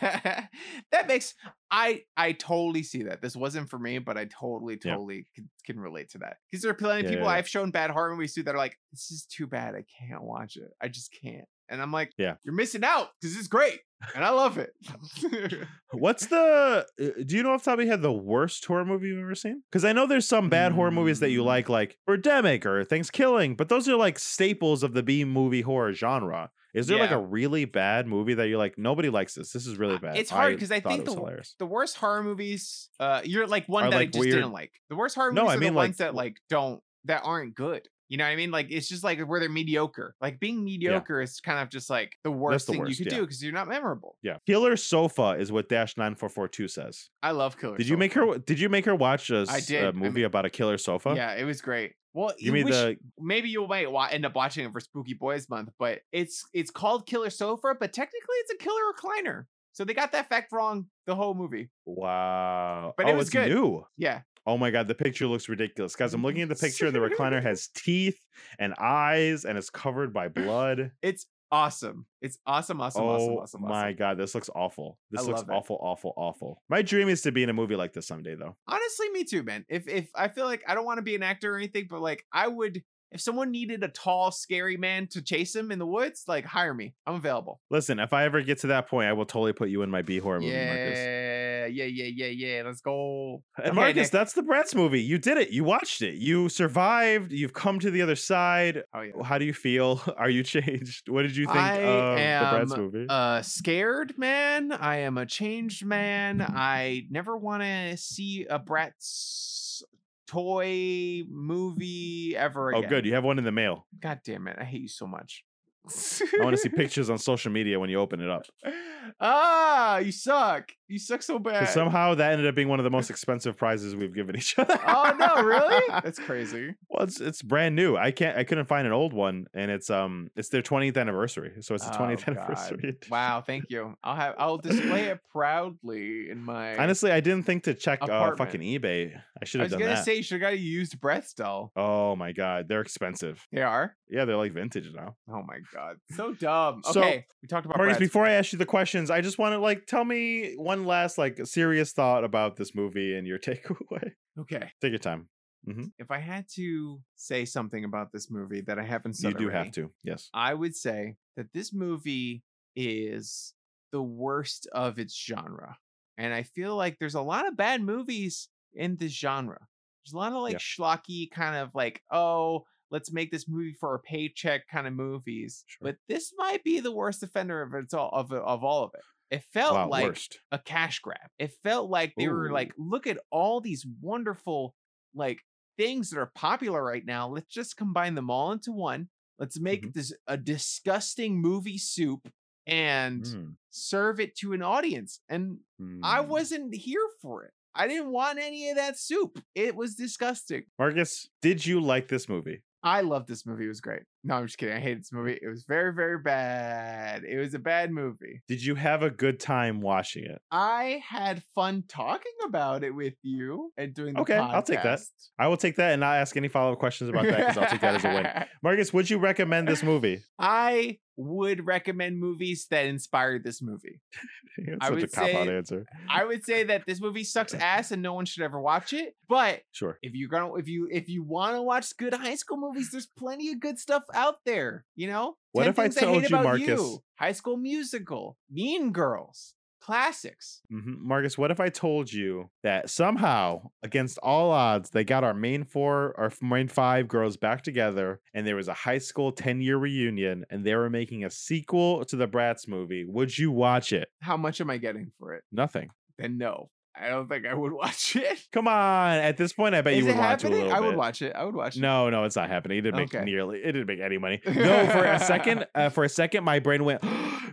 [SPEAKER 2] that makes I I totally see that. This wasn't for me, but I totally
[SPEAKER 3] Yeah.
[SPEAKER 2] totally can, can relate to that. Because there are plenty of
[SPEAKER 3] Yeah,
[SPEAKER 2] people
[SPEAKER 3] yeah, yeah.
[SPEAKER 2] I've shown bad horror movies to that are like, this is too bad. I can't watch it. I just can't. And I'm like,
[SPEAKER 3] Yeah.
[SPEAKER 2] you're missing out because it's great. And I love it.
[SPEAKER 3] What's the? uh, Do you know off the top of your head the worst horror movie you've ever seen? Because I know there's some bad horror movies that you
[SPEAKER 2] Mm.
[SPEAKER 3] like, like Birdemic or Killing, but those are like staples of the B movie horror genre. Is there like
[SPEAKER 2] Yeah.
[SPEAKER 3] a really bad movie that you're like nobody likes this? This is really
[SPEAKER 2] Uh,
[SPEAKER 3] bad.
[SPEAKER 2] It's hard because I,
[SPEAKER 3] thought
[SPEAKER 2] think
[SPEAKER 3] it was
[SPEAKER 2] the,
[SPEAKER 3] hilarious.
[SPEAKER 2] the worst horror movies, uh, you're like one
[SPEAKER 3] Are,
[SPEAKER 2] that I
[SPEAKER 3] like,
[SPEAKER 2] just
[SPEAKER 3] weird-
[SPEAKER 2] didn't like. The worst horror
[SPEAKER 3] No,
[SPEAKER 2] movies
[SPEAKER 3] I
[SPEAKER 2] are
[SPEAKER 3] mean,
[SPEAKER 2] the
[SPEAKER 3] like,
[SPEAKER 2] ones that like don't that aren't good. You know what I mean? Like it's just like where they're mediocre. Like being mediocre is kind of just like the worst
[SPEAKER 3] the
[SPEAKER 2] thing
[SPEAKER 3] worst,
[SPEAKER 2] you could
[SPEAKER 3] yeah.
[SPEAKER 2] do because you're not memorable.
[SPEAKER 3] Yeah, Killer Sofa is what Dash Nine Four Four Two says.
[SPEAKER 2] I love Killer.
[SPEAKER 3] Did you
[SPEAKER 2] Sofa.
[SPEAKER 3] make her? Did you make her watch a,
[SPEAKER 2] I
[SPEAKER 3] s- a
[SPEAKER 2] did. I
[SPEAKER 3] movie
[SPEAKER 2] mean-
[SPEAKER 3] about a killer sofa?
[SPEAKER 2] Yeah, it was great. Well,
[SPEAKER 3] You
[SPEAKER 2] you
[SPEAKER 3] mean
[SPEAKER 2] wish-
[SPEAKER 3] the
[SPEAKER 2] maybe you might wa- end up watching it for Spooky Boys Month, but it's it's called Killer Sofa, but technically it's a killer recliner. So they got that fact wrong the whole movie.
[SPEAKER 3] wow?
[SPEAKER 2] But
[SPEAKER 3] oh,
[SPEAKER 2] it was
[SPEAKER 3] it's
[SPEAKER 2] good.
[SPEAKER 3] new.
[SPEAKER 2] Yeah,
[SPEAKER 3] Oh my god, the picture looks ridiculous, guys. I'm looking at the picture, and the recliner has teeth and eyes, and it's covered by blood.
[SPEAKER 2] it's awesome. It's awesome, awesome,
[SPEAKER 3] oh
[SPEAKER 2] awesome, awesome,
[SPEAKER 3] my
[SPEAKER 2] awesome.
[SPEAKER 3] god, this looks awful. This looks
[SPEAKER 2] love it.
[SPEAKER 3] awful, awful, awful. My dream is to be in a movie like this someday, though.
[SPEAKER 2] Honestly, me too, man. If if I feel like I don't want to be an actor or anything, but like I would if someone needed a tall, scary man to chase him in the woods, like hire me. I'm available.
[SPEAKER 3] Listen, if I ever get to that point, I will totally put you in my B horror movie, Marcus.
[SPEAKER 2] Yeah, yeah, yeah, yeah, yeah. Let's go.
[SPEAKER 3] And
[SPEAKER 2] Okay,
[SPEAKER 3] Marcus,
[SPEAKER 2] Nick.
[SPEAKER 3] that's the Bratz movie. You did it. You watched it. You survived. You've come to the other side.
[SPEAKER 2] Oh yeah.
[SPEAKER 3] How do you feel? Are you changed? What did you think
[SPEAKER 2] I
[SPEAKER 3] of the Bratz
[SPEAKER 2] am,
[SPEAKER 3] movie?
[SPEAKER 2] uh scared man i am a changed man i never want to see a bratz toy movie ever
[SPEAKER 3] oh,
[SPEAKER 2] again
[SPEAKER 3] good. You have one in the mail.
[SPEAKER 2] god damn it i hate you so much
[SPEAKER 3] I want to see pictures on social media when you open it up.
[SPEAKER 2] ah you suck you suck so bad
[SPEAKER 3] Because somehow that ended up being one of the most expensive prizes we've given each other.
[SPEAKER 2] oh no really that's crazy
[SPEAKER 3] Well, it's it's brand new. I can't. I couldn't find an old one, and it's um, it's their 20th anniversary. So it's the
[SPEAKER 2] Oh,
[SPEAKER 3] 20th
[SPEAKER 2] God.
[SPEAKER 3] anniversary. edition.
[SPEAKER 2] wow thank you i'll have i'll display it proudly in my
[SPEAKER 3] Honestly, I didn't think to check uh,
[SPEAKER 2] Apartment.
[SPEAKER 3] fucking eBay. I should
[SPEAKER 2] i
[SPEAKER 3] have
[SPEAKER 2] was
[SPEAKER 3] done
[SPEAKER 2] gonna
[SPEAKER 3] that.
[SPEAKER 2] say you should got a used breath doll
[SPEAKER 3] oh my god, they're expensive.
[SPEAKER 2] they are
[SPEAKER 3] Yeah, they're like vintage now.
[SPEAKER 2] Oh my god, so dumb.
[SPEAKER 3] So,
[SPEAKER 2] Okay, we talked about
[SPEAKER 3] Marcus,
[SPEAKER 2] Bratz.
[SPEAKER 3] before I ask you the questions, I just want to like tell me one last like serious thought about this movie and your takeaway.
[SPEAKER 2] Okay,
[SPEAKER 3] Take your time.
[SPEAKER 2] if I had to say something about this movie that I haven't said,
[SPEAKER 3] you do
[SPEAKER 2] already,
[SPEAKER 3] have to. Yes.
[SPEAKER 2] I would say that this movie is the worst of its genre, and I feel like there's a lot of bad movies in this genre. There's a lot of like
[SPEAKER 3] Yeah.
[SPEAKER 2] schlocky kind of like oh. Let's make this movie for a paycheck kind of movies,
[SPEAKER 3] Sure.
[SPEAKER 2] but this might be the worst offender of it's all of of all of it. It felt
[SPEAKER 3] Wow,
[SPEAKER 2] like
[SPEAKER 3] worst.
[SPEAKER 2] a cash grab. It felt like they were like, look at all these wonderful like things that are popular right now. Let's just combine them all into one. Let's make
[SPEAKER 3] Mhm.
[SPEAKER 2] this a disgusting movie soup and
[SPEAKER 3] Mm.
[SPEAKER 2] serve it to an audience. And I
[SPEAKER 3] was.
[SPEAKER 2] wasn't here for it. I didn't want any of that soup. It was disgusting.
[SPEAKER 3] Marcus, did you like this movie?
[SPEAKER 2] I love this movie. It was great. No, I'm just kidding. I hated this movie. It was very, very bad. It was a bad movie.
[SPEAKER 3] Did you have a good time watching it?
[SPEAKER 2] I had fun talking about it with you and doing the
[SPEAKER 3] Okay, I'll take that.
[SPEAKER 2] podcast.
[SPEAKER 3] I will take that and not ask any follow up questions about that because I'll take that as a win. Marcus, would you recommend this movie?
[SPEAKER 2] I would recommend movies that inspired this movie.
[SPEAKER 3] It's
[SPEAKER 2] I
[SPEAKER 3] such a
[SPEAKER 2] would
[SPEAKER 3] cop out
[SPEAKER 2] say-
[SPEAKER 3] answer.
[SPEAKER 2] I would say that this movie sucks ass and no one should ever watch it. But
[SPEAKER 3] Sure.
[SPEAKER 2] if you're gonna if you if you want to watch good high school movies, there's plenty of good stuff out there. You know,
[SPEAKER 3] What
[SPEAKER 2] 10
[SPEAKER 3] if I
[SPEAKER 2] Things
[SPEAKER 3] told
[SPEAKER 2] Hate
[SPEAKER 3] you,
[SPEAKER 2] About
[SPEAKER 3] Marcus-
[SPEAKER 2] High School Musical, Mean Girls, classics.
[SPEAKER 3] Mhm. Marcus, what if I told you that somehow, against all odds, they got our main four our f- main five girls back together and there was a high school 10 year reunion and they were making a sequel to the Bratz movie? Would you watch it?
[SPEAKER 2] How much am I getting for it?
[SPEAKER 3] Nothing.
[SPEAKER 2] Then no, I don't think I would watch it.
[SPEAKER 3] Come on. At this point, I bet
[SPEAKER 2] Is
[SPEAKER 3] you would
[SPEAKER 2] it
[SPEAKER 3] watch it a
[SPEAKER 2] happening?
[SPEAKER 3] little
[SPEAKER 2] I would
[SPEAKER 3] bit.
[SPEAKER 2] watch it. I would watch it.
[SPEAKER 3] No, no, it's not happening. It didn't make
[SPEAKER 2] Okay.
[SPEAKER 3] nearly. It didn't make any money. No, for a second, uh, for a second, my brain went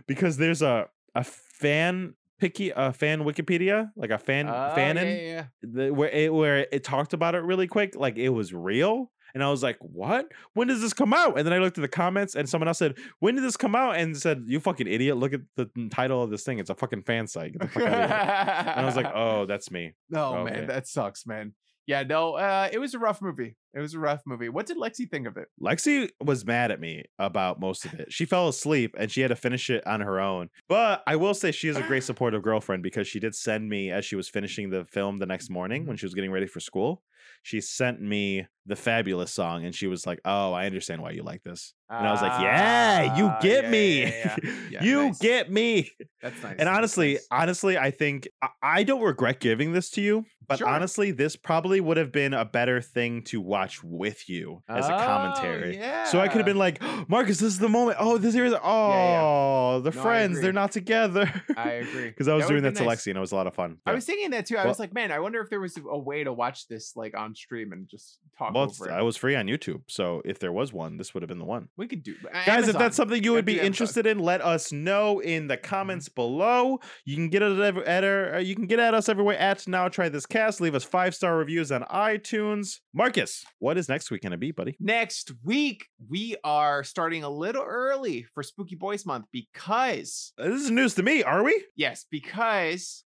[SPEAKER 3] because there's a a fan picky a fan Wikipedia like a fan
[SPEAKER 2] Oh,
[SPEAKER 3] fanon
[SPEAKER 2] yeah, yeah, yeah.
[SPEAKER 3] the, where it where it talked about it really quick, like it was real. And I was like, "What? When does this come out?" And then I looked at the comments, and someone else said, "When did this come out?" And said, "You fucking idiot! Look at the n- title of this thing. It's a fucking fan site." Get the fuck out of here. And I was like, "Oh, that's me."
[SPEAKER 2] no,
[SPEAKER 3] okay.
[SPEAKER 2] man, that sucks, man. yeah, no, uh, it was a rough movie. It was a rough movie. What did Lexi think of it?
[SPEAKER 3] Lexi was mad at me about most of it. She fell asleep and she had to finish it on her own. But I will say she is a great supportive girlfriend because she did send me, as she was finishing the film the next morning
[SPEAKER 2] Mm-hmm.
[SPEAKER 3] when she was getting ready for school, she sent me the fabulous song and she was like, Oh, I understand why you like this. And I was like, Yeah, you
[SPEAKER 2] Ah,
[SPEAKER 3] get
[SPEAKER 2] yeah,
[SPEAKER 3] me.
[SPEAKER 2] yeah, yeah, yeah. Yeah,
[SPEAKER 3] you
[SPEAKER 2] nice.
[SPEAKER 3] get me.
[SPEAKER 2] That's nice.
[SPEAKER 3] And
[SPEAKER 2] that's
[SPEAKER 3] honestly,
[SPEAKER 2] nice.
[SPEAKER 3] honestly, I think I- I don't regret giving this to you, but
[SPEAKER 2] Sure.
[SPEAKER 3] honestly, this probably would have been a better thing to watch with you as a
[SPEAKER 2] Oh,
[SPEAKER 3] commentary. So I could have
[SPEAKER 2] yeah.
[SPEAKER 3] been like, Marcus, this is the moment. Oh, this here is oh,
[SPEAKER 2] yeah.
[SPEAKER 3] the
[SPEAKER 2] No, I
[SPEAKER 3] friends, they're
[SPEAKER 2] agree.
[SPEAKER 3] not together.
[SPEAKER 2] I agree.
[SPEAKER 3] Because I was
[SPEAKER 2] That
[SPEAKER 3] doing
[SPEAKER 2] would've
[SPEAKER 3] that
[SPEAKER 2] been
[SPEAKER 3] to
[SPEAKER 2] nice.
[SPEAKER 3] Lexi, and it was a lot of fun.
[SPEAKER 2] I
[SPEAKER 3] Yeah.
[SPEAKER 2] was thinking that too. I
[SPEAKER 3] Well-
[SPEAKER 2] was like, man, I wonder if there was a way to watch this like on stream and just talk
[SPEAKER 3] well, it's-
[SPEAKER 2] over it.
[SPEAKER 3] I was free on YouTube, so if there was one, this would have been the one.
[SPEAKER 2] we could do,
[SPEAKER 3] Guys, if that's something you
[SPEAKER 2] Gotta do
[SPEAKER 3] would be
[SPEAKER 2] Amazon. Mm-hmm.
[SPEAKER 3] interested in, let us know in the comments below. You can get it at, ev- at our, uh, you can get at us everywhere at now. Try this cast. Leave us five star reviews on iTunes. Marcus, what is next week gonna be, buddy?
[SPEAKER 2] Next week, we are starting a little early for Spooky Boys Month because,
[SPEAKER 3] Uh, This is news to me. Are we?
[SPEAKER 2] yes, because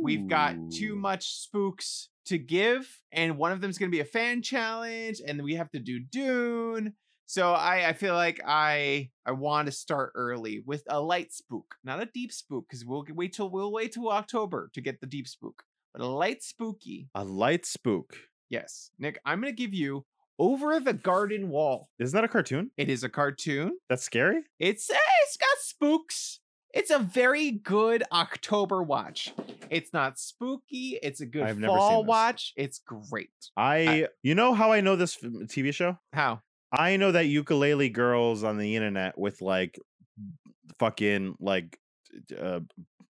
[SPEAKER 2] we've got too
[SPEAKER 3] Ooh.
[SPEAKER 2] much spooks to give, and one of them's going to be a fan challenge, and we have to do Dune. So I, I feel like I I want to start early with a light spook, not a deep spook, because we'll g- wait till we'll wait till October to get the deep spook, but a light spooky.
[SPEAKER 3] A light spook.
[SPEAKER 2] Yes, Nick, I'm going to give you over the garden wall.
[SPEAKER 3] Isn't that a cartoon?
[SPEAKER 2] It is a cartoon.
[SPEAKER 3] That's scary.
[SPEAKER 2] It's eh, it's got spooks. It's a very good October watch. It's not spooky. It's a good
[SPEAKER 3] I've never seen
[SPEAKER 2] fall
[SPEAKER 3] this.
[SPEAKER 2] watch. It's great.
[SPEAKER 3] I, you know how I know this f- TV show?
[SPEAKER 2] How?
[SPEAKER 3] I know that ukulele girls on the internet with like fucking like d- uh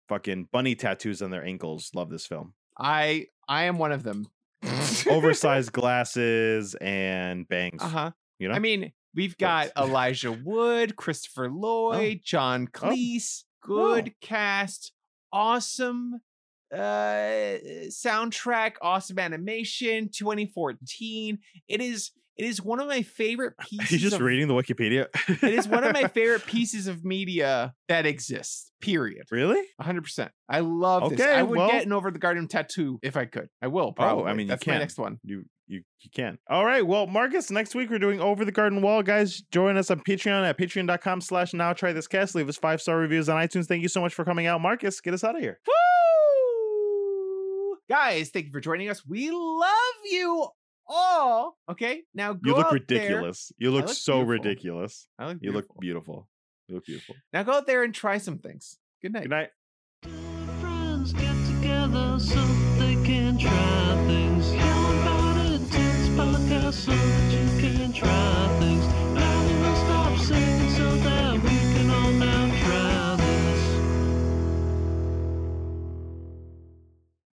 [SPEAKER 3] fucking bunny tattoos on their ankles love this film.
[SPEAKER 2] I I am one of them.
[SPEAKER 3] Oversized glasses and bangs,
[SPEAKER 2] Uh-huh.
[SPEAKER 3] you know?
[SPEAKER 2] I mean, we've got Elijah Wood, Christopher
[SPEAKER 3] Oh.
[SPEAKER 2] Lloyd, John Cleese. Good cast. Awesome uh soundtrack, awesome animation, 2014. It is it is one of my favorite
[SPEAKER 3] Are
[SPEAKER 2] pieces
[SPEAKER 3] you just
[SPEAKER 2] of
[SPEAKER 3] reading the Wikipedia?
[SPEAKER 2] It is one of my favorite pieces of media that exists. Period.
[SPEAKER 3] Really?
[SPEAKER 2] 100%. I love this.
[SPEAKER 3] Okay,
[SPEAKER 2] I would
[SPEAKER 3] well- Oh,
[SPEAKER 2] get an over the garden tattoo if I could. I will. Probably.
[SPEAKER 3] mean, you
[SPEAKER 2] that's my
[SPEAKER 3] can.
[SPEAKER 2] next one.
[SPEAKER 3] You you you can. All right. Well, Marcus, next week we're doing Over the Garden Wall. Guys, join us on Patreon at patreon.com slash now try this cast. Leave us five star reviews on iTunes. Thank you so much for coming out. Marcus, get us out of here.
[SPEAKER 2] Woo! Guys, thank you for joining us. We love you all. Okay. Now go
[SPEAKER 3] You
[SPEAKER 2] out
[SPEAKER 3] look
[SPEAKER 2] there-
[SPEAKER 3] ridiculous. You look
[SPEAKER 2] look
[SPEAKER 3] so
[SPEAKER 2] beautiful.
[SPEAKER 3] ridiculous.
[SPEAKER 2] I look
[SPEAKER 3] You look
[SPEAKER 2] beautiful.
[SPEAKER 3] beautiful. You look beautiful.
[SPEAKER 2] Now go out there and try some things. Good night.
[SPEAKER 3] Good night.
[SPEAKER 1] Friends get together so they can try things. How about a dance podcast so that you can try things? Now we will stop singing so that we can all now try this.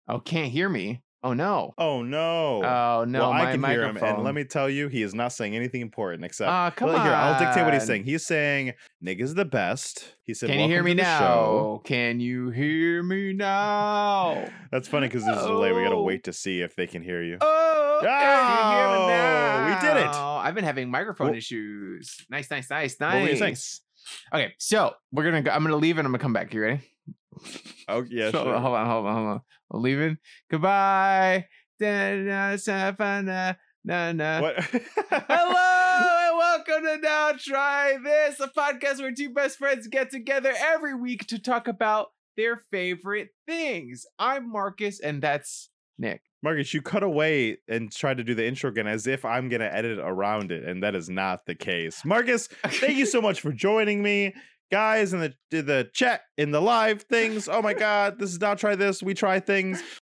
[SPEAKER 2] Oh, can't hear me. Oh no.
[SPEAKER 3] Oh no.
[SPEAKER 2] Oh no.
[SPEAKER 3] well,
[SPEAKER 2] my
[SPEAKER 3] I can
[SPEAKER 2] microphone.
[SPEAKER 3] hear him, and let me tell you, he is not saying anything important except.
[SPEAKER 2] Ah, come
[SPEAKER 3] Well,
[SPEAKER 2] on.
[SPEAKER 3] here, I'll dictate what he's saying. He's saying nigga's the best. He said,
[SPEAKER 2] Can you hear
[SPEAKER 3] "Welcome
[SPEAKER 2] me
[SPEAKER 3] to the
[SPEAKER 2] now?
[SPEAKER 3] show."
[SPEAKER 2] Can you hear me now?
[SPEAKER 3] That's funny because there's a delay. We gotta
[SPEAKER 2] Oh.
[SPEAKER 3] wait to see if they can hear you.
[SPEAKER 2] Oh,
[SPEAKER 3] Oh, we did it.
[SPEAKER 2] I've been having microphone
[SPEAKER 3] Well-
[SPEAKER 2] issues. Nice, nice, nice,
[SPEAKER 3] What were
[SPEAKER 2] nice.
[SPEAKER 3] you saying?
[SPEAKER 2] Okay, so we're gonna go. I'm gonna leave and I'm gonna come back. You ready?
[SPEAKER 3] Oh yeah,
[SPEAKER 2] So, uh,
[SPEAKER 3] sure.
[SPEAKER 2] Hold on, hold on, hold on. I'm leaving. Goodbye. Da, da, sa, fa, na, na, na.
[SPEAKER 3] What?
[SPEAKER 2] Hello and welcome to Now Try This, a podcast where two best friends get together every week to talk about their favorite things. I'm Marcus, and that's Nick.
[SPEAKER 3] Marcus, you cut away and tried to do the intro again as if I'm going to edit around it, and that is not the case. Marcus, thank you so much for joining me. Guys in the in the chat in the live things. Oh my god, this is now try this. We try things.